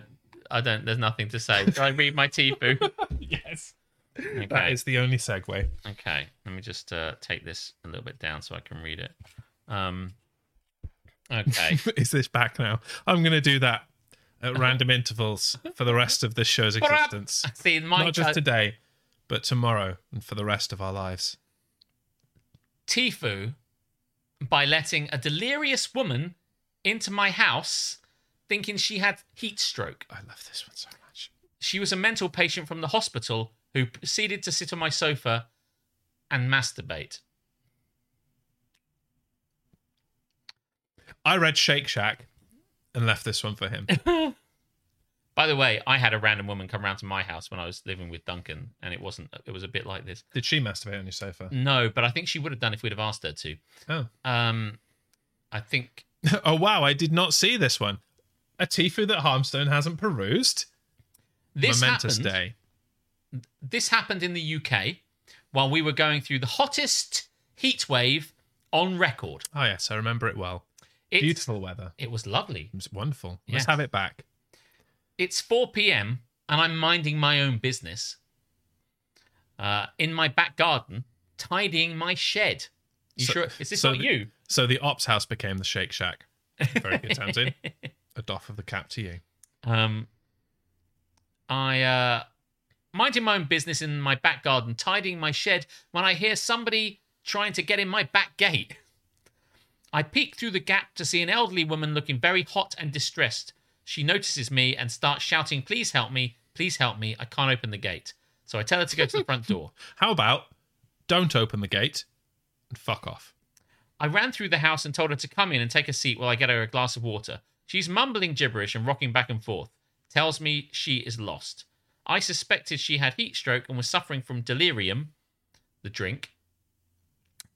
Speaker 1: I don't. There's nothing to say. Can I read my tea boo?
Speaker 3: yes,
Speaker 1: Okay.
Speaker 3: that is the only segue.
Speaker 1: Okay, let me just uh, take this a little bit down so I can read it. Um, okay,
Speaker 3: is this back now? I'm gonna do that at random intervals for the rest of this show's existence.
Speaker 1: see, my uh,
Speaker 3: Not just today, but tomorrow and for the rest of our lives.
Speaker 1: Tifu by letting a delirious woman into my house, thinking she had heat stroke.
Speaker 3: I love this one so much.
Speaker 1: She was a mental patient from the hospital who proceeded to sit on my sofa and masturbate.
Speaker 3: I read Shake Shack and left this one for him.
Speaker 1: By the way, I had a random woman come round to my house when I was living with Duncan, and it wasn't. It was a bit like this.
Speaker 3: Did she masturbate on your sofa?
Speaker 1: No, but I think she would have done if we'd have asked her to.
Speaker 3: Oh.
Speaker 1: Um, I think
Speaker 3: oh wow, I did not see this one. A Tifu that Harmstone hasn't perused.
Speaker 1: this
Speaker 3: Momentous
Speaker 1: happened,
Speaker 3: day.
Speaker 1: This happened in the UK while we were going through the hottest heat wave on record.
Speaker 3: Oh yes, I remember it well.
Speaker 1: It's,
Speaker 3: Beautiful weather.
Speaker 1: It was lovely.
Speaker 3: It's wonderful. Let's
Speaker 1: Yes.
Speaker 3: have it back.
Speaker 1: It's 4 p.m. and I'm minding my own business uh, in my back garden, tidying my shed. You
Speaker 3: So-
Speaker 1: sure? Is this
Speaker 3: so
Speaker 1: not
Speaker 3: the-
Speaker 1: you?
Speaker 3: So the Ops House became the Shake Shack. Very good, Tamsin. A doff of the cap to you.
Speaker 1: Um, I uh, minding my own business in my back garden, tidying my shed, when I hear somebody trying to get in my back gate. I peek through the gap to see an elderly woman looking very hot and distressed. She notices me and starts shouting, "Please help me! Please help me! I can't open the gate." So I tell her to go to the front door.
Speaker 3: How about don't open the gate and fuck off?
Speaker 1: I ran through the house and told her to come in and take a seat while I get her a glass of water. She's mumbling gibberish and rocking back and forth. Tells me she is lost. I suspected she had heat stroke and was suffering from delirium, the drink,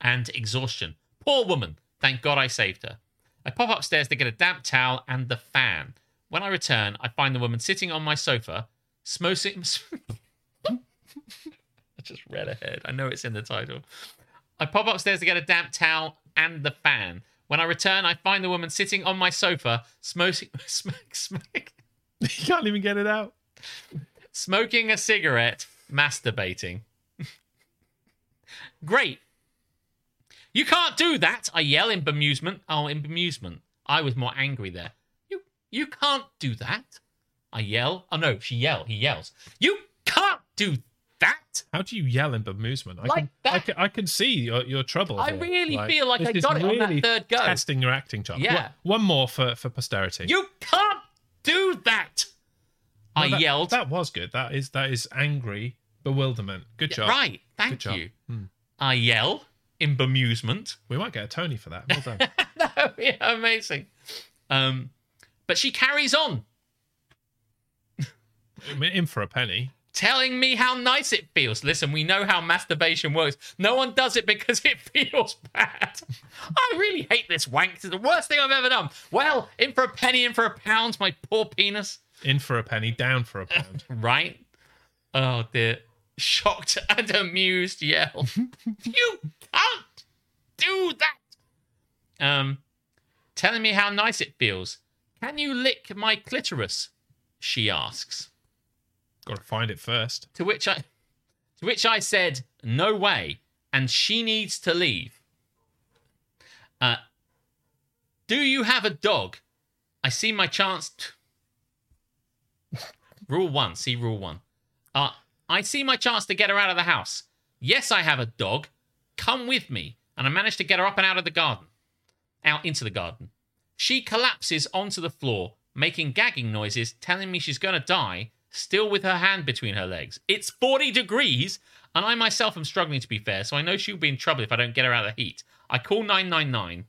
Speaker 1: and exhaustion. Poor woman. Thank God I saved her. I pop upstairs to get a damp towel and the fan. When I return, I find the woman sitting on my sofa, smoking. I just read ahead. I know it's in the title. I pop upstairs to get a damp towel and the fan. When I return, I find the woman sitting on my sofa, smoking, smoke, smoke,
Speaker 3: You can't even get it out.
Speaker 1: smoking a cigarette, masturbating. Great. You can't do that, I yell in bemusement. Oh, in bemusement. I was more angry there. You you can't do that. I yell. Oh no, she yell, he yells. You can't do that.
Speaker 3: How do you yell in bemusement? I
Speaker 1: Like
Speaker 3: can,
Speaker 1: that.
Speaker 3: I can, I can see your, your trouble.
Speaker 1: I
Speaker 3: here.
Speaker 1: really feel like
Speaker 3: this
Speaker 1: I
Speaker 3: is
Speaker 1: got it on that third go.
Speaker 3: Testing your acting job.
Speaker 1: Yeah.
Speaker 3: One, one more for, for posterity.
Speaker 1: You can't do that. I
Speaker 3: No, that-
Speaker 1: yelled.
Speaker 3: That was good. That is that is angry bewilderment. Good job.
Speaker 1: Right. Thank
Speaker 3: job. Hmm.
Speaker 1: you. I yell in bemusement.
Speaker 3: We might get a Tony for that. Well done.
Speaker 1: That would be amazing. Um, but she carries on
Speaker 3: I mean, in for a penny.
Speaker 1: telling me how nice it feels. Listen, we know how masturbation works. No one does it because it feels bad. I really hate this wank. It's the worst thing I've ever done. Well, in for a penny, in for a pound, my poor penis.
Speaker 3: In for a penny, down for a pound.
Speaker 1: Right? Oh dear. Shocked and amused yell. you can't do that. Um telling me how nice it feels. Can you lick my clitoris? She asks.
Speaker 3: Got to find it first.
Speaker 1: To which I to which I said, "No way," and she needs to leave. Uh, do you have a dog? I see my chance. t- rule one. See rule one. Uh, I see my chance to get her out of the house. Yes, I have a dog. Come with me. And I managed to get her up and out of the garden, out into the garden. She collapses onto the floor, making gagging noises, telling me she's going to die, still with her hand between her legs. It's 40 degrees, and I myself am struggling to be fair, so I know she'll be in trouble if I don't get her out of the heat. I call 999.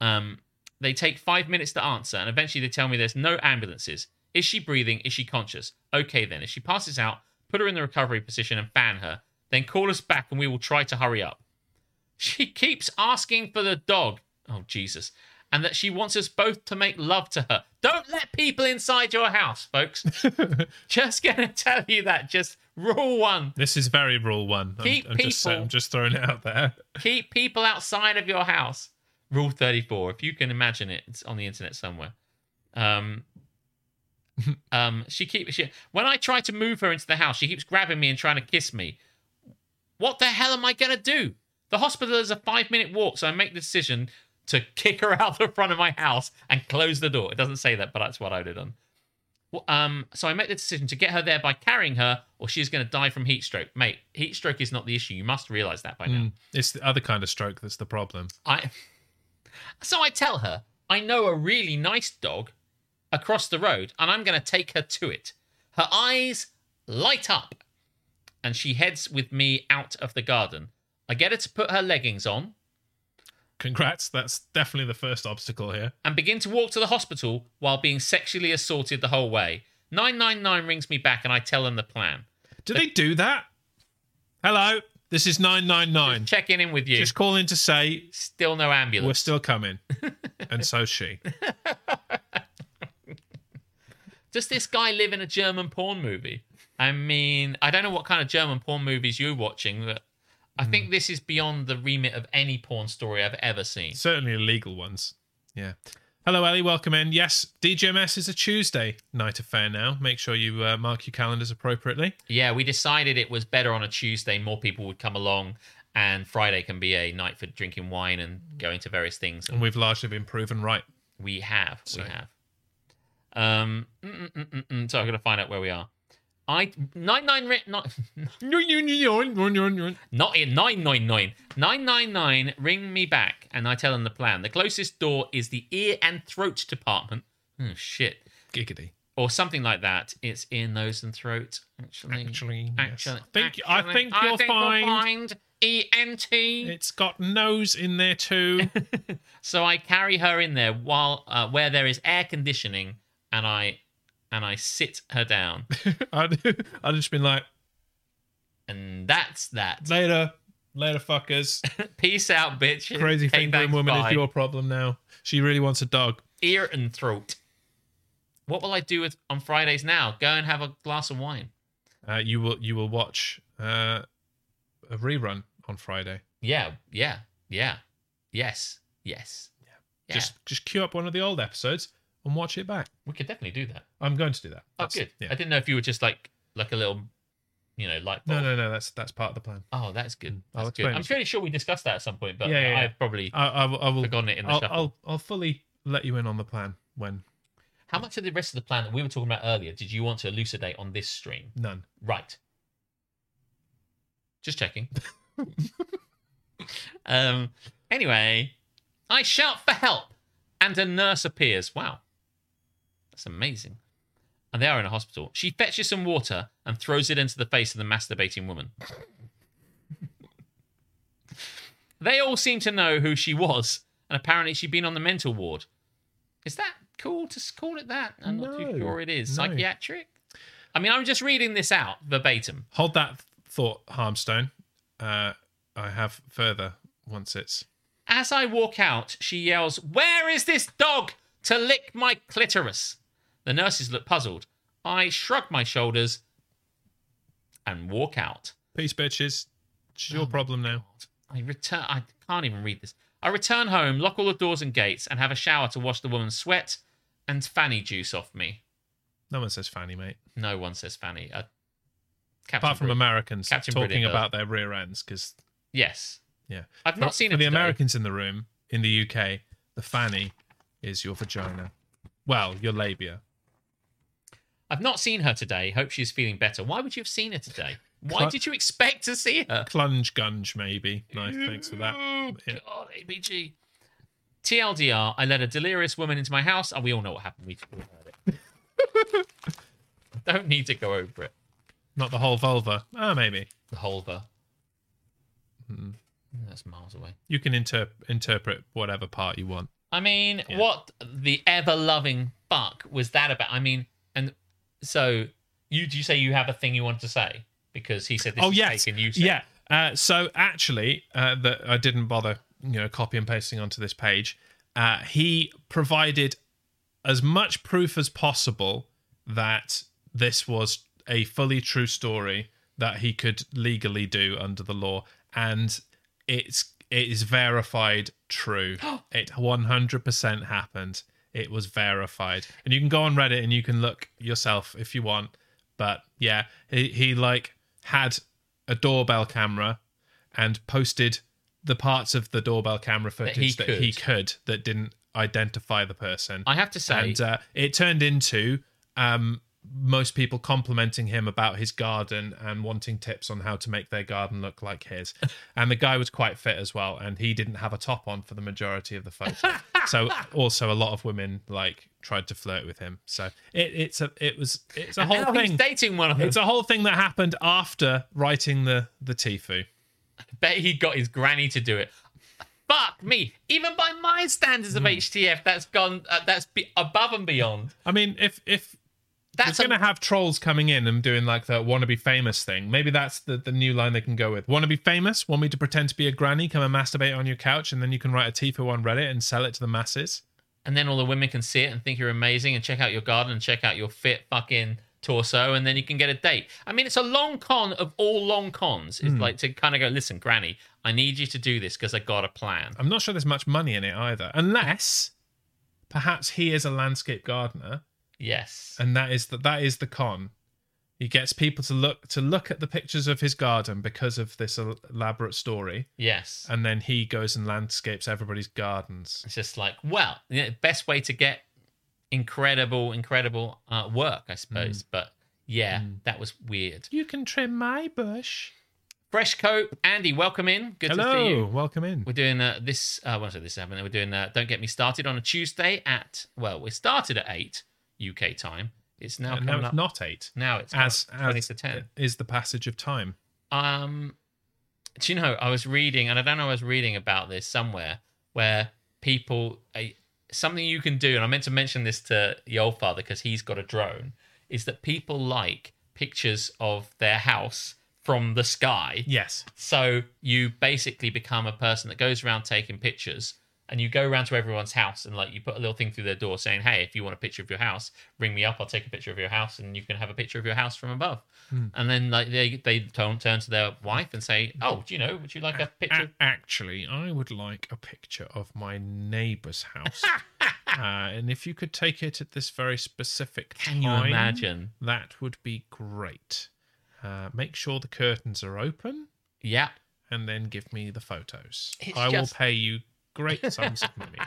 Speaker 1: Um, they take five minutes to answer, and eventually they tell me there's no ambulances. Is she breathing? Is she conscious? Okay, then. If she passes out, put her in the recovery position and fan her. Then call us back and we will try to hurry up. She keeps asking for the dog. Oh, Jesus. And that she wants us both to make love to her. Don't let people inside your house, folks. just gonna tell you that. Just rule one.
Speaker 3: This is very rule one. I'm,
Speaker 1: Keep
Speaker 3: I'm just saying-
Speaker 1: people-
Speaker 3: I'm just throwing it out there.
Speaker 1: keep people outside of your house. Rule 34, if you can imagine it, it's on the internet somewhere. Um, um, she keep she when I try to move her into the house, she keeps grabbing me and trying to kiss me. What the hell am I gonna do? The hospital is a five minute walk, so I make the decision to kick her out the front of my house and close the door. It doesn't say that, but that's what I would have done. Well, Um, so I make the decision to get her there by carrying her, or she's gonna die from heat stroke. Mate, heat stroke is not the issue. You must realize that by now.
Speaker 3: Mm. It's the other kind of stroke that's the problem.
Speaker 1: I So I tell her, I know a really nice dog across the road and I'm going to take her to it. Her eyes light up and she heads with me out of the garden. I get her to put her leggings on
Speaker 3: Congrats. That's definitely the first obstacle here.
Speaker 1: and begin to walk to the hospital while being sexually assaulted the whole way. 999 rings me back and I tell them the plan.
Speaker 3: Do they do that? Hello. This is 999.
Speaker 1: Checking in with you.
Speaker 3: Just calling to say
Speaker 1: Still no
Speaker 3: we're
Speaker 1: ambulance.
Speaker 3: still coming. and so is she.
Speaker 1: Does this guy live in a German porn movie? I mean, I don't know what kind of German porn movies you're watching, but I think this is beyond the remit of any porn story I've ever seen.
Speaker 3: Certainly illegal ones. Yeah. Hello, Ellie. Welcome in. Yes, DGMS is a Tuesday night affair now. Make sure you uh, mark your calendars appropriately.
Speaker 1: Yeah, we decided it was better on a Tuesday. More people would come along, and Friday can be a night for drinking wine and going to various things.
Speaker 3: And we've largely been proven right.
Speaker 1: We have.
Speaker 3: So-
Speaker 1: We have. Um, mm, mm, mm, mm, mm. so I've got to find out where we are. I nine nine ri- not not in nine nine nine nine nine nine. Ring me back, and I tell them the plan. The closest door is the ear and throat department. Oh shit,
Speaker 3: Giggity.
Speaker 1: or something like that. It's ear, nose, and throat. Actually,
Speaker 3: Actually, yes.
Speaker 1: actually,
Speaker 3: I think, I
Speaker 1: actually,
Speaker 3: think
Speaker 1: I
Speaker 3: you'll
Speaker 1: think E
Speaker 3: find
Speaker 1: ENT.
Speaker 3: it's got nose in there too.
Speaker 1: So I carry her in there while uh, where there is air conditioning, and I and I sit her down,
Speaker 3: I'd, I'd just been like,
Speaker 1: and that's that.
Speaker 3: later, later, fuckers.
Speaker 1: Peace out, bitch.
Speaker 3: Crazy
Speaker 1: Okay,
Speaker 3: fingering
Speaker 1: thanks,
Speaker 3: woman
Speaker 1: bye.
Speaker 3: is your problem now. She really wants a dog.
Speaker 1: ear and throat. What will I do with on Fridays now? Go and have a glass of wine.
Speaker 3: Uh, you will, you will watch uh, a rerun on Friday.
Speaker 1: Yeah, yeah, yeah, yes, yes. Yeah,
Speaker 3: Just, just queue up one of the old episodes and watch it back.
Speaker 1: we could definitely do that.
Speaker 3: I'm going to do that.
Speaker 1: Oh,
Speaker 3: That's-
Speaker 1: good. I
Speaker 3: Yeah.
Speaker 1: didn't know if you were just like like a little, you know, light
Speaker 3: No,
Speaker 1: bulb.
Speaker 3: no, no. That's that's part of the plan.
Speaker 1: Oh, that's good.
Speaker 3: I'll
Speaker 1: That's good.
Speaker 3: explain
Speaker 1: I'm
Speaker 3: it.
Speaker 1: pretty sure we discussed that at some point, but
Speaker 3: Yeah, yeah, yeah.
Speaker 1: I've probably
Speaker 3: I, I, will- I will.
Speaker 1: forgotten it in the
Speaker 3: I'll,
Speaker 1: shuffle.
Speaker 3: I'll, I'll fully let you in on the plan when
Speaker 1: How much of the rest of the plan that we were talking about earlier did you want to elucidate on this stream?
Speaker 3: none.
Speaker 1: Right. Just checking. um. Anyway, I shout for help, and a nurse appears. Wow, that's amazing. And they are in a hospital. She fetches some water and throws it into the face of the masturbating woman. they all seem to know who she was, and apparently she'd been on the mental ward. Is that cool to s- call it that? I'm not too
Speaker 3: No,
Speaker 1: sure it is.
Speaker 3: no.
Speaker 1: Psychiatric? I mean, I'm just reading this out verbatim.
Speaker 3: Hold that thought, Harmstone. Uh, I have further once it's.
Speaker 1: As I walk out, she yells, Where is this dog to lick my clitoris? The nurses look puzzled. I shrug my shoulders and walk out.
Speaker 3: Peace, bitches. It's
Speaker 1: Oh,
Speaker 3: your problem now.
Speaker 1: I return. I can't even read this. I return home, lock all the doors and gates, and have a shower to wash the woman's sweat and fanny juice off me.
Speaker 3: No one says fanny, mate.
Speaker 1: No one says fanny. Uh, Captain
Speaker 3: Apart from
Speaker 1: Brit-
Speaker 3: Americans
Speaker 1: Captain
Speaker 3: talking
Speaker 1: Britain does.
Speaker 3: about their rear ends, because
Speaker 1: yes,
Speaker 3: yeah,
Speaker 1: I've not seen
Speaker 3: for
Speaker 1: it.
Speaker 3: the
Speaker 1: today.
Speaker 3: Americans in the room in the UK. The fanny is your vagina. Well, your labia.
Speaker 1: I've not seen her today. Hope she's feeling better. Why would you have seen her today? Why
Speaker 3: Cla-
Speaker 1: did you expect to see her?
Speaker 3: Clunge gunge, maybe. No, thanks for that.
Speaker 1: Ooh,
Speaker 3: Yeah.
Speaker 1: God, ABG. TLDR, I led a delirious woman into my house, and we all know what happened. We all heard it. Don't need to go over it.
Speaker 3: Not the whole vulva. Ah, maybe.
Speaker 1: The Holver. Hmm. That's miles away.
Speaker 3: You can inter- interpret whatever part you want.
Speaker 1: I mean,
Speaker 3: Yeah.
Speaker 1: what the ever loving fuck was that about? I mean, and so you do you say you have a thing you want to say because he said this
Speaker 3: oh
Speaker 1: is
Speaker 3: yes,
Speaker 1: fake and you said
Speaker 3: yeah. Uh, so actually, uh, that I didn't bother, you know, copy and pasting onto this page. Uh, he provided as much proof as possible that this was a fully true story that he could legally do under the law, and it's it is verified true. it one hundred percent happened. It was verified, and you can go on Reddit and you can look yourself if you want. But yeah, he, he like had a doorbell camera and posted the parts of the doorbell camera
Speaker 1: he
Speaker 3: footage that he, could.
Speaker 1: could.
Speaker 3: that didn't identify the person.
Speaker 1: I have to say
Speaker 3: and uh, it turned into um, most people complimenting him about his garden and wanting tips on how to make their garden look like his. and the guy was quite fit as well, and he didn't have a top on for the majority of the photo. so also a lot of women like tried to flirt with him. So it, it's a it was it's a whole
Speaker 1: now he's
Speaker 3: thing.
Speaker 1: dating one of them.
Speaker 3: It's a whole thing that happened after writing the the Tifu.
Speaker 1: bet he got his granny to do it. Fuck me! Even by my standards of HTF, that's gone. Uh, that's be- above and beyond.
Speaker 3: I mean, if if
Speaker 1: That's
Speaker 3: we're
Speaker 1: a-
Speaker 3: gonna have trolls coming in and doing like the wanna be famous thing, maybe that's the, the new line they can go with. Wanna be famous? Want me to pretend to be a granny? Come and masturbate on your couch, and then you can write a Tifu on Reddit and sell it to the masses.
Speaker 1: and then all the women can see it and think you're amazing and check out your garden and check out your fit fucking torso and then you can get a date. I mean, it's a long con of all long cons. It's like to kind of go, listen, Granny, I need you to do this because I got a plan.
Speaker 3: I'm not sure there's much money in it either, unless perhaps he is a landscape gardener,
Speaker 1: Yes.
Speaker 3: and that is that that is the con. He gets people to look to look at the pictures of his garden because of this el- elaborate story.
Speaker 1: Yes.
Speaker 3: and then he goes and landscapes everybody's gardens.
Speaker 1: It's just like, well, you know, best way to get incredible, incredible uh, work, I suppose. But yeah, that was weird.
Speaker 3: You can trim my bush.
Speaker 1: Fresh coat, Andy, welcome in. Good to see you.
Speaker 3: Hello, welcome in.
Speaker 1: We're doing uh, this. Uh, well, I said this happened. We're doing uh, "Don't Get Me Started" on a Tuesday at well, we started at eight UK time. It's now
Speaker 3: And
Speaker 1: coming
Speaker 3: now it's
Speaker 1: up.
Speaker 3: not eight,
Speaker 1: now it's
Speaker 3: as
Speaker 1: come up twenty
Speaker 3: as
Speaker 1: to ten.
Speaker 3: is the passage of time.
Speaker 1: Um, do you know? I was reading, and I don't know. I was reading about this somewhere where people a something you can do, and I meant to mention this to the old father because he's got a drone. Is that people like pictures of their house from the sky?
Speaker 3: Yes,
Speaker 1: So you basically become a person that goes around taking pictures and you go around to everyone's house and like you put a little thing through their door saying, Hey, if you want a picture of your house, ring me up, I'll take a picture of your house and you can have a picture of your house from above. And then like they they turn turn to their wife and say, Oh, do you know, would you like a picture of
Speaker 3: A- actually, I would like a picture of my neighbour's house, uh, and if you could take it at this very specific
Speaker 1: can you
Speaker 3: time,
Speaker 1: imagine?
Speaker 3: that would be great. Uh, make sure the curtains are open,
Speaker 1: Yeah.
Speaker 3: and then give me the photos.
Speaker 1: It's
Speaker 3: I
Speaker 1: just-
Speaker 3: will pay you great sums of money.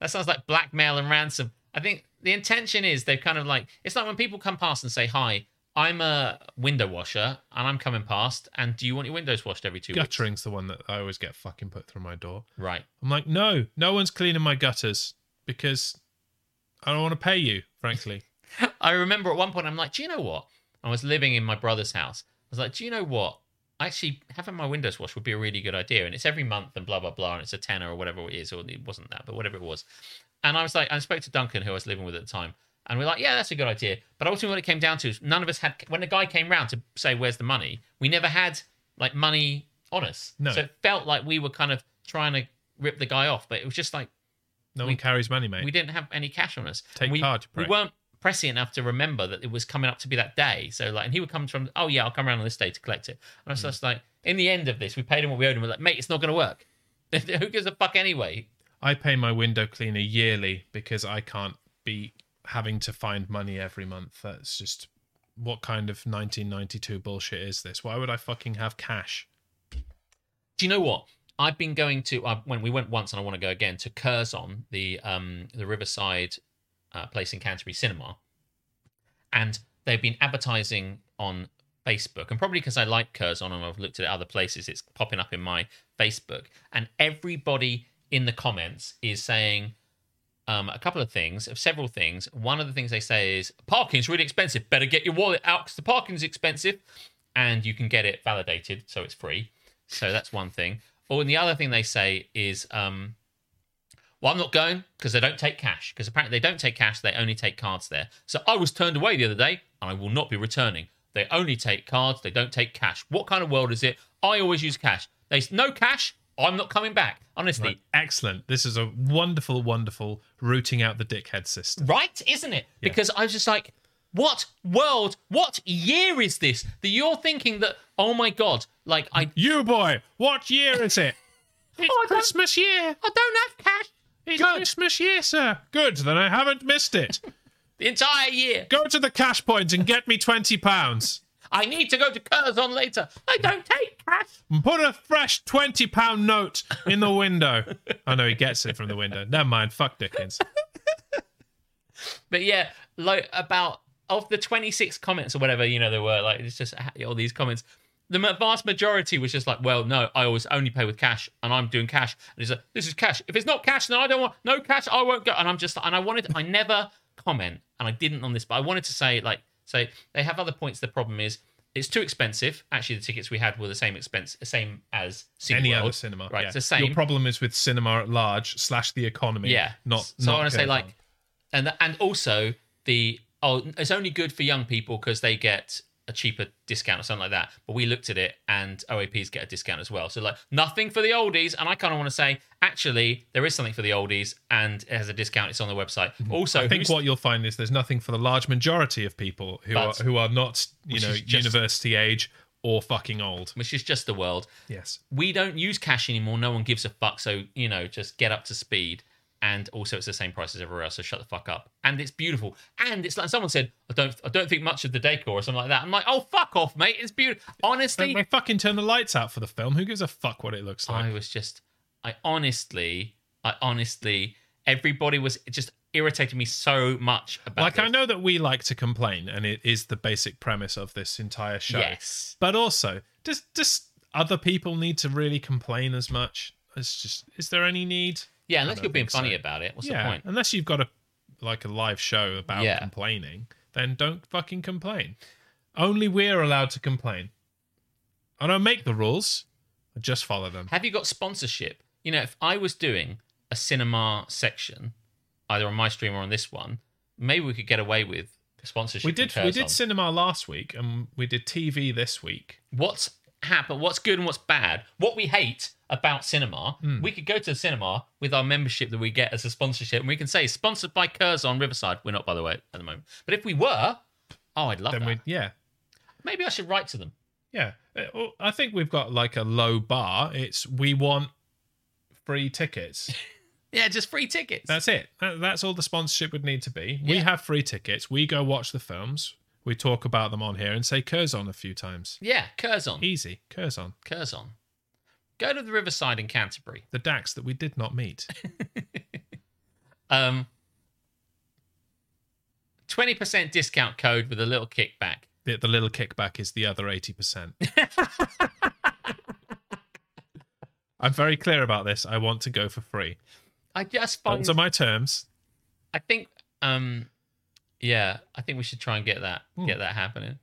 Speaker 1: That sounds like blackmail and ransom. I think the intention is they're kind of like it's like when people come past and say, Hi, I'm a window washer and I'm coming past and do you want your windows washed every two weeks?
Speaker 3: Guttering's the one that I always get fucking put through my door.
Speaker 1: Right.
Speaker 3: I'm like, no, no one's cleaning my gutters because I don't want to pay you, frankly.
Speaker 1: I remember at one point, I'm like, do you know what? I was living in my brother's house. I was like, do you know what? Actually, having my windows washed would be a really good idea. And it's every month and blah, blah, blah. And it's a tenner or whatever it is. Or it wasn't that, but whatever it was. And I was like, I spoke to Duncan, who I was living with at the time. And we're like, yeah, that's a good idea. But ultimately, what it came down to is none of us had, when the guy came round to say, where's the money? We never had like money on us.
Speaker 3: No.
Speaker 1: So it felt like we were kind of trying to rip the guy off. But it was just like,
Speaker 3: No
Speaker 1: We-
Speaker 3: one carries money, mate.
Speaker 1: we didn't have any cash on us.
Speaker 3: Take
Speaker 1: And we,
Speaker 3: card, you
Speaker 1: We
Speaker 3: prick.
Speaker 1: weren't pressy enough to remember that it was coming up to be that day. So like, and he would come from, oh yeah, I'll come around on this day to collect it. And I
Speaker 3: Hmm.
Speaker 1: was just like, in the end of this, we paid him what we owed him. We're like, mate, it's not going to work. Who gives a fuck anyway?
Speaker 3: I pay my window cleaner yearly because I can't be having to find money every month. That's just what kind of 1992 bullshit is this? Why would I fucking have cash?
Speaker 1: Do you know what? I've been going to I, when we went once, and I want to go again to Curzon, the um the Riverside uh, place in Canterbury Cinema, and they've been advertising on Facebook, and probably because I like Curzon and I've looked at it other places, it's popping up in my Facebook, and everybody in the comments is saying um, a couple of things, of several things. One of the things they say is parking's really expensive. Better get your wallet out because the parking's expensive, and you can get it validated, so it's free. So that's one thing. Or and the other thing they say is, um, well, I'm not going because they don't take cash. Because apparently they don't take cash; they only take cards there. So I was turned away the other day, and I will not be returning. They only take cards; they don't take cash. What kind of world is it? I always use cash. They s- no cash. I'm not coming back. Honestly,
Speaker 3: Right. Excellent. This is a wonderful, wonderful rooting out the dickhead system.
Speaker 1: right, isn't it? Because I was just like, what world, what year is this that you're thinking that, oh my God, like, I,
Speaker 3: You boy, what year is it? It's
Speaker 1: Oh, I don't-
Speaker 3: Christmas year.
Speaker 1: I don't have cash
Speaker 3: It's
Speaker 1: Good.
Speaker 3: Christmas year, sir. Good. Then I haven't missed it.
Speaker 1: the entire year.
Speaker 3: Go to the cash point and get me twenty pounds.
Speaker 1: I need to go to Curzon later. I don't take cash.
Speaker 3: Put a fresh twenty pound note in the window. I know he gets it from the window. Never mind. Fuck Dickens.
Speaker 1: But yeah, like, about of the 26 comments or whatever, you know, there were like, it's just ah, all these comments. The ma- vast majority was just like, well, no, I always only pay with cash and I'm doing cash. And it's like, this is cash. If it's not cash, then I don't want, no cash, I won't go. And I'm just, and I wanted, I never comment and I didn't on this, but I wanted to say, like, so they have other points. The problem is it's too expensive. Actually, the tickets we had were the same expense, same as Cineworld.
Speaker 3: Any other cinema.
Speaker 1: Right.
Speaker 3: yeah.
Speaker 1: It's the same.
Speaker 3: Your problem is with cinema at large slash the economy.
Speaker 1: Yeah.
Speaker 3: Not.
Speaker 1: so.
Speaker 3: not
Speaker 1: I want to say
Speaker 3: Kirkland.
Speaker 1: like, and the, and also the oh, it's only good for young people because they get a cheaper discount or something like that. But we looked at it, and OAPs get a discount as well. So like nothing for the oldies, and I kind of want to say actually there is something for the oldies, and it has a discount. It's on the website. Also,
Speaker 3: Mm-hmm. I think
Speaker 1: who's-
Speaker 3: what you'll find is there's nothing for the large majority of people who
Speaker 1: But-
Speaker 3: are who are not you
Speaker 1: Which
Speaker 3: know
Speaker 1: is just-
Speaker 3: university age or fucking old.
Speaker 1: which is just the world.
Speaker 3: Yes.
Speaker 1: we don't use cash anymore. No one gives a fuck. So, you know, just get up to speed. And also, it's the same price as everywhere else. So shut the fuck up. And it's beautiful. And it's like someone said, I don't, I don't think much of the decor or something like that. I'm like, oh fuck off, mate. It's beautiful.
Speaker 3: They,
Speaker 1: Honestly,
Speaker 3: they fucking turn the lights out for the film. Who gives a fuck what it looks like?
Speaker 1: I was just, I honestly, I honestly, everybody was it just irritated me so much about.
Speaker 3: like I
Speaker 1: this.
Speaker 3: know that we like to complain, and it is the basic premise of this entire show.
Speaker 1: Yes.
Speaker 3: But also, does does other people need to really complain as much? It's just is there any need?
Speaker 1: Yeah, unless
Speaker 3: don't
Speaker 1: you're being
Speaker 3: think so.
Speaker 1: funny about it. What's the point?
Speaker 3: Unless you've got a like a live show about
Speaker 1: Yeah.
Speaker 3: complaining, then don't fucking complain. Only we're allowed to complain. I don't make the rules. I just follow them.
Speaker 1: Have you got sponsorship? You know, if I was doing a cinema section, either on my stream or on this one, maybe we could get away with sponsorship.
Speaker 3: We
Speaker 1: from
Speaker 3: did we did
Speaker 1: Curzon.
Speaker 3: cinema last week and we did TV this week.
Speaker 1: What's happened? What's good and what's bad? What we hate about cinema?
Speaker 3: Hmm.
Speaker 1: We could go to the cinema with our membership that we get as a sponsorship, and we can say sponsored by Curzon Riverside. We're not, by the way, at the moment. But if we were, oh, I'd love
Speaker 3: Then
Speaker 1: that.
Speaker 3: we yeah.
Speaker 1: Maybe I should write to them.
Speaker 3: Yeah. Uh, well, I think we've got like a low bar. It's we want free tickets.
Speaker 1: Yeah, just free tickets.
Speaker 3: That's it. That- That's all the sponsorship would need to be. We
Speaker 1: Yeah.
Speaker 3: have free tickets. We go watch the films. We talk about them on here and say Curzon a few times.
Speaker 1: yeah, Curzon,
Speaker 3: Easy. Curzon.
Speaker 1: Curzon. Go to the Riverside in Canterbury.
Speaker 3: The Dax that we did not meet.
Speaker 1: Um, twenty percent discount code with a little kickback.
Speaker 3: The, the little kickback is the other 80%. I'm very clear about this. I want to go for free.
Speaker 1: I just find
Speaker 3: Those are my terms.
Speaker 1: I think um, yeah, I think we should try and get that get that happening.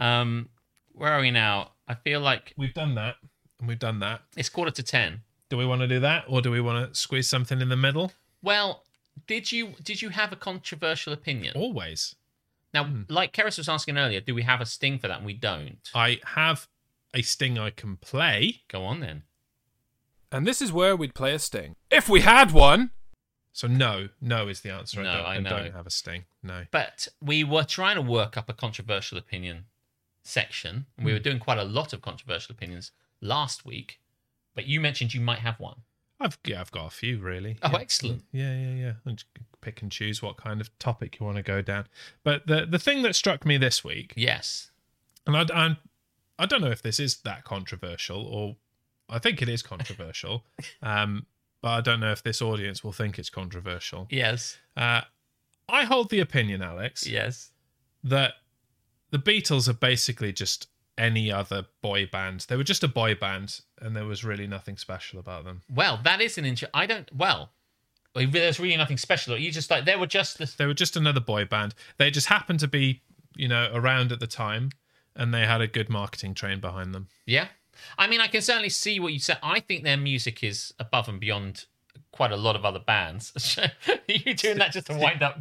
Speaker 1: Um, where are we now? I feel like
Speaker 3: We've done that. And we've done that.
Speaker 1: it's quarter to ten.
Speaker 3: Do we want to do that or do we want to squeeze something in the middle?
Speaker 1: Well, did you did you have a controversial opinion?
Speaker 3: Oh. Always.
Speaker 1: Now, like Keris was asking earlier, do we have a sting for that? And we don't.
Speaker 3: I have a sting I can play.
Speaker 1: Go on then.
Speaker 5: And this is where we'd play a sting. If we had one!
Speaker 3: So no, no is the answer.
Speaker 1: No,
Speaker 3: I don't,
Speaker 1: I know.
Speaker 3: don't have a sting. No.
Speaker 1: But we were trying to work up a controversial opinion section. We were doing quite a lot of controversial opinions last week, but you mentioned you might have one.
Speaker 3: I've yeah, I've got a few really.
Speaker 1: Oh,
Speaker 3: yeah.
Speaker 1: excellent.
Speaker 3: Yeah, yeah, yeah. And just pick and choose what kind of topic you want to go down. But the the thing that struck me this week,
Speaker 1: Yes.
Speaker 3: and I and I don't know if this is that controversial or I think it is controversial. um but I don't know if this audience will think it's controversial.
Speaker 1: Yes.
Speaker 3: Uh I hold the opinion, Alex,
Speaker 1: Yes.
Speaker 3: that the Beatles are basically just any other boy band. They were just a boy band, and there was really nothing special about them.
Speaker 1: Well, that is an inch. I don't. Well, like, there's really nothing special. You just like they were just the
Speaker 3: They were just another boy band. They just happened to be, you know, around at the time, and they had a good marketing train behind them.
Speaker 1: Yeah. I mean, I can certainly see what you said. I think their music is above and beyond quite a lot of other bands. you doing that just to wind up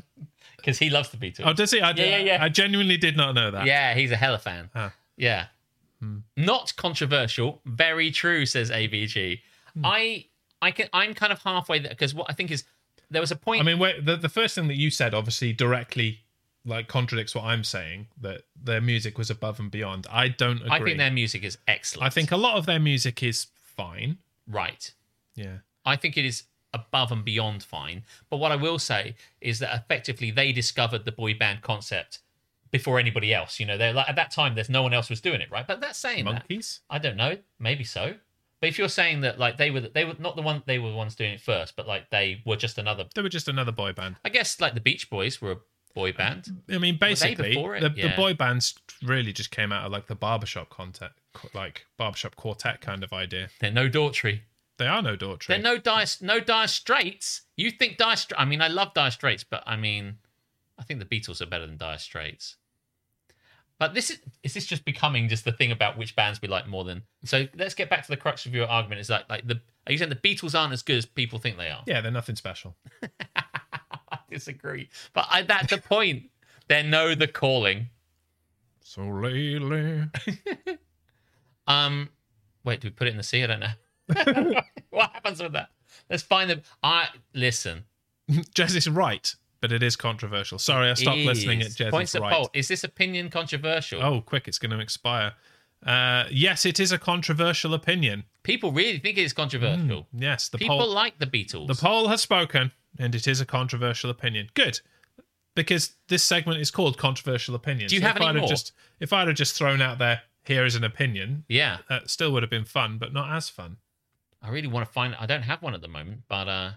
Speaker 1: because he loves the Beatles.
Speaker 3: Oh, does he? I,
Speaker 1: Yeah, yeah, yeah.
Speaker 3: I genuinely did not know that.
Speaker 1: yeah, he's a hella fan.
Speaker 3: Huh.
Speaker 1: Yeah. Not controversial, very true, says ABG. I I can I'm kind of halfway there because what I think is there was a point
Speaker 3: I mean, wait, the, the first thing that you said obviously directly like contradicts what I'm saying that their music was above and beyond. I don't agree.
Speaker 1: I think their music is excellent.
Speaker 3: I think a lot of their music is fine.
Speaker 1: right.
Speaker 3: Yeah.
Speaker 1: I think it is above and beyond fine. But what I will say is that effectively they discovered the boy band concept before anybody else. You know, they're like at that time there's no one else was doing it, right? But that's saying that.
Speaker 3: Monkeys?
Speaker 1: I don't know, maybe so. But if you're saying that like they were they were not the one they were the ones doing it first, but like they were just another
Speaker 3: They were just another boy band.
Speaker 1: I guess like the Beach Boys were a boy band.
Speaker 3: I mean, basically,
Speaker 1: before it?
Speaker 3: the, the
Speaker 1: Yeah.
Speaker 3: boy bands really just came out of like the barbershop content, like barbershop quartet kind of idea.
Speaker 1: They're no Daughtry.
Speaker 3: They are no Daughtry.
Speaker 1: They're no Dire no Dire Straits. You think Dire Straits? I mean, I love Dire Straits, but I mean, I think the Beatles are better than Dire Straits. But this is is this just becoming just the thing about which bands we like more than? So let's get back to the crux of your argument. Is like like the are you saying the Beatles aren't as good as people think they are?
Speaker 3: yeah, they're nothing special.
Speaker 1: I disagree, but I, that's the point. They're no the calling.
Speaker 3: So lately,
Speaker 1: Um, wait, do we put it in the sea? I don't know. what happens with that? Let's find them. I listen.
Speaker 3: Jez is right, but it is controversial. Sorry, I stopped listening at
Speaker 1: Is-
Speaker 3: Jez
Speaker 1: Points
Speaker 3: is
Speaker 1: at
Speaker 3: right.
Speaker 1: poll. Is this opinion controversial?
Speaker 3: Oh, quick, it's going to expire. Uh, yes, it is a controversial opinion.
Speaker 1: People really think it is controversial.
Speaker 3: Yes, Hmm. the
Speaker 1: People
Speaker 3: poll
Speaker 1: like the Beatles.
Speaker 3: the poll has spoken, and it is a controversial opinion. Good, because this segment is called controversial opinion.
Speaker 1: Do you have
Speaker 3: if
Speaker 1: any
Speaker 3: I'd
Speaker 1: more?
Speaker 3: Just, if I'd have just thrown out there, here is an opinion,
Speaker 1: yeah,
Speaker 3: that still would have been fun, but not as fun.
Speaker 1: I really want to find. I don't have one at the moment, but uh,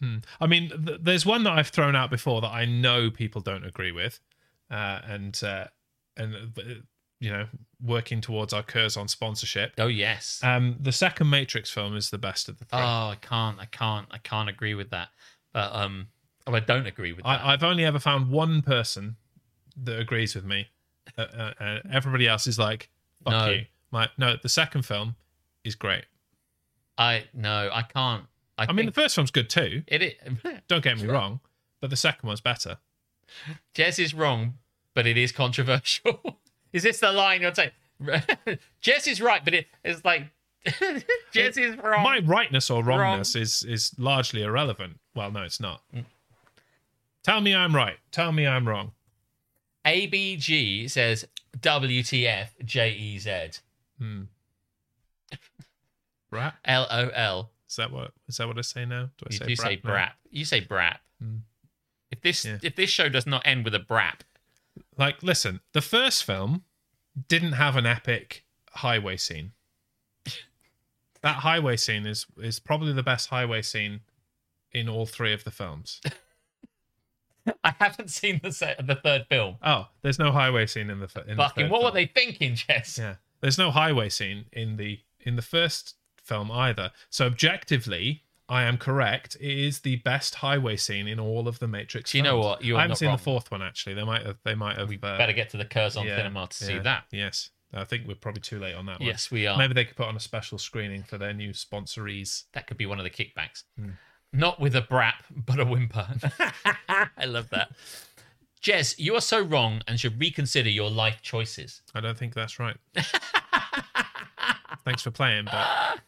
Speaker 3: Hmm. I mean, th- there's one that I've thrown out before that I know people don't agree with, uh, and uh, and uh, you know, working towards our Curzon sponsorship.
Speaker 1: oh yes.
Speaker 3: Um, the second Matrix film is the best of the three.
Speaker 1: oh, I can't. I can't. I can't agree with that. But um, oh, I don't agree with that.
Speaker 3: I, I've only ever found one person that agrees with me. Uh, uh, uh, everybody else is like, "Fuck
Speaker 1: No.
Speaker 3: you." My no, the second film is great.
Speaker 1: I, no, I can't. I,
Speaker 3: I, mean, the
Speaker 1: think
Speaker 3: first film's good too.
Speaker 1: it is.
Speaker 3: Don't get me wrong, but the second one's better.
Speaker 1: Jez is wrong, but it is controversial. is this the line you're saying? Jez is right, but it is like Jez is wrong.
Speaker 3: My rightness or wrongness is is largely irrelevant. Well, no, it's not.
Speaker 1: Mm.
Speaker 3: Tell me I'm right. Tell me I'm wrong.
Speaker 1: ABG says WTF JEZ.
Speaker 3: Brat?
Speaker 1: LOL.
Speaker 3: Is that what is that what I say now? Do I
Speaker 1: You
Speaker 3: say
Speaker 1: do
Speaker 3: brat?
Speaker 1: say
Speaker 3: now?
Speaker 1: brap. You say brap. If this
Speaker 3: Yeah.
Speaker 1: if this show does not end with a brap,
Speaker 3: Like, listen, the first film didn't have an epic highway scene. that highway scene is is probably the best highway scene in all three of the films.
Speaker 1: I haven't seen the se- the third film.
Speaker 3: Oh, there's no highway scene in the fir- in the
Speaker 1: Fucking
Speaker 3: third
Speaker 1: what were
Speaker 3: film.
Speaker 1: they thinking, Jess?
Speaker 3: Yeah, there's no highway scene in the in the first film either. So objectively, I am correct. It is the best highway scene in all of the Matrix.
Speaker 1: Do you know
Speaker 3: films.
Speaker 1: what? You are
Speaker 3: I haven't
Speaker 1: not
Speaker 3: seen
Speaker 1: wrong.
Speaker 3: the fourth one actually. They might have. They might have. We
Speaker 1: Better get to the Curzon Cinema to see that.
Speaker 3: Yes, I think we're probably too late on that one.
Speaker 1: Yes, we are.
Speaker 3: Maybe they could put on a special screening for their new sponsorees.
Speaker 1: That could be one of the kickbacks.
Speaker 3: Hmm.
Speaker 1: Not with a brap, but a whimper. I love that. Jez, you are so wrong and should reconsider your life choices.
Speaker 3: I don't think that's right. Thanks for playing, but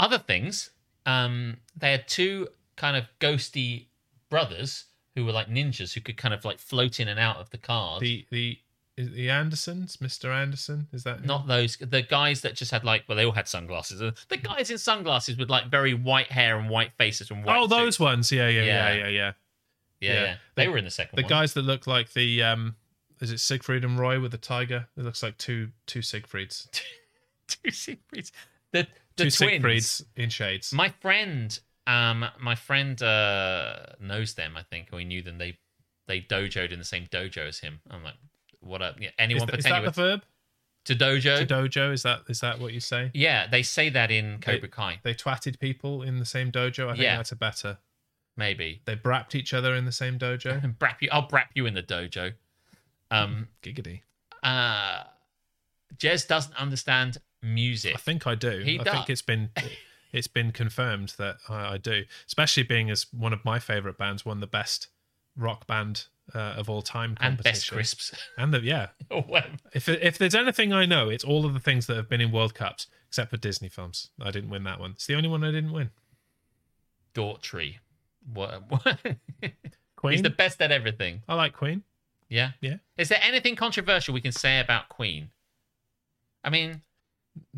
Speaker 1: Other things, um, they had two kind of ghosty brothers who were like ninjas who could kind of like float in and out of the cars.
Speaker 3: the the is the Andersons, Mr. Anderson, is that
Speaker 1: Not those, the guys that just had like, well, they all had sunglasses. Uh, The guys in sunglasses with like very white hair and white faces and white.
Speaker 3: Oh, those
Speaker 1: suits.
Speaker 3: ones. Yeah, yeah, yeah,
Speaker 1: Yeah.
Speaker 3: yeah, yeah.
Speaker 1: Yeah,
Speaker 3: yeah.
Speaker 1: yeah. They
Speaker 3: The-
Speaker 1: were in the second
Speaker 3: The
Speaker 1: one.
Speaker 3: guys that look like the um is it Siegfried and Roy with the tiger? It looks like two two Siegfrieds.
Speaker 1: two Siegfrieds. The, the
Speaker 3: two
Speaker 1: twins.
Speaker 3: Siegfrieds in shades.
Speaker 1: My friend, um, my friend uh, knows them. I think, or he knew them. They they dojoed in the same dojo as him. I'm like, what up? Yeah,
Speaker 3: is,
Speaker 1: anyone
Speaker 3: that, is
Speaker 1: pretending
Speaker 3: that the
Speaker 1: with?
Speaker 3: verb?
Speaker 1: to dojo.
Speaker 3: To dojo, is that is that what you say?
Speaker 1: yeah, they say that in Cobra Kai.
Speaker 3: They twatted people in the same dojo. I think
Speaker 1: Yeah.
Speaker 3: that's a better.
Speaker 1: Maybe.
Speaker 3: They brapped each other in the same dojo.
Speaker 1: And brap you. I'll brap you in the dojo. Um.
Speaker 3: Giggity.
Speaker 1: Uh. Jez doesn't understand music.
Speaker 3: I think I do.
Speaker 1: He
Speaker 3: I
Speaker 1: does.
Speaker 3: think it's been it's been confirmed that I, I do. Especially being as one of my favorite bands won the best rock band uh, of all time competition.
Speaker 1: and best crisps.
Speaker 3: And the, yeah,
Speaker 1: Or whatever.
Speaker 3: if if there's anything I know, it's all of the things that have been in World Cups except for Disney films. I didn't win that one. It's the only one I didn't win.
Speaker 1: Daughtry. What? what? He's
Speaker 3: Queen.
Speaker 1: the best at everything.
Speaker 3: I like Queen.
Speaker 1: Yeah.
Speaker 3: Yeah.
Speaker 1: Is there anything controversial we can say about Queen? I mean,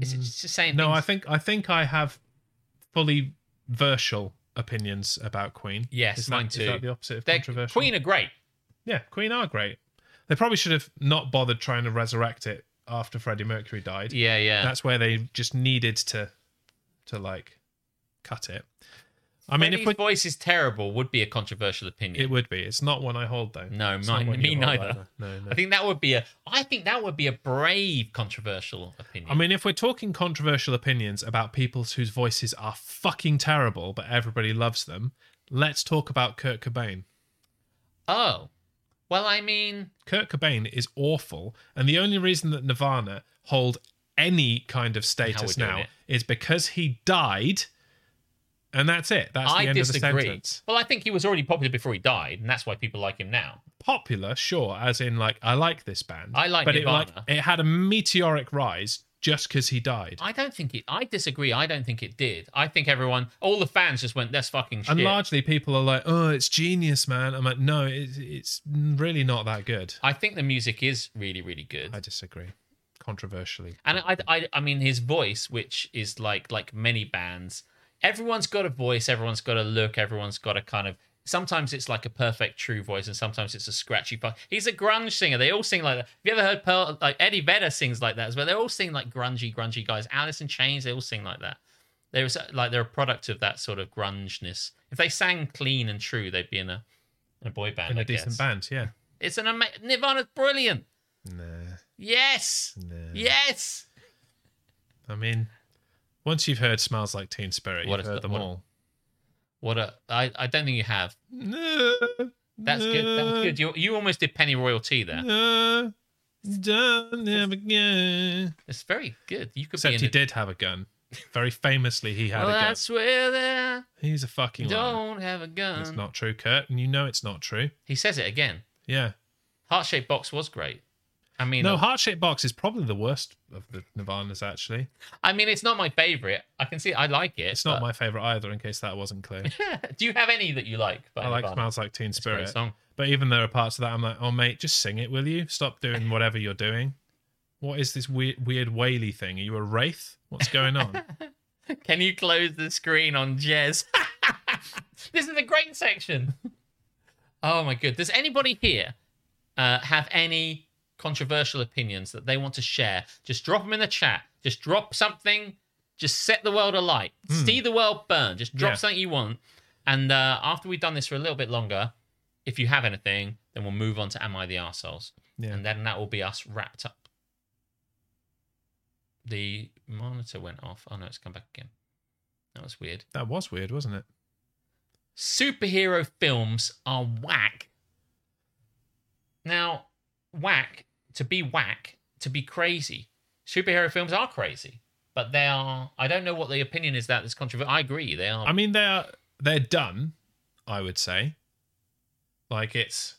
Speaker 1: is it just saying?
Speaker 3: Mm. No,
Speaker 1: things-
Speaker 3: I think I think I have fully versal opinions about Queen.
Speaker 1: Yes,
Speaker 3: is
Speaker 1: mine
Speaker 3: that, is
Speaker 1: too.
Speaker 3: that the opposite of
Speaker 1: They're-
Speaker 3: controversial?
Speaker 1: Queen are great.
Speaker 3: Yeah, Queen are great. They probably should have not bothered trying to resurrect it after Freddie Mercury died.
Speaker 1: Yeah, yeah.
Speaker 3: That's where they just needed to to like cut it. I mean, if
Speaker 1: Freddie's
Speaker 3: we,
Speaker 1: voice is terrible, would be a controversial opinion.
Speaker 3: it would be. It's not one I hold though.
Speaker 1: No,
Speaker 3: It's not
Speaker 1: mine-
Speaker 3: one
Speaker 1: me
Speaker 3: you hold
Speaker 1: neither.
Speaker 3: either. No, no.
Speaker 1: I think that would be a. I think that would be a brave controversial opinion.
Speaker 3: I mean, if we're talking controversial opinions about people whose voices are fucking terrible, but everybody loves them, let's talk about Kurt Cobain.
Speaker 1: oh, well, I mean,
Speaker 3: Kurt Cobain is awful, and the only reason that Nirvana hold any kind of status
Speaker 1: doing
Speaker 3: now
Speaker 1: it.
Speaker 3: is because he died, and that's it. That's the
Speaker 1: I
Speaker 3: end of the
Speaker 1: disagree.
Speaker 3: sentence.
Speaker 1: Well, I think he was already popular before he died, and that's why people like him now.
Speaker 3: Popular, sure, as in like I like this band.
Speaker 1: I like
Speaker 3: but it
Speaker 1: Nirvana.
Speaker 3: it had a meteoric rise just because he died.
Speaker 1: I don't think it. I disagree. I don't think it did. I think everyone, all the fans, just went, "That's fucking shit."
Speaker 3: and largely people are like, "Oh, it's genius, man." I'm like, "No, it's, it's really not that good."
Speaker 1: I think the music is really, really good.
Speaker 3: I disagree, controversially.
Speaker 1: and I, I, I mean, his voice, which is like like many bands, everyone's got a voice, everyone's got a look, everyone's got a kind of. Sometimes it's like a perfect true voice, and sometimes it's a scratchy part. He's a grunge singer. They all sing like that. Have you ever heard Pearl? Like Eddie Vedder sings like that as well. They all sing like grungy, grungy guys. Alice in Chains. They all sing like that. There's like they're a product of that sort of grungeness. If they sang clean and true, they'd be in a in a boy band.
Speaker 3: In
Speaker 1: I
Speaker 3: a decent
Speaker 1: guess.
Speaker 3: band, yeah.
Speaker 1: It's an ama- Nirvana's brilliant.
Speaker 3: Nah,
Speaker 1: Yes.
Speaker 3: nah.
Speaker 1: Yes.
Speaker 3: I mean, once you've heard "Smells Like Teen Spirit,"
Speaker 1: What
Speaker 3: you've
Speaker 1: is
Speaker 3: heard
Speaker 1: the-
Speaker 3: them
Speaker 1: what-
Speaker 3: all.
Speaker 1: What a I, I don't think you have.
Speaker 3: Nah,
Speaker 1: That's good. That was good. You you almost did penny royalty there.
Speaker 3: nah, done it again.
Speaker 1: It's very good. You could
Speaker 3: Except
Speaker 1: be
Speaker 3: he
Speaker 1: in
Speaker 3: did have a gun. Very famously, he
Speaker 1: a,
Speaker 3: had
Speaker 1: well,
Speaker 3: a
Speaker 1: I
Speaker 3: gun.
Speaker 1: swear that
Speaker 3: He's a
Speaker 1: I
Speaker 3: fucking liar.
Speaker 1: don't have a gun.
Speaker 3: It's not true, Kurt, and you know it's not true.
Speaker 1: He says it again.
Speaker 3: Yeah.
Speaker 1: Heart shaped box was great. I mean, uh,
Speaker 3: No, heart shaped box is probably the worst of the Nirvana's. Actually,
Speaker 1: I mean, it's not my favorite. I can see I like it.
Speaker 3: it's not my favorite either. In case that wasn't clear,
Speaker 1: my. Do you have any that you like? by
Speaker 3: I like
Speaker 1: Nirvana?
Speaker 3: "Smells Like Teen
Speaker 1: It's a great
Speaker 3: Spirit,"
Speaker 1: song.
Speaker 3: but even there are parts of that I'm like, "Oh, mate, just sing it, will you? Stop doing whatever you're doing. What is this weird, weird whaley thing? Are you a wraith? What's going on?"
Speaker 1: Can you close the screen on Jez? this is the great section. Oh my good. Does anybody here uh, have any controversial opinions that they want to share? Just drop them in the chat. Just drop something. Just set the world alight. See the world burn. Just drop
Speaker 3: Hmm. Yeah.
Speaker 1: something you want. And uh, after we've done this for a little bit longer, if you have anything, then we'll move on to Am I the Arseholes?
Speaker 3: Yeah.
Speaker 1: And then that will be us wrapped up. The monitor went off. Oh no, it's come back again. That was weird.
Speaker 3: That was weird, wasn't it?
Speaker 1: Superhero films are whack. Now, whack, to be whack, to be crazy. Superhero films are crazy, but they are. I don't know what the opinion is that is controversial. I agree. They are.
Speaker 3: I mean, they're they're done. I would say, like it's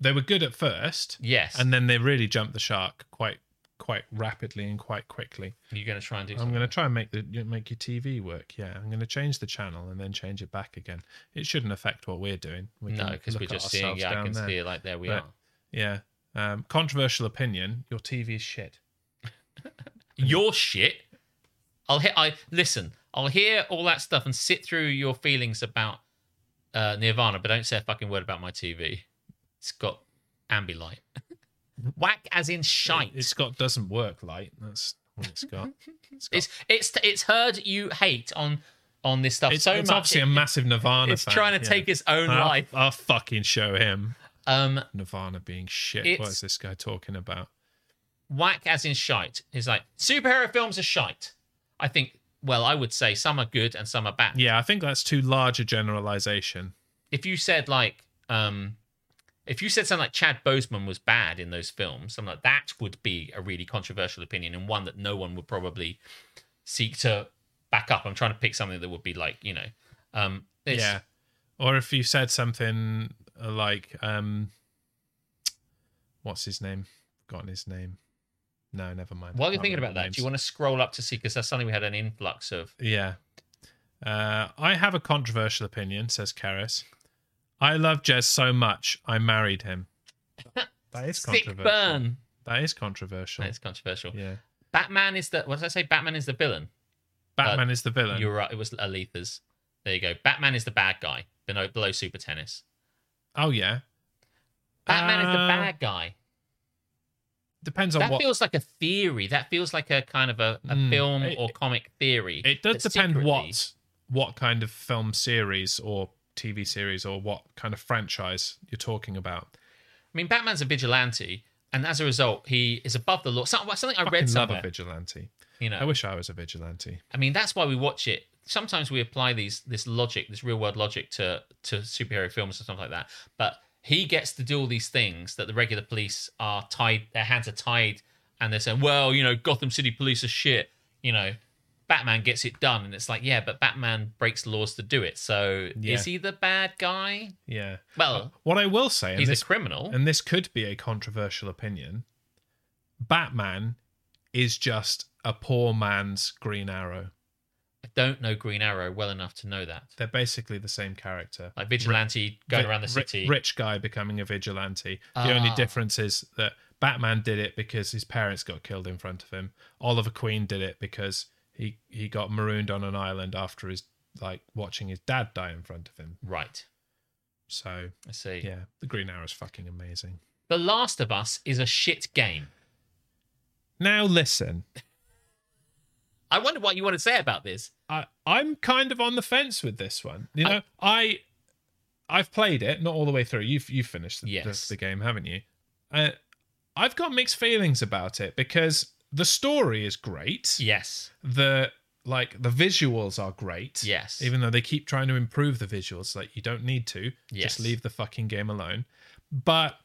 Speaker 3: they were good at first,
Speaker 1: yes.
Speaker 3: and then they really jumped the shark quite quite rapidly and quite quickly.
Speaker 1: you're going to try and do
Speaker 3: I'm
Speaker 1: something.
Speaker 3: going to try and make the you- make your TV work. Yeah, I'm going to change the channel and then change it back again. It shouldn't affect what we're doing. We
Speaker 1: no,
Speaker 3: can
Speaker 1: because we're
Speaker 3: look at
Speaker 1: just seeing.
Speaker 3: ourselves
Speaker 1: Yeah, I
Speaker 3: down
Speaker 1: can
Speaker 3: there.
Speaker 1: see it like there we
Speaker 3: But-
Speaker 1: are.
Speaker 3: Yeah. Um, controversial opinion. Your TV is shit.
Speaker 1: your shit. I'll hear. I listen. I'll hear all that stuff and sit through your feelings about uh, Nirvana, but don't say a fucking word about my TV. It's got ambilight. Whack as in shite.
Speaker 3: It's got doesn't work light. That's what it's got. It's, got,
Speaker 1: It's it's it's heard you hate on on this stuff
Speaker 3: it's,
Speaker 1: so
Speaker 3: it's
Speaker 1: much.
Speaker 3: obviously
Speaker 1: It-
Speaker 3: a massive Nirvana.
Speaker 1: it's
Speaker 3: fan,
Speaker 1: trying to
Speaker 3: yeah.
Speaker 1: take its own
Speaker 3: I'll-
Speaker 1: life.
Speaker 3: I'll fucking show him
Speaker 1: Um,
Speaker 3: Nirvana being shit.
Speaker 1: It's-
Speaker 3: what is this guy talking about?
Speaker 1: whack as in shite. He's like, superhero films are shite. I think, well, I would say some are good and some are bad.
Speaker 3: Yeah, I think that's too large a generalization.
Speaker 1: If you said like, um, if you said something like Chad Boseman was bad in those films, something like that would be a really controversial opinion and one that no one would probably seek to back up. I'm trying to pick something that would be like, you know, um, it's,
Speaker 3: Yeah. Or if you said something uh, like, um, what's his name? Forgotten his name. No, never mind.
Speaker 1: While you're thinking about that, do you want to scroll up to see? Because suddenly we had an influx of.
Speaker 3: to? Yeah. Uh, I have a controversial opinion, says Karis. I love Jez so much, I married him. That is
Speaker 1: Sick
Speaker 3: controversial.
Speaker 1: burn.
Speaker 3: That is controversial.
Speaker 1: That's controversial.
Speaker 3: yeah.
Speaker 1: Batman is the. What did I say? Batman is the villain.
Speaker 3: Batman is the villain.
Speaker 1: You were right. It was Aletha's. There you go. Batman is the bad guy. Below, below Super Tennis.
Speaker 3: Oh, yeah.
Speaker 1: Batman is the
Speaker 3: Uh,
Speaker 1: bad guy.
Speaker 3: Depends on
Speaker 1: That
Speaker 3: what.
Speaker 1: feels like a theory. That feels like a kind of a, a
Speaker 3: Mm.
Speaker 1: film
Speaker 3: It-
Speaker 1: or comic theory.
Speaker 3: It does
Speaker 1: that
Speaker 3: depend
Speaker 1: secretly-
Speaker 3: what what kind of film series or TV series or what kind of franchise you're talking about.
Speaker 1: I mean, Batman's a vigilante, and as a result, he is above the law. Some, something I
Speaker 3: I
Speaker 1: read
Speaker 3: fucking love
Speaker 1: somewhere.
Speaker 3: a vigilante.
Speaker 1: You know,
Speaker 3: I wish I was a vigilante.
Speaker 1: I mean, that's why we watch it. Sometimes we apply these this logic, this real world logic to to superhero films and stuff like that. But he gets to do all these things that the regular police are tied, their hands are tied, and they're saying, "Well, you know, Gotham City police are shit." You know, Batman gets it done, and it's like, yeah, but Batman breaks laws to do it. So
Speaker 3: Yeah.
Speaker 1: is he the bad guy?
Speaker 3: Yeah.
Speaker 1: Well,
Speaker 3: What I will say, and
Speaker 1: he's
Speaker 3: this,
Speaker 1: a criminal.
Speaker 3: and this could be a controversial opinion, Batman is just a poor man's Green Arrow.
Speaker 1: I don't know Green Arrow well enough to know that.
Speaker 3: They're basically the same character.
Speaker 1: Like vigilante going
Speaker 3: Ri-
Speaker 1: around the
Speaker 3: ri-
Speaker 1: city.
Speaker 3: Rich guy becoming a vigilante. The only
Speaker 1: Ah.
Speaker 3: difference is that Batman did it because his parents got killed in front of him. Oliver Queen did it because he he got marooned on an island after his like watching his dad die in front of him.
Speaker 1: Right.
Speaker 3: So
Speaker 1: I see.
Speaker 3: yeah, the Green Arrow's fucking amazing.
Speaker 1: The Last of Us is a shit game.
Speaker 3: Now listen,
Speaker 1: I wonder what you want to say about this.
Speaker 3: I I'm kind of on the fence with this one. You know, I, I have played it not all the way through. You've you have finished the,
Speaker 1: Yes.
Speaker 3: the, the game, haven't you? Uh, I've got mixed feelings about it because the story is great.
Speaker 1: Yes.
Speaker 3: The like the visuals are great.
Speaker 1: Yes.
Speaker 3: Even though they keep trying to improve the visuals, like you don't need to.
Speaker 1: Yes.
Speaker 3: Just leave the fucking game alone. But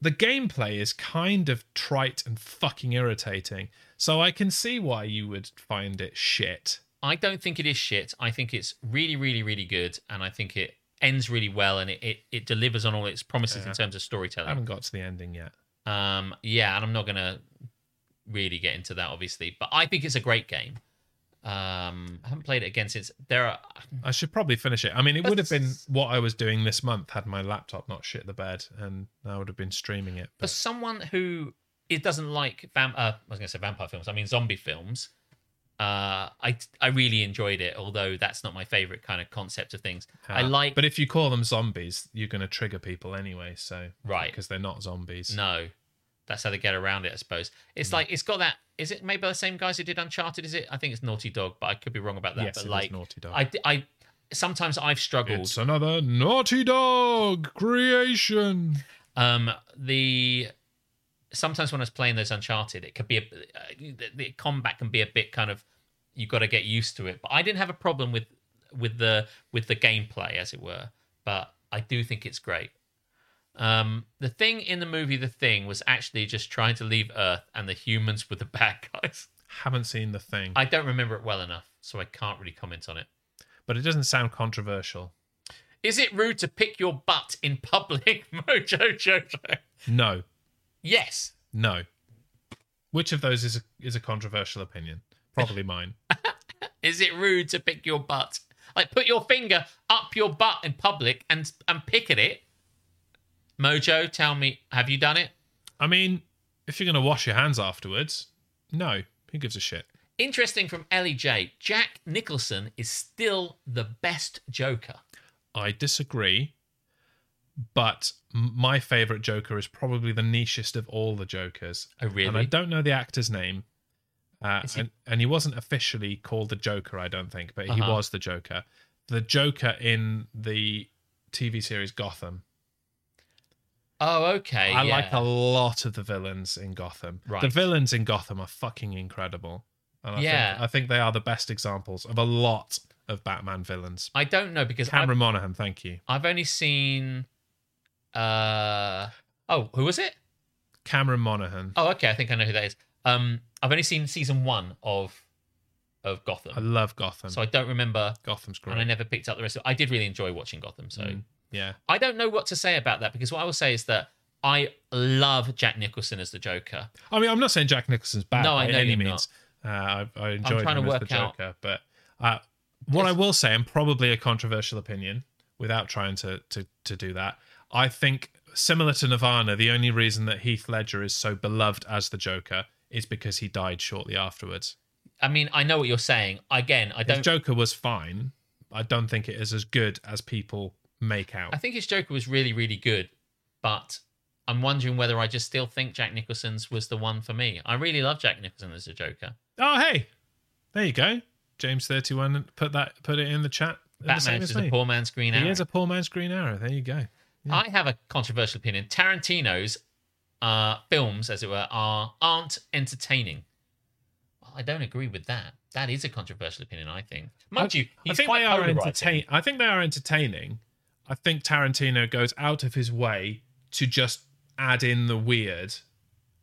Speaker 3: the gameplay is kind of trite and fucking irritating. So I can see why you would find it shit.
Speaker 1: I don't think it is shit. I think it's really, really, really good, and I think it ends really well, and it it, it delivers on all its promises in terms of
Speaker 3: I
Speaker 1: storytelling.
Speaker 3: haven't got to the ending yet.
Speaker 1: Um, yeah, and I'm not gonna really get into that, obviously, but I think it's a great game. Um, I haven't played it again since. There are
Speaker 3: I should probably finish it. I mean, it would have been what I was doing this month had my laptop not shit the bed, and I would have been streaming it.
Speaker 1: for
Speaker 3: But
Speaker 1: someone who it doesn't like vamp. Uh, I was gonna say vampire films. I mean zombie films. Uh, I I really enjoyed it, although that's not my favorite kind of concept of things. I
Speaker 3: uh,
Speaker 1: like
Speaker 3: But if you call them zombies, you're going to trigger people anyway. So
Speaker 1: Right.
Speaker 3: because they're not zombies.
Speaker 1: No, that's how they get around it, I suppose. It's
Speaker 3: Mm.
Speaker 1: like it's got that. Is it maybe the same guys who did Uncharted? Is it? I think it's Naughty Dog, but I could be wrong about that.
Speaker 3: Yes,
Speaker 1: but
Speaker 3: it is
Speaker 1: like
Speaker 3: Naughty Dog.
Speaker 1: I, I sometimes I've struggled.
Speaker 3: It's another Naughty Dog creation.
Speaker 1: Um, the sometimes when I was playing those Uncharted, it could be a uh, the, the combat can be a bit kind of you've got to get used to it. But I didn't have a problem with with the with the gameplay, as it were. But I do think it's great. Um, the thing in the movie, the thing was actually just trying to leave Earth, and the humans were the bad guys.
Speaker 3: Haven't seen the thing,
Speaker 1: I don't remember it well enough, so I can't really comment on it.
Speaker 3: but it doesn't sound controversial.
Speaker 1: Is it rude to pick your butt in public, Mojo Jojo?
Speaker 3: No,
Speaker 1: Yes.
Speaker 3: no. Which of those is a, is a controversial opinion? Probably mine.
Speaker 1: Is it rude to pick your butt? Like, put your finger up your butt in public and and pick at it. Mojo, tell me, have you done it?
Speaker 3: I mean, if you're going to wash your hands afterwards, no. Who gives a shit?
Speaker 1: Interesting from Ellie J. Jack Nicholson is still the best Joker.
Speaker 3: I disagree, but m- my favorite Joker is probably the nichest of all the Jokers.
Speaker 1: Oh, really?
Speaker 3: And I don't know the actor's name. Uh,
Speaker 1: Is he-
Speaker 3: and, and he wasn't officially called the Joker, I don't think, but he
Speaker 1: Uh-huh.
Speaker 3: was the Joker. The Joker in the TV series Gotham.
Speaker 1: Oh, okay.
Speaker 3: I
Speaker 1: yeah.
Speaker 3: like a lot of the villains in Gotham. The
Speaker 1: Right.
Speaker 3: villains in Gotham are fucking incredible. And I
Speaker 1: Yeah.
Speaker 3: think I think they are the best examples of a lot of Batman villains.
Speaker 1: I don't know because I've,
Speaker 3: Cameron Monaghan, thank you.
Speaker 1: I've only seen. Uh oh, who was it?
Speaker 3: Cameron Monaghan.
Speaker 1: Oh, okay. I think I know who that is. Um, I've only seen season one of of
Speaker 3: I
Speaker 1: Gotham,
Speaker 3: love Gotham.
Speaker 1: so I don't remember,
Speaker 3: Gotham's great.
Speaker 1: and I never picked up the rest of. I did really enjoy watching Gotham, so
Speaker 3: Mm. yeah.
Speaker 1: I don't know what to say about that because what I will say is that I love Jack Nicholson as the Joker.
Speaker 3: I mean, I'm not saying Jack Nicholson's bad
Speaker 1: No, I
Speaker 3: by
Speaker 1: know
Speaker 3: any
Speaker 1: you're
Speaker 3: means. Uh, I, I enjoyed
Speaker 1: trying to
Speaker 3: him as the
Speaker 1: work out-
Speaker 3: Joker, but uh, what I
Speaker 1: It's-
Speaker 3: will say, and probably a controversial opinion, without trying to to to do that, I think similar to Nirvana, the only reason that Heath Ledger is so beloved as the Joker is because he died shortly afterwards.
Speaker 1: I mean, I know what you're saying. Again, I
Speaker 3: The
Speaker 1: don't.
Speaker 3: Joker was fine. I don't think it is as good as people make out.
Speaker 1: I think his Joker was really, really good, but I'm wondering whether I just still think Jack Nicholson's was the one for me. I really love Jack Nicholson as a Joker.
Speaker 3: oh, hey, there you go. James thirty one put that put it in the chat. The same
Speaker 1: Batman
Speaker 3: as
Speaker 1: is a
Speaker 3: me.
Speaker 1: poor man's green
Speaker 3: He
Speaker 1: arrow.
Speaker 3: is a poor man's Green Arrow. There you go.
Speaker 1: I have a controversial opinion. Tarantino's uh, films, as it were, are aren't entertaining. Well, I don't agree with that. That is a controversial opinion, I think. Mind you, he's
Speaker 3: I think
Speaker 1: quite
Speaker 3: they are
Speaker 1: polarizing.
Speaker 3: entertain. I think they are entertaining. I think Tarantino goes out of his way to just add in the weird,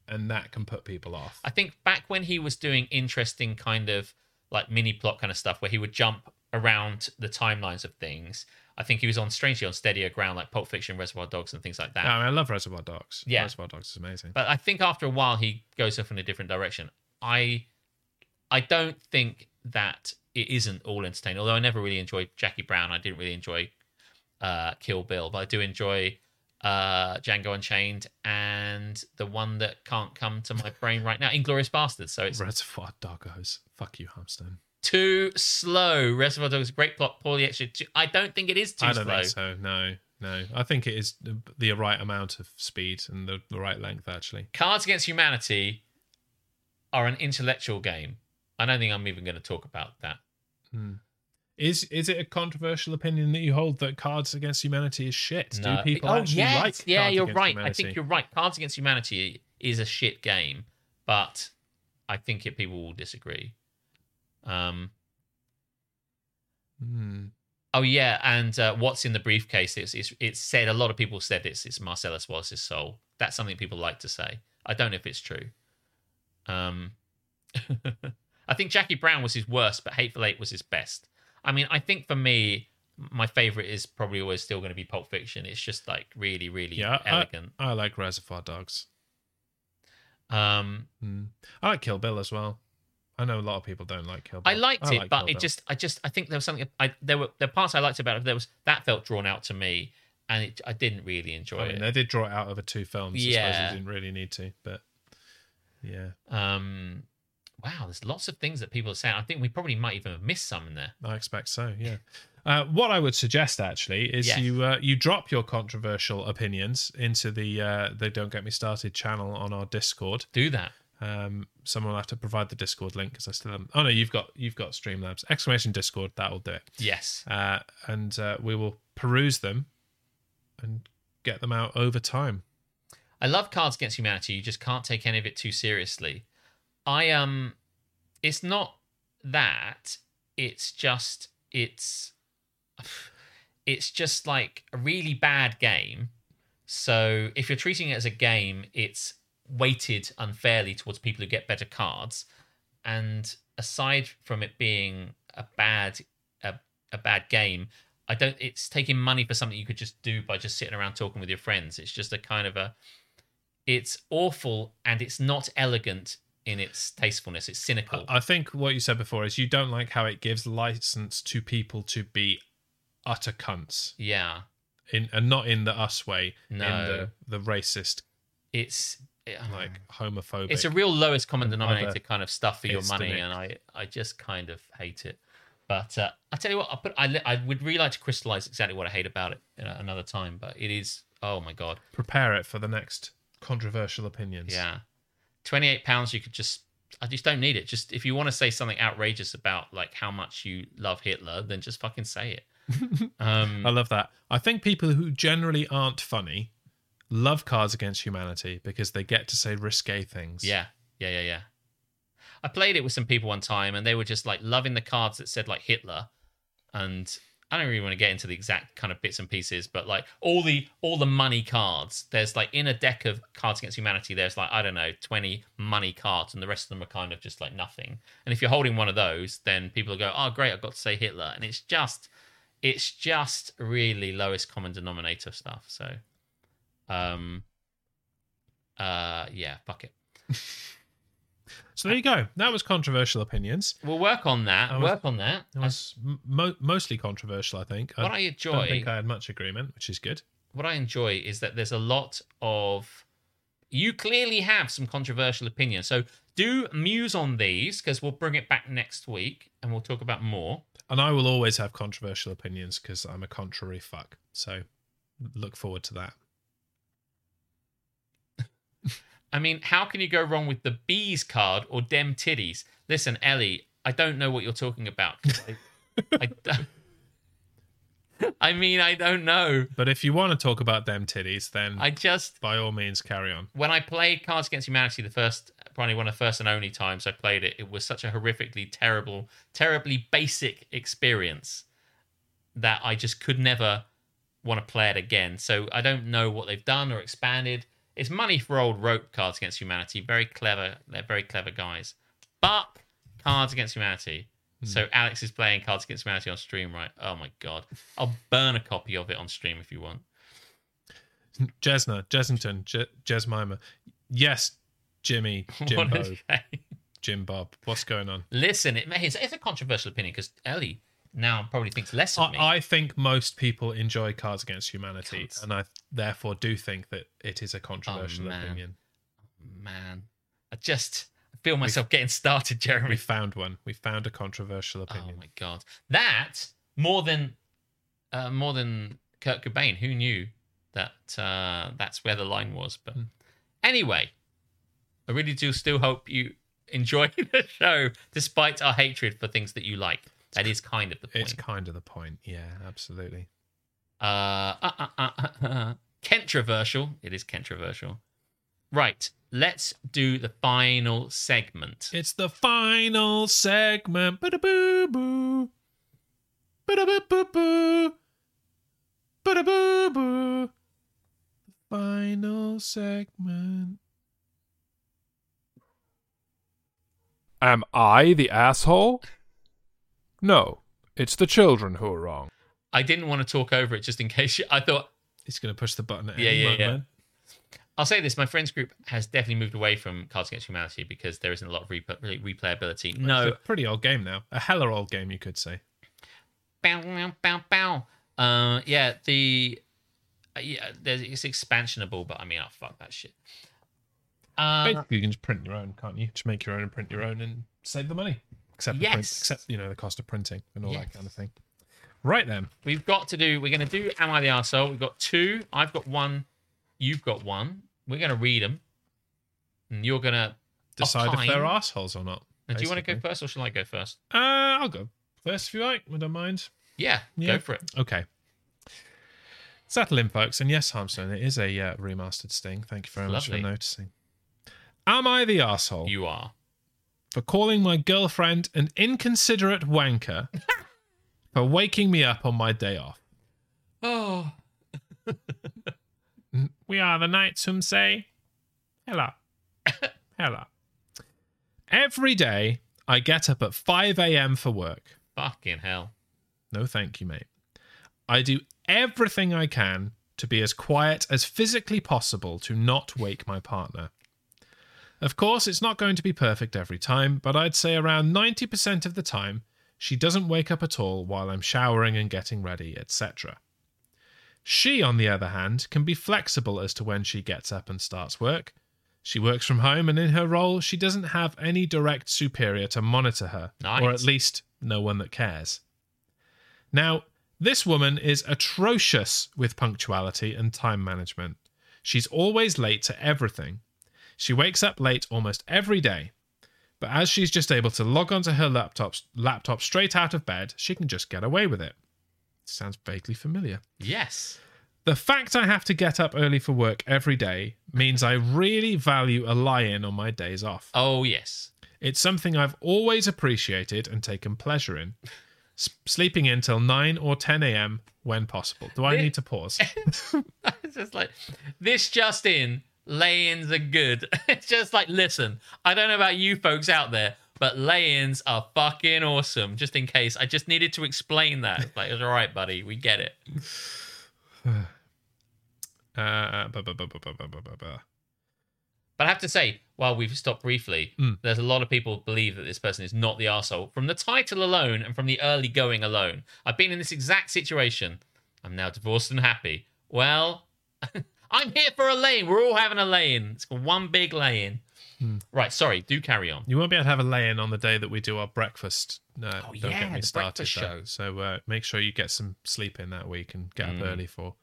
Speaker 3: and that can put people off.
Speaker 1: I think back when he was doing interesting kind of like mini plot kind of stuff where he would jump around the timelines of things. I think he was on strangely on steadier ground like Pulp Fiction, Reservoir Dogs, and things like that.
Speaker 3: I, mean, I love Reservoir Dogs.
Speaker 1: Yeah.
Speaker 3: Reservoir Dogs is amazing.
Speaker 1: but I think after a while he goes off in a different direction. I I don't think that it isn't all entertaining. Although I never really enjoyed Jackie Brown, I didn't really enjoy uh, Kill Bill, but I do enjoy uh, Django Unchained and the one that can't come to my brain right now, Inglorious Bastards. So it's
Speaker 3: Reservoir Doggos. Fuck you, Hamstone.
Speaker 1: too slow. Reservoir Dogs, great plot, poorly executed. I don't think it is too
Speaker 3: I don't
Speaker 1: slow.
Speaker 3: think so. No, no. I think it is the- the right amount of speed and the, the right length actually.
Speaker 1: Cards Against Humanity are an intellectual game. I don't think I'm even going to talk about that.
Speaker 3: Is is it a controversial opinion that you hold that Cards Against Humanity is shit? Do
Speaker 1: No.
Speaker 3: people
Speaker 1: oh,
Speaker 3: actually
Speaker 1: yes.
Speaker 3: like?
Speaker 1: Yeah,
Speaker 3: Cards
Speaker 1: you're
Speaker 3: Against
Speaker 1: right. I
Speaker 3: Humanity?
Speaker 1: think you're right. Cards Against Humanity is a shit game, but I think it, people will disagree. Um.
Speaker 3: Hmm.
Speaker 1: Oh yeah, and uh, what's in the briefcase? It's, it's it's said a lot of people said it's it's Marcellus Wallace's soul. That's something people like to say. I don't know if it's true. Um, I think Jackie Brown was his worst, but Hateful Eight was his best. I mean, I think for me, my favorite is probably always still going to be Pulp Fiction. It's just like really, really
Speaker 3: Yeah, I-
Speaker 1: elegant.
Speaker 3: I like Reservoir Dogs.
Speaker 1: Um,
Speaker 3: Mm. I like Kill Bill as well. I know a lot of people don't like Kill Bill.
Speaker 1: I liked it,
Speaker 3: like
Speaker 1: but
Speaker 3: Kill
Speaker 1: it
Speaker 3: Bill.
Speaker 1: just, I just, I think there was something. I there were the parts I liked about it. There was that felt drawn out to me, and it, I didn't really enjoy
Speaker 3: I mean,
Speaker 1: it.
Speaker 3: they did draw it out over two films. I suppose
Speaker 1: Yeah.
Speaker 3: they didn't really need to, but yeah,
Speaker 1: Um, wow, there's lots of things that people are saying. I think we probably might even have missed some in there.
Speaker 3: I expect so. Yeah. Uh, what I would suggest actually is
Speaker 1: Yes.
Speaker 3: you uh, you drop your controversial opinions into the uh, the Don't Get Me Started channel on our Discord.
Speaker 1: Do that.
Speaker 3: Um, someone will have to provide the Discord link because I still haven't. Oh no, you've got you've got Streamlabs exclamation Discord. That will do it.
Speaker 1: Yes.
Speaker 3: uh, and uh, we will peruse them and get them out over time.
Speaker 1: I love Cards Against Humanity. You just can't take any of it too seriously. I um, it's not that. It's just it's, it's just like a really bad game. So if you're treating it as a game, it's weighted unfairly towards people who get better cards. And aside from it being a bad a, a bad game, I don't. It's taking money for something you could just do by just sitting around talking with your friends. It's just a kind of a it's awful and it's not elegant in its tastefulness. It's cynical.
Speaker 3: I think what you said before is you don't like how it gives license to people to be utter cunts
Speaker 1: yeah,
Speaker 3: in and not in the us way, in the,
Speaker 1: No.
Speaker 3: the racist
Speaker 1: it's
Speaker 3: like homophobic.
Speaker 1: it's a real lowest common
Speaker 3: and
Speaker 1: denominator
Speaker 3: other
Speaker 1: kind of stuff for your money,
Speaker 3: histrionic.
Speaker 1: and I I just kind of hate it. But uh, I tell you what, I put I li- I would really like to crystallize exactly what I hate about it you know, another time. But it is oh my god,
Speaker 3: prepare it for the next controversial opinions.
Speaker 1: yeah, twenty eight pounds. You could just I just don't need it. Just if you want to say something outrageous about like how much you love Hitler, then just fucking say it. um,
Speaker 3: I love that. I think people who generally aren't funny love Cards Against Humanity because they get to say risque things.
Speaker 1: Yeah, yeah, yeah, yeah. I played it with some people one time, and they were just like loving the cards that said like Hitler, and I don't really want to get into the exact kind of bits and pieces, but like all the all the money cards. There's like in a deck of Cards Against Humanity, there's like I don't know twenty money cards, and the rest of them are kind of just like nothing. And if you're holding one of those, then people go, "Oh, great, I've got to say Hitler," and it's just it's just really lowest common denominator stuff. So, um, uh, yeah, fuck it.
Speaker 3: So there you go. That was controversial opinions.
Speaker 1: We'll work on that.
Speaker 3: I was-
Speaker 1: work on that.
Speaker 3: It was m- mo- mostly controversial, I think.
Speaker 1: What I
Speaker 3: don't
Speaker 1: enjoy-
Speaker 3: think I had much agreement, which is good.
Speaker 1: what I enjoy is that there's a lot of you clearly have some controversial opinions. So do muse on these because we'll bring it back next week and we'll talk about more.
Speaker 3: And I will always have controversial opinions because I'm a contrary fuck. So look forward to that.
Speaker 1: I mean, how can you go wrong with the bees card or dem titties? Listen, Ellie, I don't know what you're talking about. I, I don't- I mean, I don't know.
Speaker 3: But if you want to talk about them titties, then
Speaker 1: I just
Speaker 3: by all means carry on.
Speaker 1: when I played Cards Against Humanity, the first, probably one of the first and only times I played it, it was such a horrifically terrible, terribly basic experience that I just could never want to play it again. So I don't know what they've done or expanded. It's money for old rope Cards Against Humanity. Very clever. They're very clever guys. But Cards Against Humanity. So Alex is playing Cards Against Humanity on stream, right? Oh my god! I'll burn a copy of it on stream if you want.
Speaker 3: Jesna, Jesington, Je- Jesmima. Yes, Jimmy,
Speaker 1: What
Speaker 3: Jimbo,
Speaker 1: a shame.
Speaker 3: Jim Bob. What's going on?
Speaker 1: Listen, it may, it's, it's a controversial opinion because Ellie now probably thinks less of me.
Speaker 3: I, I think most people enjoy Cards Against Humanity,
Speaker 1: Cunts.
Speaker 3: and I therefore do think that it is a controversial
Speaker 1: Oh, man.
Speaker 3: opinion.
Speaker 1: Man, I just I feel myself getting started, Jeremy.
Speaker 3: We found one. We found a controversial
Speaker 1: Oh
Speaker 3: opinion.
Speaker 1: my god, that more than uh, more than Kurt Cobain. Who knew that uh, that's where the line was? But
Speaker 3: Hmm.
Speaker 1: anyway, I really do still hope you enjoy the show, despite our hatred for things that you like. That is kind of the point.
Speaker 3: it's kind of the point. Yeah, absolutely.
Speaker 1: uh, uh, uh, uh, uh, uh, controversial. It is controversial. Right. Let's do the final segment.
Speaker 3: It's the final segment. Ba-da-boo boo. Ba-da-boo boo boo. Ba-da-boo boo. Final segment.
Speaker 5: Am I the asshole? No, it's the children who are wrong.
Speaker 1: I didn't want to talk over it just in case. You, I thought
Speaker 3: He's gonna push the button at
Speaker 1: Yeah,
Speaker 3: any
Speaker 1: yeah, yeah.
Speaker 3: moment.
Speaker 1: I'll say this: my friends group has definitely moved away from Cards Against Humanity because there isn't a lot of replay, replayability. No,
Speaker 3: It's a pretty old game now. A hella old game, you could say.
Speaker 1: bow, bow, bow, bow. Uh, yeah, the uh, yeah, there's, it's expansionable, but I mean, oh, fuck that shit. Uh,
Speaker 3: Basically, you can just print your own, can't you? Just make your own and print your own and save the money. Except the print,
Speaker 1: Yes.
Speaker 3: except you know the cost of printing and all
Speaker 1: Yes.
Speaker 3: that kind of thing. Right then,
Speaker 1: We've got to do. We're going to do. Am I the arsehole? We've got two. I've got one. You've got one. We're going to read them, and you're going to
Speaker 3: decide if they're
Speaker 1: are.
Speaker 3: assholes or not.
Speaker 1: Do you want to
Speaker 3: basically.
Speaker 1: go first, or shall I go first?
Speaker 3: Uh, I'll go first if you like. I don't mind.
Speaker 1: Yeah,
Speaker 3: Yeah.
Speaker 1: go for it.
Speaker 3: Okay. Settle in, folks. And yes, Harmstone, it is a uh, remastered Sting. Thank you very much
Speaker 1: Lovely.
Speaker 3: for noticing. Am I the asshole
Speaker 1: You are.
Speaker 3: for calling my girlfriend an inconsiderate wanker for waking me up on my day off?
Speaker 1: Oh,
Speaker 3: We are the knights whom say, Hella. Hella. Every day, I get up at 5 a.m. for work.
Speaker 1: fucking hell!
Speaker 3: No, thank you, mate. I do everything I can to be as quiet as physically possible to not wake my partner. Of course, it's not going to be perfect every time, but I'd say around 90% of the time, she doesn't wake up at all while I'm showering and getting ready, etc. She, on the other hand, can be flexible as to when she gets up and starts work. She works from home, and in her role, she doesn't have any direct superior to monitor her,
Speaker 1: Nice.
Speaker 3: or at least no one that cares. Now, this woman is atrocious with punctuality and time management. She's always late to everything. She wakes up late almost every day. But as she's just able to log onto her laptop, laptop straight out of bed, she can just get away with it. Sounds vaguely familiar.
Speaker 1: Yes,
Speaker 3: The fact I have to get up early for work every day means I really value a lie in on my days off.
Speaker 1: Oh, yes.
Speaker 3: It's something I've always appreciated and taken pleasure in. S- sleeping in till 9 or 10 a.m. when possible. Do I need to pause?
Speaker 1: It's just like, this just in, lay ins are good. it's just like, listen, I don't know about you folks out there, but lay ins are fucking awesome. Just in case, I just needed to explain that. It's like, it's all right, buddy, we get it.
Speaker 3: Uh, bu- bu- bu- bu- bu- bu- bu- bu- bu.
Speaker 1: But I have to say, while we've stopped briefly, there's a lot of people believe that this person is not the arsehole. From the title alone and from the early going alone, I've been in this exact situation. I'm now divorced and happy. Well, I'm here for a lane. We're all having a lane. It's one big lane. Right, sorry, do carry on.
Speaker 3: You won't be able to have a lay in on the day that we do our breakfast. Uh,
Speaker 1: Oh,
Speaker 3: don't
Speaker 1: yeah,
Speaker 3: get me
Speaker 1: the
Speaker 3: started.
Speaker 1: breakfast
Speaker 3: though.
Speaker 1: show.
Speaker 3: So uh, make sure you get some sleep in that week and get
Speaker 1: Mm.
Speaker 3: up early for,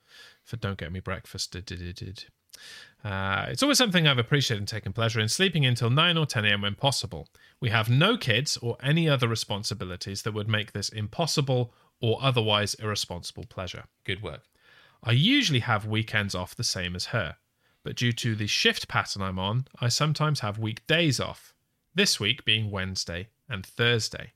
Speaker 3: for Don't Get Me Breakfast. Did, did, did, did. Uh, it's always something I've appreciated and taken pleasure in sleeping until 9 or 10 a.m. when possible. We have no kids or any other responsibilities that would make this impossible or otherwise irresponsible pleasure.
Speaker 1: Good work.
Speaker 3: I usually have weekends off the same as her, but due to the shift pattern I'm on, I sometimes have weekdays off, this week being Wednesday and Thursday.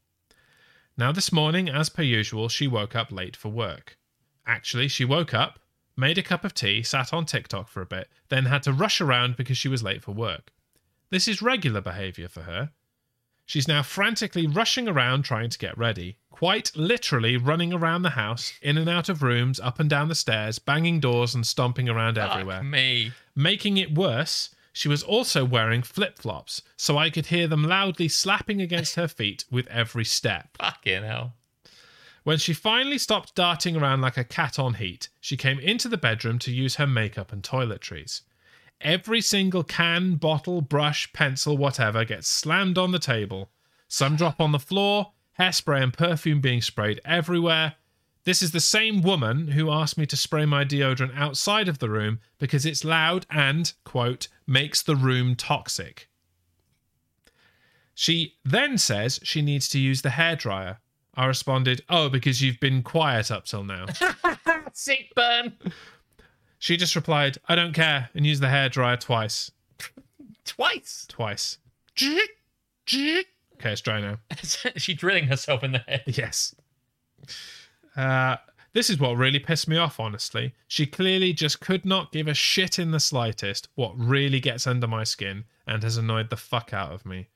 Speaker 3: Now, this morning, as per usual, she woke up late for work. Actually, she woke up, made a cup of tea, sat on TikTok for a bit, then had to rush around because she was late for work. This is regular behaviour for her. She's now frantically rushing around trying to get ready, quite literally running around the house, in and out of rooms, up and down the stairs, banging doors and stomping around everywhere.
Speaker 1: Fuck me.
Speaker 3: Making it worse, she was also wearing flip flops, so I could hear them loudly slapping against her feet with every step.
Speaker 1: Fucking hell.
Speaker 3: When she finally stopped darting around like a cat on heat, she came into the bedroom to use her makeup and toiletries. Every single can, bottle, brush, pencil, whatever gets slammed on the table. Some drop on the floor, hairspray and perfume being sprayed everywhere. This is the same woman who asked me to spray my deodorant outside of the room because it's loud and, quote, makes the room toxic. She then says she needs to use the hairdryer. I responded, Oh, because you've been quiet up till now.
Speaker 1: Sick burn.
Speaker 3: she just replied, I don't care, and used the hairdryer twice.
Speaker 1: Twice.
Speaker 3: Twice. Okay, it's dry now.
Speaker 1: she drilling herself in the head.
Speaker 3: Yes. Uh, this is what really pissed me off, honestly. She clearly just could not give a shit in the slightest what really gets under my skin and has annoyed the fuck out of me.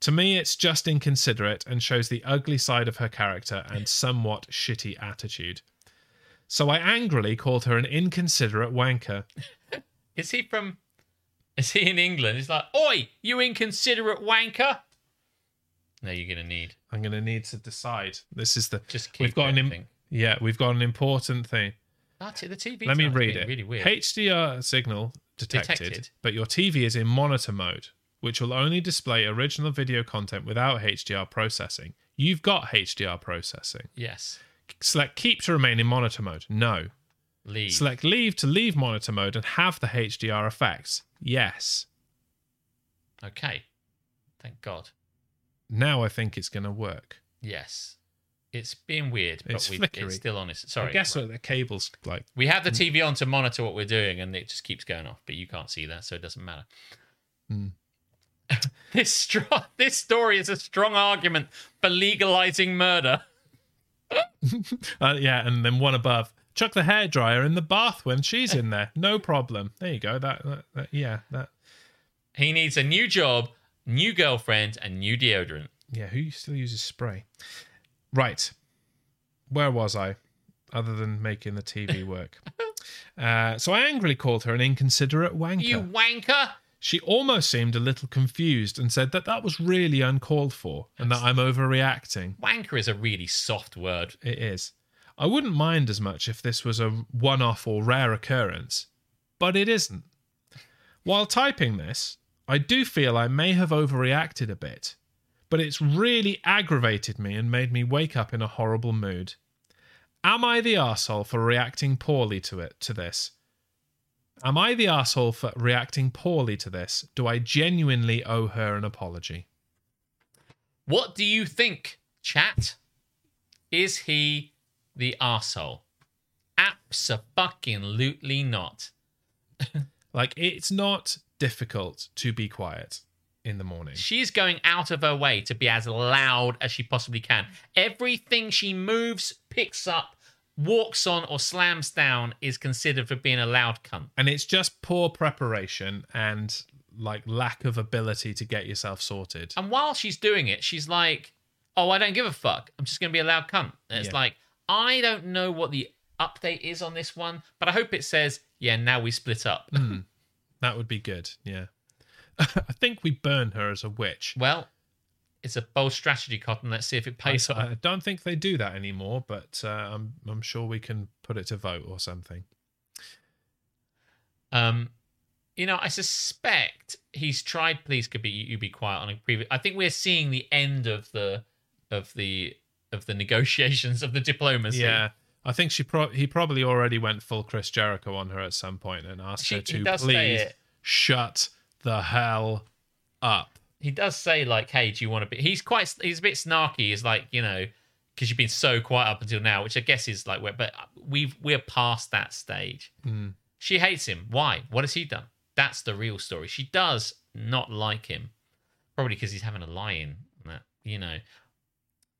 Speaker 3: To me, it's just inconsiderate and shows the ugly side of her character and somewhat shitty attitude. So I angrily called her an inconsiderate wanker.
Speaker 1: Is he from? Is he in England? He's like, oi, you inconsiderate wanker. No, you're gonna need
Speaker 3: I'm going to need to decide. This is the
Speaker 1: just keep.
Speaker 3: we've got an
Speaker 1: that
Speaker 3: im-
Speaker 1: thing.
Speaker 3: yeah we've got an important thing.
Speaker 1: That's it. The TV.
Speaker 3: Let me
Speaker 1: time's
Speaker 3: read
Speaker 1: been
Speaker 3: it.
Speaker 1: Really weird.
Speaker 3: HDR signal detected,
Speaker 1: Detected.
Speaker 3: but your TV is in monitor mode, which will only display original video content without HDR processing. You've got HDR processing.
Speaker 1: Yes.
Speaker 3: Select keep to remain in monitor mode. No.
Speaker 1: Leave.
Speaker 3: Select leave to leave monitor mode and have the HDR effects. Yes.
Speaker 1: okay. Thank God.
Speaker 3: Now I think it's going to work.
Speaker 1: Yes. It's being weird, but
Speaker 3: It's
Speaker 1: we,
Speaker 3: flickery.
Speaker 1: it's still on. It's sorry.
Speaker 3: I guess Mm. the cable's like
Speaker 1: We have the TV on to monitor what we're doing, and it just keeps going off. But you can't see that, so it doesn't matter.
Speaker 3: Mm.
Speaker 1: this strong, this story is a strong argument for legalizing murder.
Speaker 3: Uh, yeah, and then one above. Chuck the hairdryer in the bath when she's in there. No problem. There you go. That, that, that yeah, that
Speaker 1: He needs a new job, new girlfriend, and new deodorant.
Speaker 3: Yeah, who still uses spray? Right. Where was I? Other than making the TV work. uh, so I angrily called her an inconsiderate wanker.
Speaker 1: You wanker!
Speaker 3: She almost seemed a little confused and said that that was really uncalled for and that I'm overreacting.
Speaker 1: Wanker is a really soft word.
Speaker 3: It is. I wouldn't mind as much if this was a one off or rare occurrence, but it isn't. While typing this, I do feel I may have overreacted a bit, but it's really aggravated me and made me wake up in a horrible mood. Am I the arsehole for reacting poorly to it to this? Am I the arsehole for reacting poorly to this? Do I genuinely owe her an apology?
Speaker 1: What do you think, chat? Is he the arsehole? At Absolutely not.
Speaker 3: Like it's not difficult to be quiet in the morning.
Speaker 1: She's going out of her way to be as loud as she possibly can. Everything she moves, picks up, walks on, or slams down is considered for being a loud cunt.
Speaker 3: And it's just poor preparation and like lack of ability to get yourself sorted.
Speaker 1: And while she's doing it, she's like, "Oh, I don't give a fuck. I'm just gonna be a loud cunt." And it's
Speaker 3: Yeah.
Speaker 1: like, I don't know what the update is on this one, but I hope it says, "Yeah, now we split up."
Speaker 3: Hmm. That would be good. Yeah. I think we burn her as a witch.
Speaker 1: well, it's a bold strategy, Cotton. Let's see if it
Speaker 3: I,
Speaker 1: pays off.
Speaker 3: I don't think they do that anymore, but uh, I'm I'm sure we can put it to vote or something.
Speaker 1: Um, you know, I suspect he's tried. Please, could be you be quiet on a previous. I think we're seeing the end of the of the of the negotiations of the diplomacy.
Speaker 3: Yeah. I think she pro- he probably already went full Chris Jericho on her at some point and asked
Speaker 1: She-
Speaker 3: her
Speaker 1: he
Speaker 3: to
Speaker 1: does say
Speaker 3: please
Speaker 1: it.
Speaker 3: shut the hell up.
Speaker 1: he does say like, "Hey, do you want to be?" He's quite he's a bit snarky. He's like, you know, because you've been so quiet up until now, which I guess is like where, but uh, we've we're past that stage. She hates him. Why? What has he done? That's the real story. She does not like him, probably because he's having a lie-in. That you know,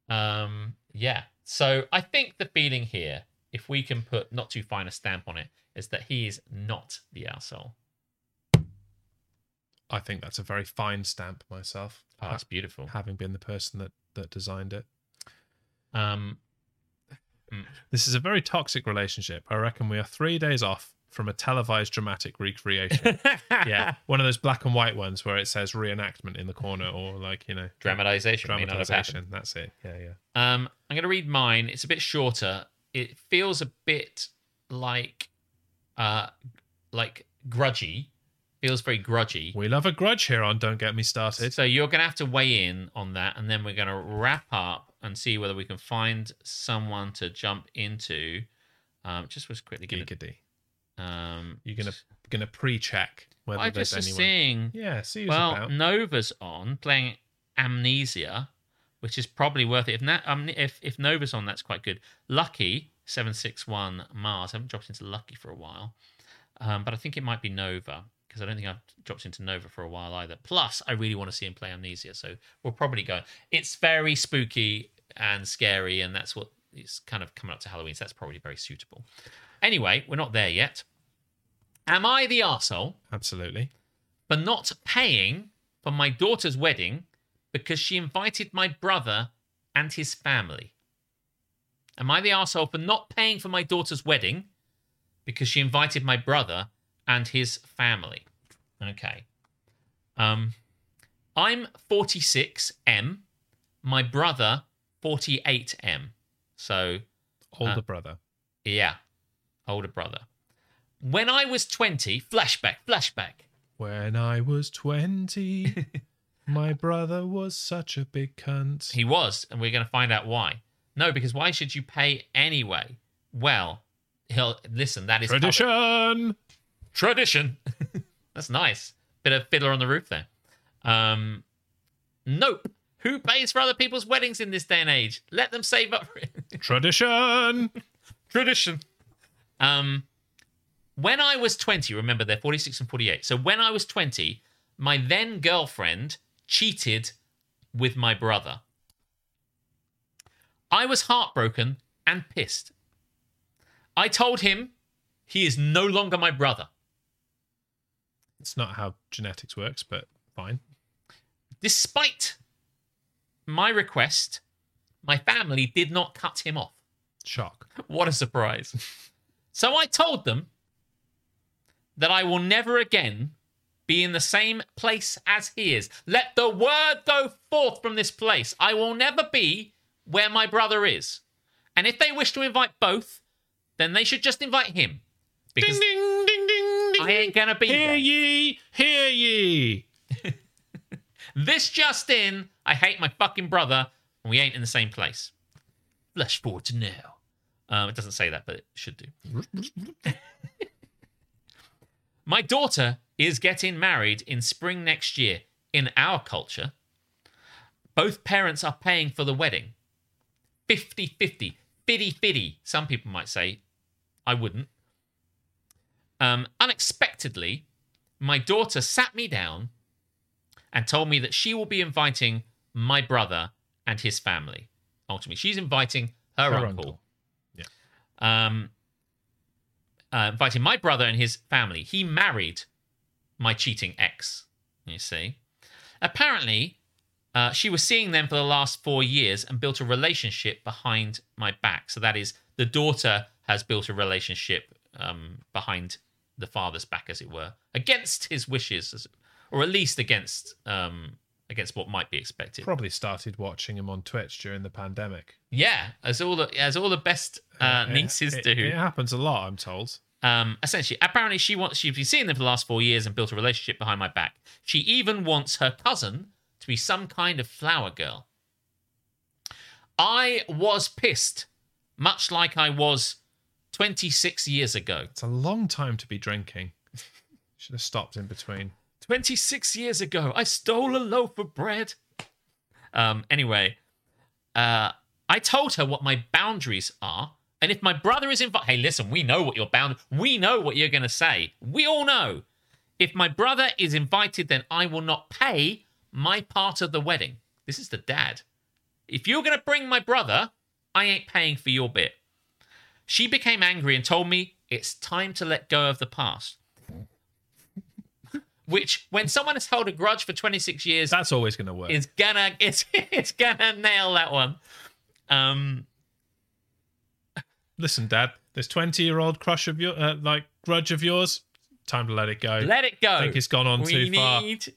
Speaker 1: um, yeah. So I think the feeling here, if we can put not too fine a stamp on it, is that he is not the asshole.
Speaker 3: I think that's a very fine stamp myself,
Speaker 1: Oh, that's beautiful.
Speaker 3: having been the person that that designed it.
Speaker 1: Um,
Speaker 3: This is a very toxic relationship. I reckon we are three days off from a televised dramatic recreation. yeah, one of those black and white ones where it says reenactment in the corner or like you know
Speaker 1: dramatization. may not have happened.
Speaker 3: dramatization. That's it. Yeah, yeah.
Speaker 1: Um, I'm going to read mine. It's a bit shorter. It feels a bit like, uh, like grudgy. Feels very grudgy.
Speaker 3: We love a grudge here on Don't Get Me Started.
Speaker 1: So you're going to have to weigh in on that, and then we're going to wrap up and see whether we can find someone to jump into. Um, just was quickly going.
Speaker 3: Giggity.
Speaker 1: Um,
Speaker 3: You're gonna gonna pre-check whether
Speaker 1: I
Speaker 3: there's
Speaker 1: just was
Speaker 3: anyone.
Speaker 1: seeing.
Speaker 3: Yeah, see who's
Speaker 1: Well, mm.
Speaker 3: about.
Speaker 1: Nova's on playing Amnesia, which is probably worth it. If Na- um, if if Nova's on, that's quite good. Lucky seven six one Mars. I haven't dropped into Lucky for a while, um, but I think it might be Nova because I don't think I've dropped into Nova for a while either. Plus, I really want to see him play Amnesia, so we'll probably go. It's very spooky and scary, and that's what it's kind of coming up to Halloween. So that's probably very suitable. Anyway, we're not there yet. Am I the arsehole?
Speaker 3: Absolutely.
Speaker 1: for not paying for my daughter's wedding because she invited my brother and his family. Am I the asshole for not paying for my daughter's wedding because she invited my brother and his family? Okay. Um, I'm 46M, my brother 48M. So
Speaker 3: Older
Speaker 1: Uh.
Speaker 3: brother.
Speaker 1: yeah, older brother. When I was 20, flashback, flashback.
Speaker 3: When I was 20, my brother was such a big cunt.
Speaker 1: He was, and we're going to find out why. No, because why should you pay anyway? Well, he'll listen. That is public-
Speaker 3: Tradition!
Speaker 1: Tradition. That's nice. Bit of fiddler on the roof there. Um, nope. Who pays for other people's weddings in this day and age? Let them save up for it.
Speaker 3: Tradition!
Speaker 1: Tradition. Um, when I was 20, remember they're 46 and 48. So when I was 20, my then girlfriend cheated with my brother. I was heartbroken and pissed. I told him he is no longer my brother.
Speaker 3: It's not how genetics works, but fine.
Speaker 1: Despite my request, my family did not cut him off.
Speaker 3: Shock.
Speaker 1: What a surprise. So I told them that I will never again be in the same place as he is. Let the word go forth from this place. I will never be where my brother is. And if they wish to invite both, then they should just invite him. Because
Speaker 3: ding, ding, ding,
Speaker 1: I ain't gonna be
Speaker 3: Hear
Speaker 1: there.
Speaker 3: ye! Hear ye!
Speaker 1: This just in, I hate my fucking brother, and we ain't in the same place. Flash forward to now. Um, it doesn't say that, but it should do. my daughter is getting married in spring next year in our culture. Both parents are paying for the wedding. 50 50, fiddy fiddy, some people might say. I wouldn't. Um, unexpectedly, my daughter sat me down and told me that she will be inviting my brother and his family. Ultimately, she's inviting her,
Speaker 3: Her
Speaker 1: uncle.
Speaker 3: uncle.
Speaker 1: Yeah. Um, uh, inviting my brother and his family. He married my cheating ex. You see, apparently, uh, she was seeing them for the last four years and built a relationship behind my back. So that is the daughter has built a relationship um, behind the father's back, as it were, against his wishes, as- or at least against um, against what might be expected.
Speaker 3: Probably started watching him on Twitch during the pandemic.
Speaker 1: Yeah, as all the as all the best uh,
Speaker 3: It-
Speaker 1: nieces
Speaker 3: it-
Speaker 1: do.
Speaker 3: It happens a lot, I'm told.
Speaker 1: Um, essentially, apparently she wants she's been seeing them for the last four years and built a relationship behind my back. She even wants her cousin to be some kind of flower girl. I was pissed, much like I was 26 years ago.
Speaker 3: It's a long time to be drinking. Should have stopped in between.
Speaker 1: 26 years ago, I stole a loaf of bread. Um, anyway, uh, I told her what my boundaries are. And if my brother is invited, hey, listen, we know what your bound. We know what you're going to say. We all know. If my brother is invited, then I will not pay my part of the wedding. This is the dad. If you're going to bring my brother, I ain't paying for your bit. She became angry and told me it's time to let go of the past. Which, when someone has held a grudge for 26 years,
Speaker 3: That's always going to work.
Speaker 1: it's gonna it's it's gonna nail that one. Um
Speaker 3: Listen, Dad, this 20 year old crush of your, uh, like, grudge of yours, time to let it go.
Speaker 1: let it go.
Speaker 3: I think it's gone on
Speaker 1: we
Speaker 3: too far.
Speaker 1: need...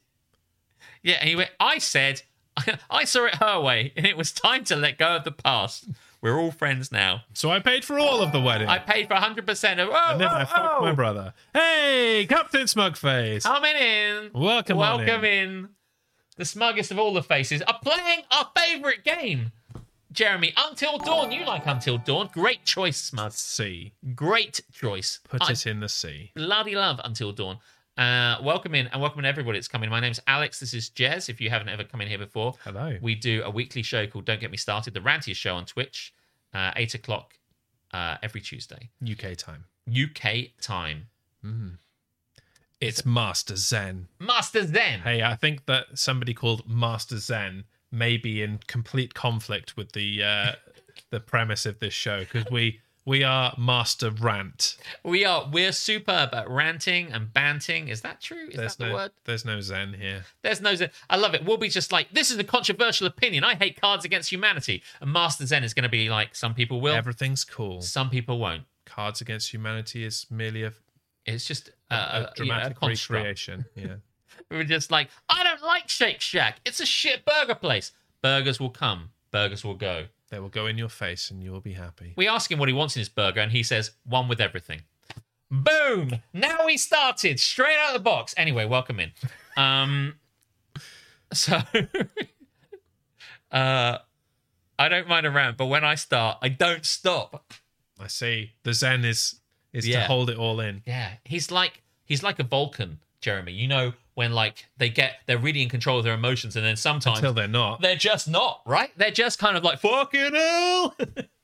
Speaker 1: Yeah, anyway, I said I saw it her way, and it was time to let go of the past. We're all friends now.
Speaker 3: So I paid for all of the wedding.
Speaker 1: I paid for 100% of. Oh,
Speaker 3: and then
Speaker 1: oh,
Speaker 3: I fucked
Speaker 1: oh.
Speaker 3: my brother. Hey, Captain Smugface.
Speaker 1: Come in, in.
Speaker 3: Welcome on
Speaker 1: Welcome in. The smuggest of all the faces are playing our favourite game. Jeremy, Until Dawn. You like Until Dawn. Great choice, Smug.
Speaker 3: Sea.
Speaker 1: Great choice.
Speaker 3: Put
Speaker 1: I
Speaker 3: it in the sea.
Speaker 1: bloody love until dawn. Uh, welcome in and welcome in everybody that's coming. My name's Alex. This is Jez. If you haven't ever come in here before,
Speaker 3: Hello.
Speaker 1: we do a weekly show called Don't Get Me Started, the rantiest show on Twitch, uh, eight o'clock uh, every Tuesday,
Speaker 3: UK time.
Speaker 1: UK time.
Speaker 3: It's Master Zen.
Speaker 1: Master Zen.
Speaker 3: Hey, I think that somebody called Master Zen may be in complete conflict with the uh, the premise of this show because we we are Master Rant.
Speaker 1: We are we're superb at ranting and banting. Is that true? Is
Speaker 3: There's
Speaker 1: that the
Speaker 3: no
Speaker 1: word?
Speaker 3: there's no Zen here.
Speaker 1: There's no Zen. I love it. We'll be just like this is a controversial opinion. I hate Cards Against Humanity, and Master Zen is going to be like some people will,
Speaker 3: Everything's cool.
Speaker 1: some people won't.
Speaker 3: Cards Against Humanity is merely a,
Speaker 1: It's just
Speaker 3: a,
Speaker 1: a, Uh, a,
Speaker 3: a dramatic
Speaker 1: you know, a construct.
Speaker 3: recreation. Yeah.
Speaker 1: We were just like, I don't like Shake Shack. It's a shit burger place. Burgers will come, burgers will go.
Speaker 3: They will go in your face and you will be happy.
Speaker 1: We ask him what he wants in his burger, and he says, one with everything. Boom! Now we started straight out of the box. Anyway, welcome in. Um, so, uh, I don't mind a rant, but when I start, I don't stop.
Speaker 3: I see. The Zen is is
Speaker 1: Yeah.
Speaker 3: to hold it all in.
Speaker 1: Yeah, he's like he's like a Vulcan, Jeremy. You know when like they get they're really in control of their emotions, and then sometimes
Speaker 3: Until they're not.
Speaker 1: they're just not right they're just kind of like fucking hell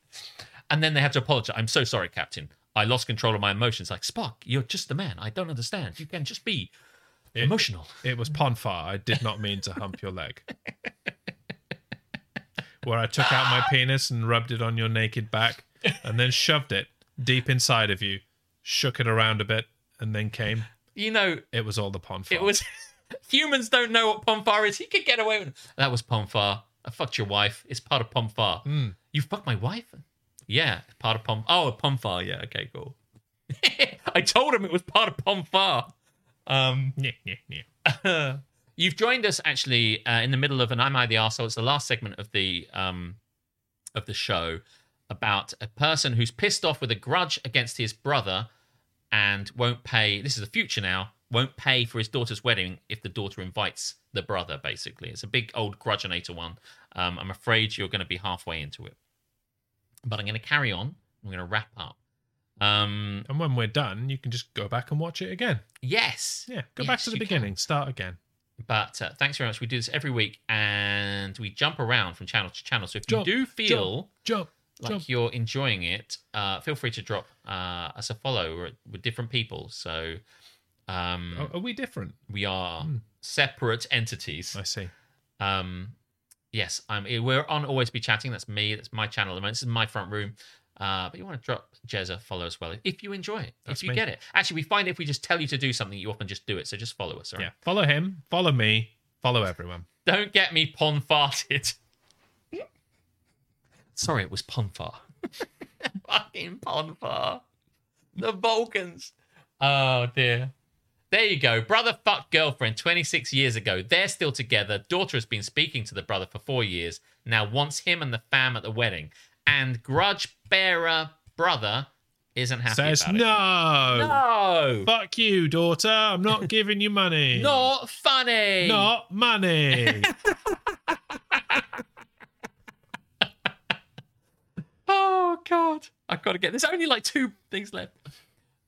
Speaker 1: and then they have to apologize i'm so sorry captain i lost control of my emotions like spock you're just the man i don't understand you can just be emotional
Speaker 3: It was Ponfar. I did not mean to hump your leg. Where I took out my penis and rubbed it on your naked back and then shoved it deep inside of you, shook it around a bit, and then came.
Speaker 1: you know
Speaker 3: It was all the Ponfar.
Speaker 1: it was humans don't know what pomfar is he could get away with that was pomfar i fucked your wife it's part of pomfar you fucked my wife yeah part of pom oh pomfar yeah okay cool i told him it was part of pomfar um
Speaker 3: Nyeh, nyeh, nyeh.
Speaker 1: You've joined us actually uh, in the middle of an "Am I the Arsehole?" It's the last segment of the um, of the show about a person who's pissed off with a grudge against his brother and won't pay. This is the future now. Won't pay for his daughter's wedding if the daughter invites the brother. Basically, it's a big old grudgeinator one. Um, I'm afraid you're going to be halfway into it, but I'm going to carry on. I'm going to wrap up. Um,
Speaker 3: And when we're done, you can just go back and watch it again.
Speaker 1: yes.
Speaker 3: Yeah, go back
Speaker 1: Yes,
Speaker 3: to the
Speaker 1: you can.
Speaker 3: beginning, start again.
Speaker 1: But uh, thanks very much. We do this every week, and we jump around from channel to channel. So if
Speaker 3: Jump,
Speaker 1: you do feel
Speaker 3: Jump,
Speaker 1: like you're enjoying it, uh, feel free to drop uh, us a follow. We're, we're different people, so um,
Speaker 3: Are, are we different?
Speaker 1: we are
Speaker 3: Hmm.
Speaker 1: separate entities.
Speaker 3: I see.
Speaker 1: Um, yes, I'm. eh, We're on Always Be Chatting. That's me. That's my channel. at the moment. This is my front room. Uh, but you want to drop Jez a follow as well if you enjoy it,
Speaker 3: That's
Speaker 1: if you
Speaker 3: me.
Speaker 1: get it. Actually, we find if we just tell you to do something, you often just do it. So just follow us. All right?
Speaker 3: Yeah. Follow him. Follow me. Follow everyone.
Speaker 1: Don't get me pon farted. Sorry, it was ponfar. Fucking ponfar. The Vulcans. Oh dear. There you go. Brother fucked girlfriend 26 years ago. They're still together. Daughter has been speaking to the brother for four years. Now wants him and the fam at the wedding. And grudge bearer brother isn't happy
Speaker 3: Says
Speaker 1: about it.
Speaker 3: no.
Speaker 1: No.
Speaker 3: Fuck you, daughter. I'm not giving you money.
Speaker 1: Not funny.
Speaker 3: Not money.
Speaker 1: Oh God, I've got to get. There's only like two things left.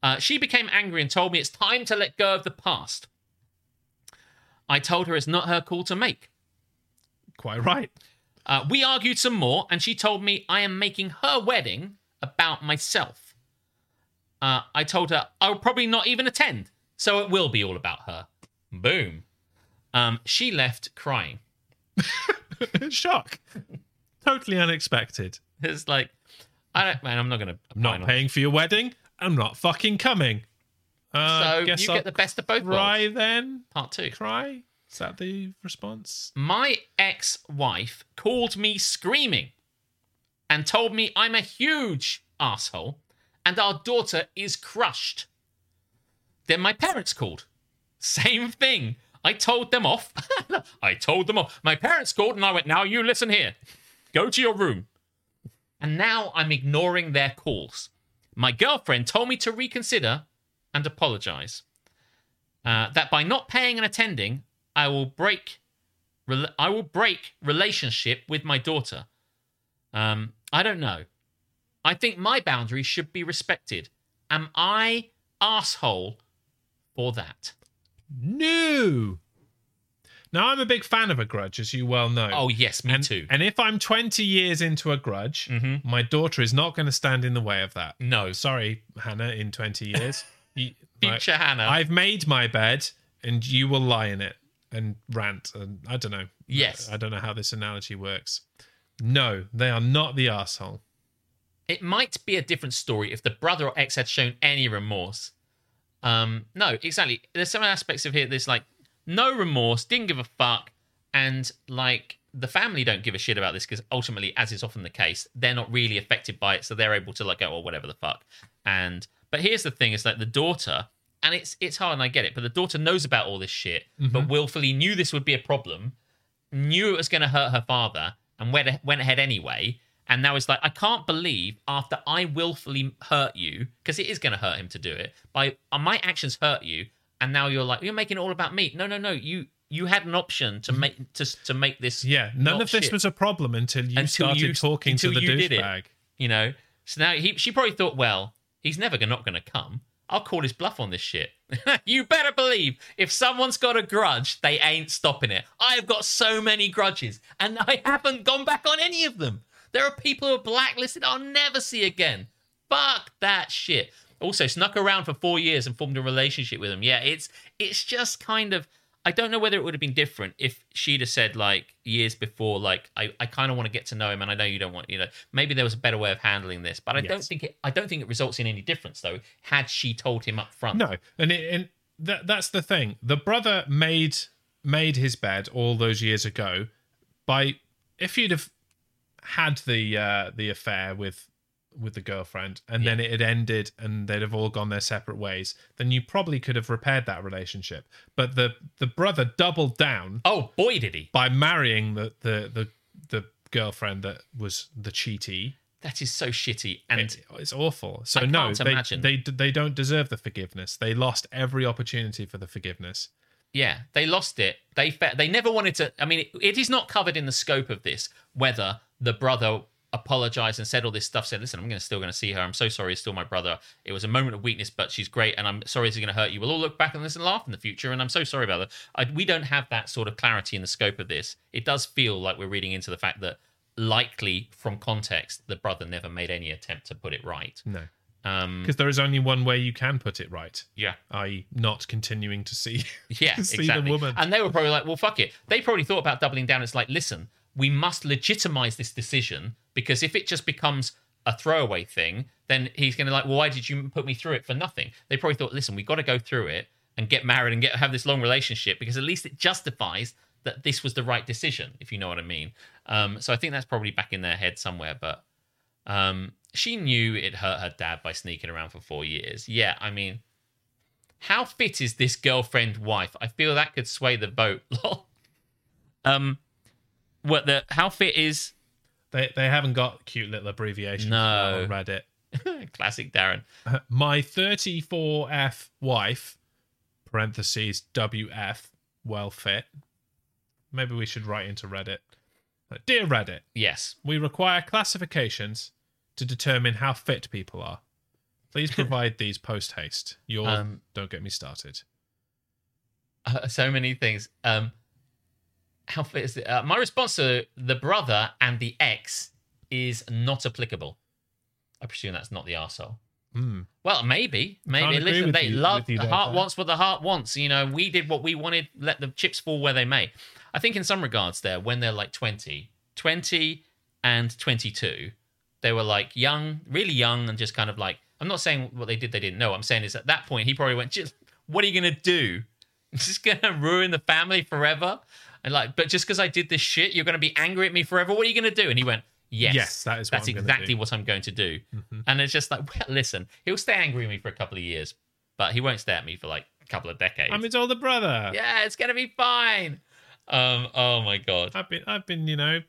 Speaker 1: Uh, she became angry and told me it's time to let go of the past. I told her it's not her call to make.
Speaker 3: Quite right.
Speaker 1: Uh, we argued some more, and she told me I am making her wedding about myself. Uh, I told her I'll probably not even attend, so it will be all about her. Boom. Um, she left crying.
Speaker 3: Shock. Totally unexpected.
Speaker 1: It's like, I don't, man, I'm not gonna.
Speaker 3: I'm not paying for your wedding. I'm not fucking coming. Uh,
Speaker 1: So
Speaker 3: guess
Speaker 1: you
Speaker 3: I'll
Speaker 1: get the best of both
Speaker 3: cry
Speaker 1: worlds.
Speaker 3: then.
Speaker 1: Part two.
Speaker 3: Cry. Is that the response?
Speaker 1: My ex wife called me screaming and told me I'm a huge asshole and our daughter is crushed. Then my parents called. Same thing. I told them off. I told them off. My parents called and I went, now you listen here. Go to your room. And now I'm ignoring their calls. My girlfriend told me to reconsider and apologize. Uh, that by not paying and attending, I will break Rel- I will break relationship with my daughter. Um, I don't know. I think my boundaries should be respected. Am I asshole for that?
Speaker 3: No. Now I'm a big fan of a grudge, as you well know.
Speaker 1: Oh yes, me
Speaker 3: and,
Speaker 1: too.
Speaker 3: And if I'm 20 years into a grudge,
Speaker 1: Mhm.
Speaker 3: my daughter is not going to stand in the way of that.
Speaker 1: no,
Speaker 3: Sorry, Hannah. In 20 years, you, like,
Speaker 1: future Hannah.
Speaker 3: I've made my bed, and you will lie in it and rant. And I don't know.
Speaker 1: Yes.
Speaker 3: I don't know how this analogy works. No, they are not the asshole.
Speaker 1: it might be a different story if the brother or ex had shown any remorse. Um, no, exactly. There's some aspects of here that's like no remorse, didn't give a fuck, and like the family don't give a shit about this because ultimately, as is often the case, they're not really affected by it, so they're able to like go, or whatever the fuck. And but here's the thing: is like the daughter, and it's it's hard, and I get it, but the daughter knows about all this shit, but willfully knew this would be a problem, knew it was going to hurt her father and went, went ahead anyway. And now it's like, I can't believe after I willfully hurt you, because it is going to hurt him to do it, by uh, my actions hurt you. And now you're like, you're making it all about me. No, no, no. You you had an option to make to to make this.
Speaker 3: Yeah, none
Speaker 1: not
Speaker 3: of this
Speaker 1: shit,
Speaker 3: was a problem until you
Speaker 1: Until
Speaker 3: started
Speaker 1: you-
Speaker 3: talking to
Speaker 1: until
Speaker 3: the
Speaker 1: you did it.
Speaker 3: douchebag.
Speaker 1: you know. So now he she probably thought, well, he's never gonna, not going to come. I'll call his bluff on this shit. you better believe if someone's got a grudge, they ain't stopping it. I've got so many grudges, and I haven't gone back on any of them. There are people who are blacklisted I'll never see again. Fuck that shit. Also, snuck around for four years and formed a relationship with him. Yeah, it's it's just kind of I don't know whether it would have been different if she'd have said like years before, like I, I kind of want to get to know him, and I know you don't want you know maybe there was a better way of handling this, but I don't
Speaker 3: Yes.
Speaker 1: think it I don't think it results in any difference though. Had she told him up front,
Speaker 3: No, and it, and that that's the thing. The brother made made his bed all those years ago by if you'd have had the uh, the affair with with the girlfriend and then it had ended and they'd have all gone their separate ways, then you probably could have repaired that relationship. But the the brother doubled down
Speaker 1: Oh boy, did he!
Speaker 3: by marrying the the the, the girlfriend that was the cheatee.
Speaker 1: That is so shitty. And
Speaker 3: It- it's awful. So
Speaker 1: I
Speaker 3: no,
Speaker 1: can't
Speaker 3: they,
Speaker 1: imagine.
Speaker 3: they they don't deserve the forgiveness. They lost every opportunity for the forgiveness.
Speaker 1: Yeah, they lost it. They fe- they never wanted to. I mean, it, it is not covered in the scope of this whether the brother apologized and said all this stuff. Said, "Listen, I'm going to still going to see her. I'm so sorry. It's still my brother. It was a moment of weakness, but she's great, and I'm sorry this is going to hurt you. We'll all look back on this and laugh in the future, and I'm so sorry about that." I, we don't have that sort of clarity in the scope of this. It does feel like we're reading into the fact that likely from context, the brother never made any attempt to put it right.
Speaker 3: No.
Speaker 1: Um,
Speaker 3: Because there is only one way you can put it right,
Speaker 1: yeah,
Speaker 3: i.e., not continuing to see.
Speaker 1: yeah,
Speaker 3: See the
Speaker 1: exactly.
Speaker 3: woman.
Speaker 1: And they were probably like, "Well, fuck it." They probably thought about doubling down. It's like, listen, we must legitimize this decision because if it just becomes a throwaway thing, then he's going to like, "Well, why did you put me through it for nothing?" They probably thought, "Listen, we got to go through it and get married and get have this long relationship because at least it justifies that this was the right decision." If you know what I mean. Um, so I think that's probably back in their head somewhere, but. Um, she knew it hurt her dad by sneaking around for four years. Yeah, I mean, how fit is this girlfriend wife? I feel that could sway the vote. Lol. um, what the how fit is?
Speaker 3: They, they haven't got cute little abbreviations
Speaker 1: No.
Speaker 3: on Reddit.
Speaker 1: Classic Darren.
Speaker 3: My 34F wife, parentheses WF, well fit. Maybe we should write into Reddit. Uh, Dear Reddit,
Speaker 1: Yes.
Speaker 3: we require classifications to determine how fit people are. Please provide these post haste. Your
Speaker 1: Um,
Speaker 3: don't get me started.
Speaker 1: Uh, so many things. Um, how fit is it? Uh, my response to the brother and the ex is not applicable. I presume that's not the arsehole.
Speaker 3: Hmm.
Speaker 1: Well, maybe,
Speaker 3: Can't
Speaker 1: maybe.
Speaker 3: agree
Speaker 1: Listen,
Speaker 3: with
Speaker 1: they
Speaker 3: you-
Speaker 1: love
Speaker 3: with you
Speaker 1: the
Speaker 3: there,
Speaker 1: heart
Speaker 3: Dad.
Speaker 1: wants what the heart wants. You know, we did what we wanted. Let the chips fall where they may. I think in some regards, there when they're like 20, 20 and twenty-two, they were like young, really young, and just kind of like. I'm not saying what they did they didn't know. I'm saying is at that point he probably went, "Just- "What are you gonna do? Is this gonna ruin the family forever?" And like, but just because I did this shit, you're gonna be angry at me forever. What are you gonna do? And he went, "Yes,
Speaker 3: Yes, that is what
Speaker 1: that's
Speaker 3: I'm gonna
Speaker 1: exactly
Speaker 3: do."
Speaker 1: what I'm going to do." And it's just like, well, listen, he'll stay angry at me for a couple of years, but he won't stay at me for like a couple of decades.
Speaker 3: I'm his older brother.
Speaker 1: yeah, it's gonna be fine. Um, oh my god.
Speaker 3: I've been I've been, you know,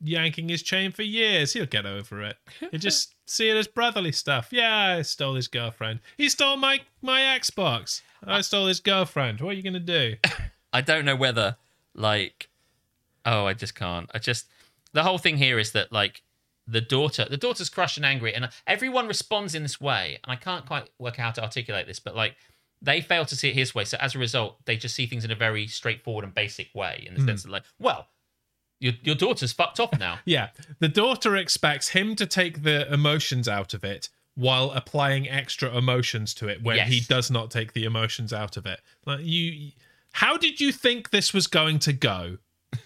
Speaker 3: yanking his chain for years. He'll get over it. You just see it as brotherly stuff. Yeah, I stole his girlfriend. He stole my my Xbox.
Speaker 1: Uh,
Speaker 3: I stole his girlfriend. What are you gonna do?
Speaker 1: I don't know whether like oh I just can't. I just the whole thing here is that like the daughter the daughter's crushed and angry and everyone responds in this way and I can't quite work out how to articulate this but like they fail to see it his way so as a result they just see things in a very straightforward and basic way in the sense that like well your your daughter's fucked off now.
Speaker 3: Yeah. The daughter expects him to take the emotions out of it while applying extra emotions to it when
Speaker 1: Yes.
Speaker 3: he does not take the emotions out of it. Like you how did you think this was going to go?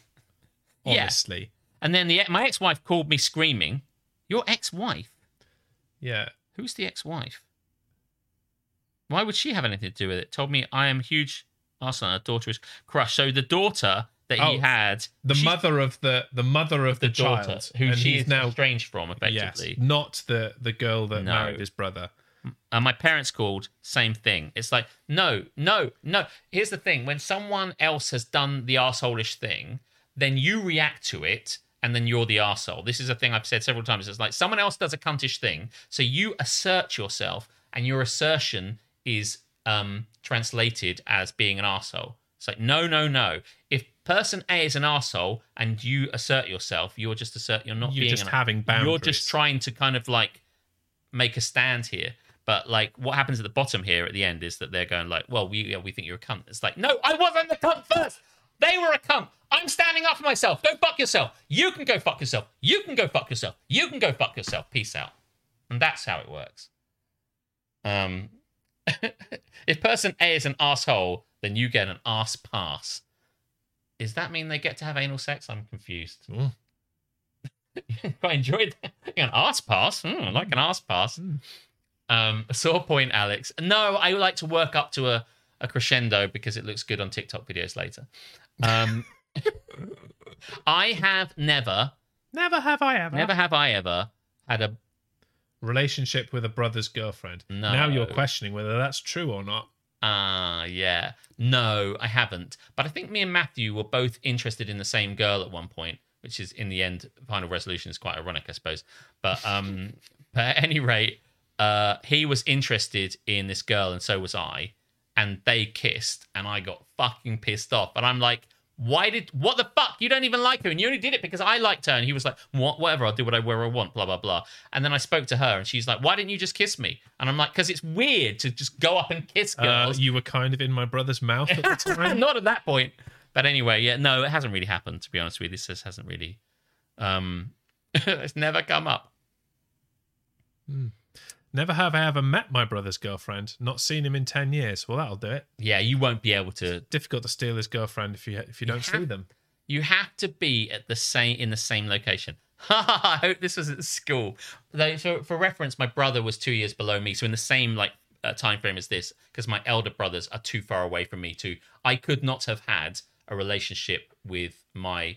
Speaker 1: Yeah.
Speaker 3: Honestly.
Speaker 1: And then the e, my ex-wife called me screaming, "Your ex-wife?
Speaker 3: Yeah.
Speaker 1: Who's the ex-wife? Why would she have anything to do with it?" Told me I am huge Arsenal. Her daughter is crushed. So the daughter that he
Speaker 3: Oh,
Speaker 1: had,
Speaker 3: The
Speaker 1: she's
Speaker 3: mother of the the mother of the,
Speaker 1: the daughter
Speaker 3: child,
Speaker 1: who
Speaker 3: and
Speaker 1: she
Speaker 3: he's
Speaker 1: is now estranged from,
Speaker 3: Yes,
Speaker 1: effectively.
Speaker 3: not the the girl that
Speaker 1: No.
Speaker 3: married his brother.
Speaker 1: and uh, my parents called same thing it's like no no no here's the thing when someone else has done the arseholish thing then you react to it and then you're the arsehole this is a thing i've said several times it's like someone else does a cuntish thing so you assert yourself and your assertion is um translated as being an arsehole it's like no no no if person a is an arsehole and you assert yourself you're just assert you're not
Speaker 3: You're
Speaker 1: being
Speaker 3: just
Speaker 1: an
Speaker 3: having
Speaker 1: you're
Speaker 3: boundaries.
Speaker 1: just trying to kind of like make a stand here. But like, what happens at the bottom here at the end is that they're going like, "Well, we yeah, we think you're a cunt." It's like, no, I wasn't the cunt first. They were a cunt. I'm standing up for myself. Go fuck yourself. You can go fuck yourself. You can go fuck yourself. You can go fuck yourself. Peace out. And that's how it works. Um, if person A is an asshole, then you get an ass pass. Does that mean they get to have anal sex? I'm confused.
Speaker 3: Mm.
Speaker 1: Quite enjoyed that. an ass pass. Mm, I like an ass pass.
Speaker 3: Hmm.
Speaker 1: Um, a sore point, Alex. No, I like to work up to a, a crescendo because it looks good on TikTok videos later. Um, I have never,
Speaker 3: Never have I ever.
Speaker 1: never have I ever had a
Speaker 3: Relationship with a brother's girlfriend.
Speaker 1: No.
Speaker 3: Now you're questioning whether that's true or not.
Speaker 1: Ah, yeah. No, I haven't. But I think me and Matthew were both interested in the same girl at one point, which is in the end final resolution is quite ironic, I suppose. But um but at any rate, uh he was interested in this girl and so was I, and they kissed and I got fucking pissed off. And I'm like, why did what the fuck? You don't even like her, and you only did it because I liked her. And he was like, what, whatever, I'll do what I where I want, blah blah blah. And then I spoke to her, and she's like, why didn't you just kiss me? And I'm like, because it's weird to just go up and kiss
Speaker 3: Uh,
Speaker 1: girls.
Speaker 3: you were kind of in my brother's mouth at the time.
Speaker 1: Not at that point. But anyway, yeah, no, it hasn't really happened. To be honest with you, this just hasn't really. Um, it's never come up.
Speaker 3: Never have I ever met my brother's girlfriend. Not seen him in ten years. Well, that'll do it.
Speaker 1: Yeah, you won't be able to.
Speaker 3: Difficult to steal his girlfriend if you if you don't see them.
Speaker 1: You have to be at the same in the same location. I hope this was at school. Though, for, for reference, my brother was two years below me, so in the same like uh, time frame as this, because my elder brothers are too far away from me to. I could not have had a relationship with my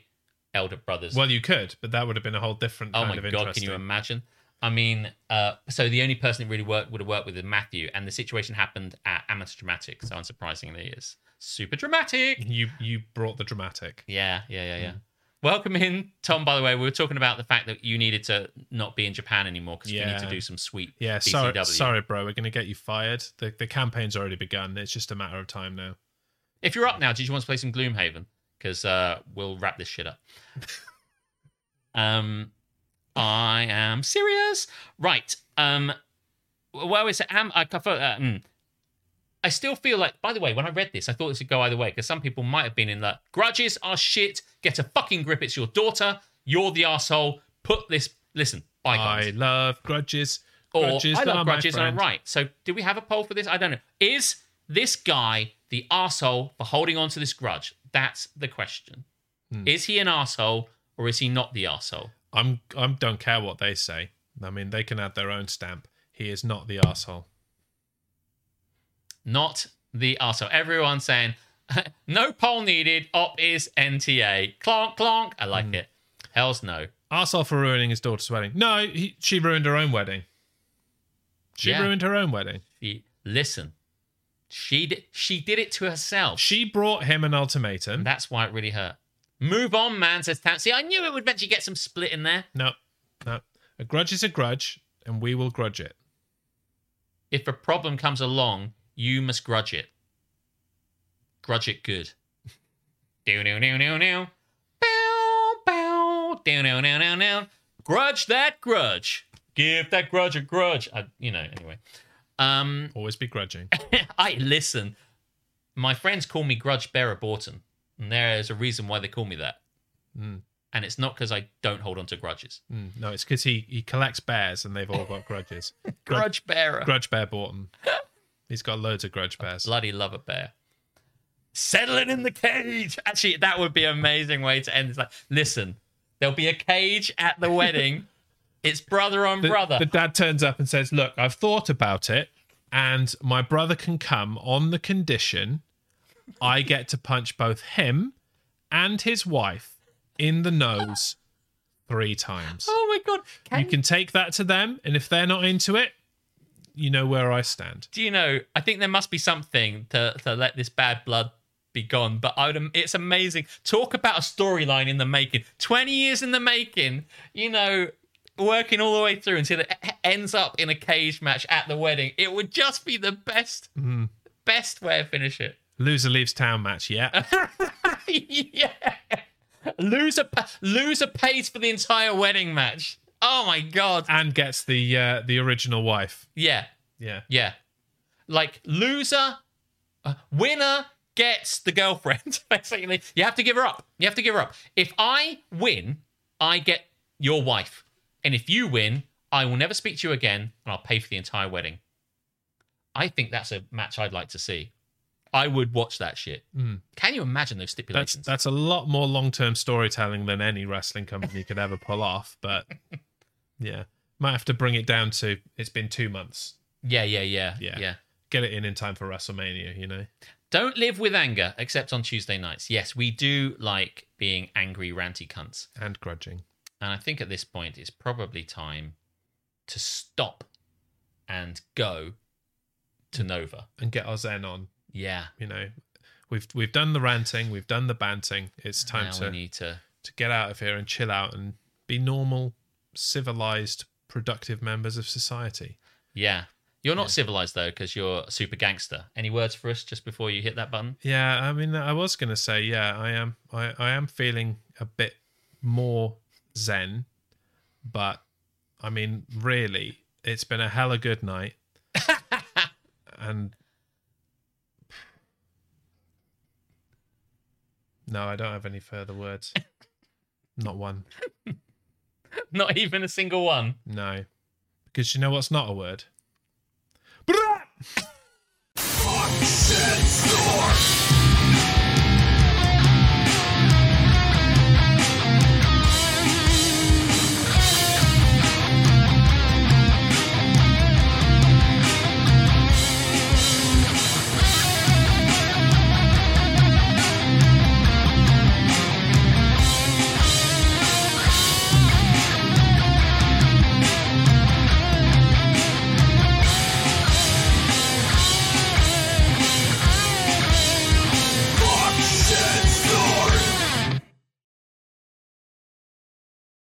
Speaker 1: elder brothers.
Speaker 3: Well, you could, but that would have been a whole different
Speaker 1: Oh
Speaker 3: kind
Speaker 1: my
Speaker 3: of
Speaker 1: god, can
Speaker 3: interesting.
Speaker 1: you imagine? I mean, uh, so the only person it really worked would have worked with is Matthew, and the situation happened at Amateur Dramatic. So unsurprisingly, it's super dramatic.
Speaker 3: you you brought the dramatic.
Speaker 1: Yeah, yeah, yeah, yeah. Welcome in, Tom. By the way, we were talking about the fact that you needed to not be in Japan anymore because you need to
Speaker 3: Yeah.
Speaker 1: do some sweet
Speaker 3: Yeah, sorry,
Speaker 1: BCW.
Speaker 3: sorry, bro. We're gonna get you fired. The the campaign's already begun. It's just a matter of time now.
Speaker 1: If you're up now, did you want to play some Gloomhaven? Because uh, we'll wrap this shit up. um, I am serious. Right. Um, well, it's am I? Uh, mm. I still feel like. By the way, when I read this, I thought this would go either way because some people might have been in the grudges are shit. Get a fucking grip. It's your daughter. You're the asshole. Put this. Listen. Bye guys
Speaker 3: I love grudges.
Speaker 1: or
Speaker 3: grudges
Speaker 1: I
Speaker 3: that
Speaker 1: love
Speaker 3: are my
Speaker 1: grudges and I'm
Speaker 3: friend.
Speaker 1: right. So do we have a poll for this? I don't know. Is this guy the asshole for holding on to this grudge? That's the question.
Speaker 3: Hmm.
Speaker 1: Is he an asshole or is he not the asshole?
Speaker 3: I'm I'm don't care what they say. I mean, they can add their own stamp. He is not the asshole.
Speaker 1: Not the asshole. Everyone saying no poll needed. Op is NTA. Clonk clonk. I like
Speaker 3: Hmm.
Speaker 1: it. Hell's no.
Speaker 3: Arsehole for ruining his daughter's wedding. No, he, she ruined her own wedding. She
Speaker 1: Yeah.
Speaker 3: ruined her own wedding.
Speaker 1: She, listen, she did, she did it to herself.
Speaker 3: She brought him an ultimatum.
Speaker 1: And that's why it really hurt. Move on, man. Says Tam. See, I knew it would eventually get some split in there.
Speaker 3: no, no. A grudge is a grudge, and we will grudge it.
Speaker 1: If a problem comes along, you must grudge it. Grudge it good. do do do do do. Bow bow. Do do do do do. Grudge that grudge. Give that grudge a grudge. I, you know. Anyway. Um.
Speaker 3: Always be grudging.
Speaker 1: I listen. My friends call me Grudge Bearer Borton, and there is a reason why they call me that. And it's not because I don't hold on to grudges.
Speaker 3: Mm, no, it's because he, he collects bears, and they've all got grudges. Grudge,
Speaker 1: Grudge Bearer.
Speaker 3: grudge bear Borton. He's got loads of grudge bears.
Speaker 1: Bloody love a bear. Settle it in the cage. Actually, that would be an amazing way to end. It's like, listen, there'll be a cage at the wedding. it's brother on
Speaker 3: the,
Speaker 1: brother.
Speaker 3: the dad turns up and says, "Look, I've thought about it, and my brother can come on the condition I get to punch both him and his wife in the nose three times.
Speaker 1: oh my god! Can,
Speaker 3: You can take that to them, and if they're not into it, you know where I stand.
Speaker 1: do you know? I think there must be something to to let this bad blood be gone. But I would, am- it's amazing. Talk about a storyline in the making. Twenty years in the making. You know. Working all the way through until it e- ends up in a cage match at the wedding, it would just be the best,
Speaker 3: Mm-hmm.
Speaker 1: best way to finish it.
Speaker 3: Loser leaves town match. Yeah,
Speaker 1: yeah. Loser, pa- loser pays for the entire wedding match. Oh my god.
Speaker 3: and gets the uh, the original wife.
Speaker 1: Yeah,
Speaker 3: Yeah,
Speaker 1: yeah. Like loser, uh, winner gets the girlfriend. Basically, you have to give her up. You have to give her up. If I win, I get your wife, and if you win, I will never speak to you again, and I'll pay for the entire wedding. I think that's a match I'd like to see. I would watch that shit. Can you imagine those
Speaker 3: that's
Speaker 1: stipulations?
Speaker 3: that's a lot more long term storytelling than any wrestling company could ever pull off. But yeah, might have to bring it down to it's been two months.
Speaker 1: yeah, yeah, yeah, yeah,
Speaker 3: Yeah.
Speaker 1: yeah.
Speaker 3: Get it in in time for WrestleMania. You know,
Speaker 1: Don't live with anger, except on Tuesday nights. Yes, we do like being angry, ranty cunts.
Speaker 3: and grudging.
Speaker 1: And I think at this point, it's probably time to stop and go to Nova.
Speaker 3: And get our zen on.
Speaker 1: Yeah.
Speaker 3: You know, we've we've done the ranting, we've done the banting. It's time
Speaker 1: now
Speaker 3: to
Speaker 1: we need to.
Speaker 3: to get out of here and chill out and be normal, civilized, productive members of society.
Speaker 1: Yeah. You're not civilized, though, because you're a super gangster. Any words for us just before you hit that button?
Speaker 3: Yeah, I mean, I was gonna say, yeah, I am, I, I am feeling a bit more zen, but I mean, really, it's been a hella good night, and no, I don't have any further words, not one.
Speaker 1: Not even a single one.
Speaker 3: No. Because you know what's not a word?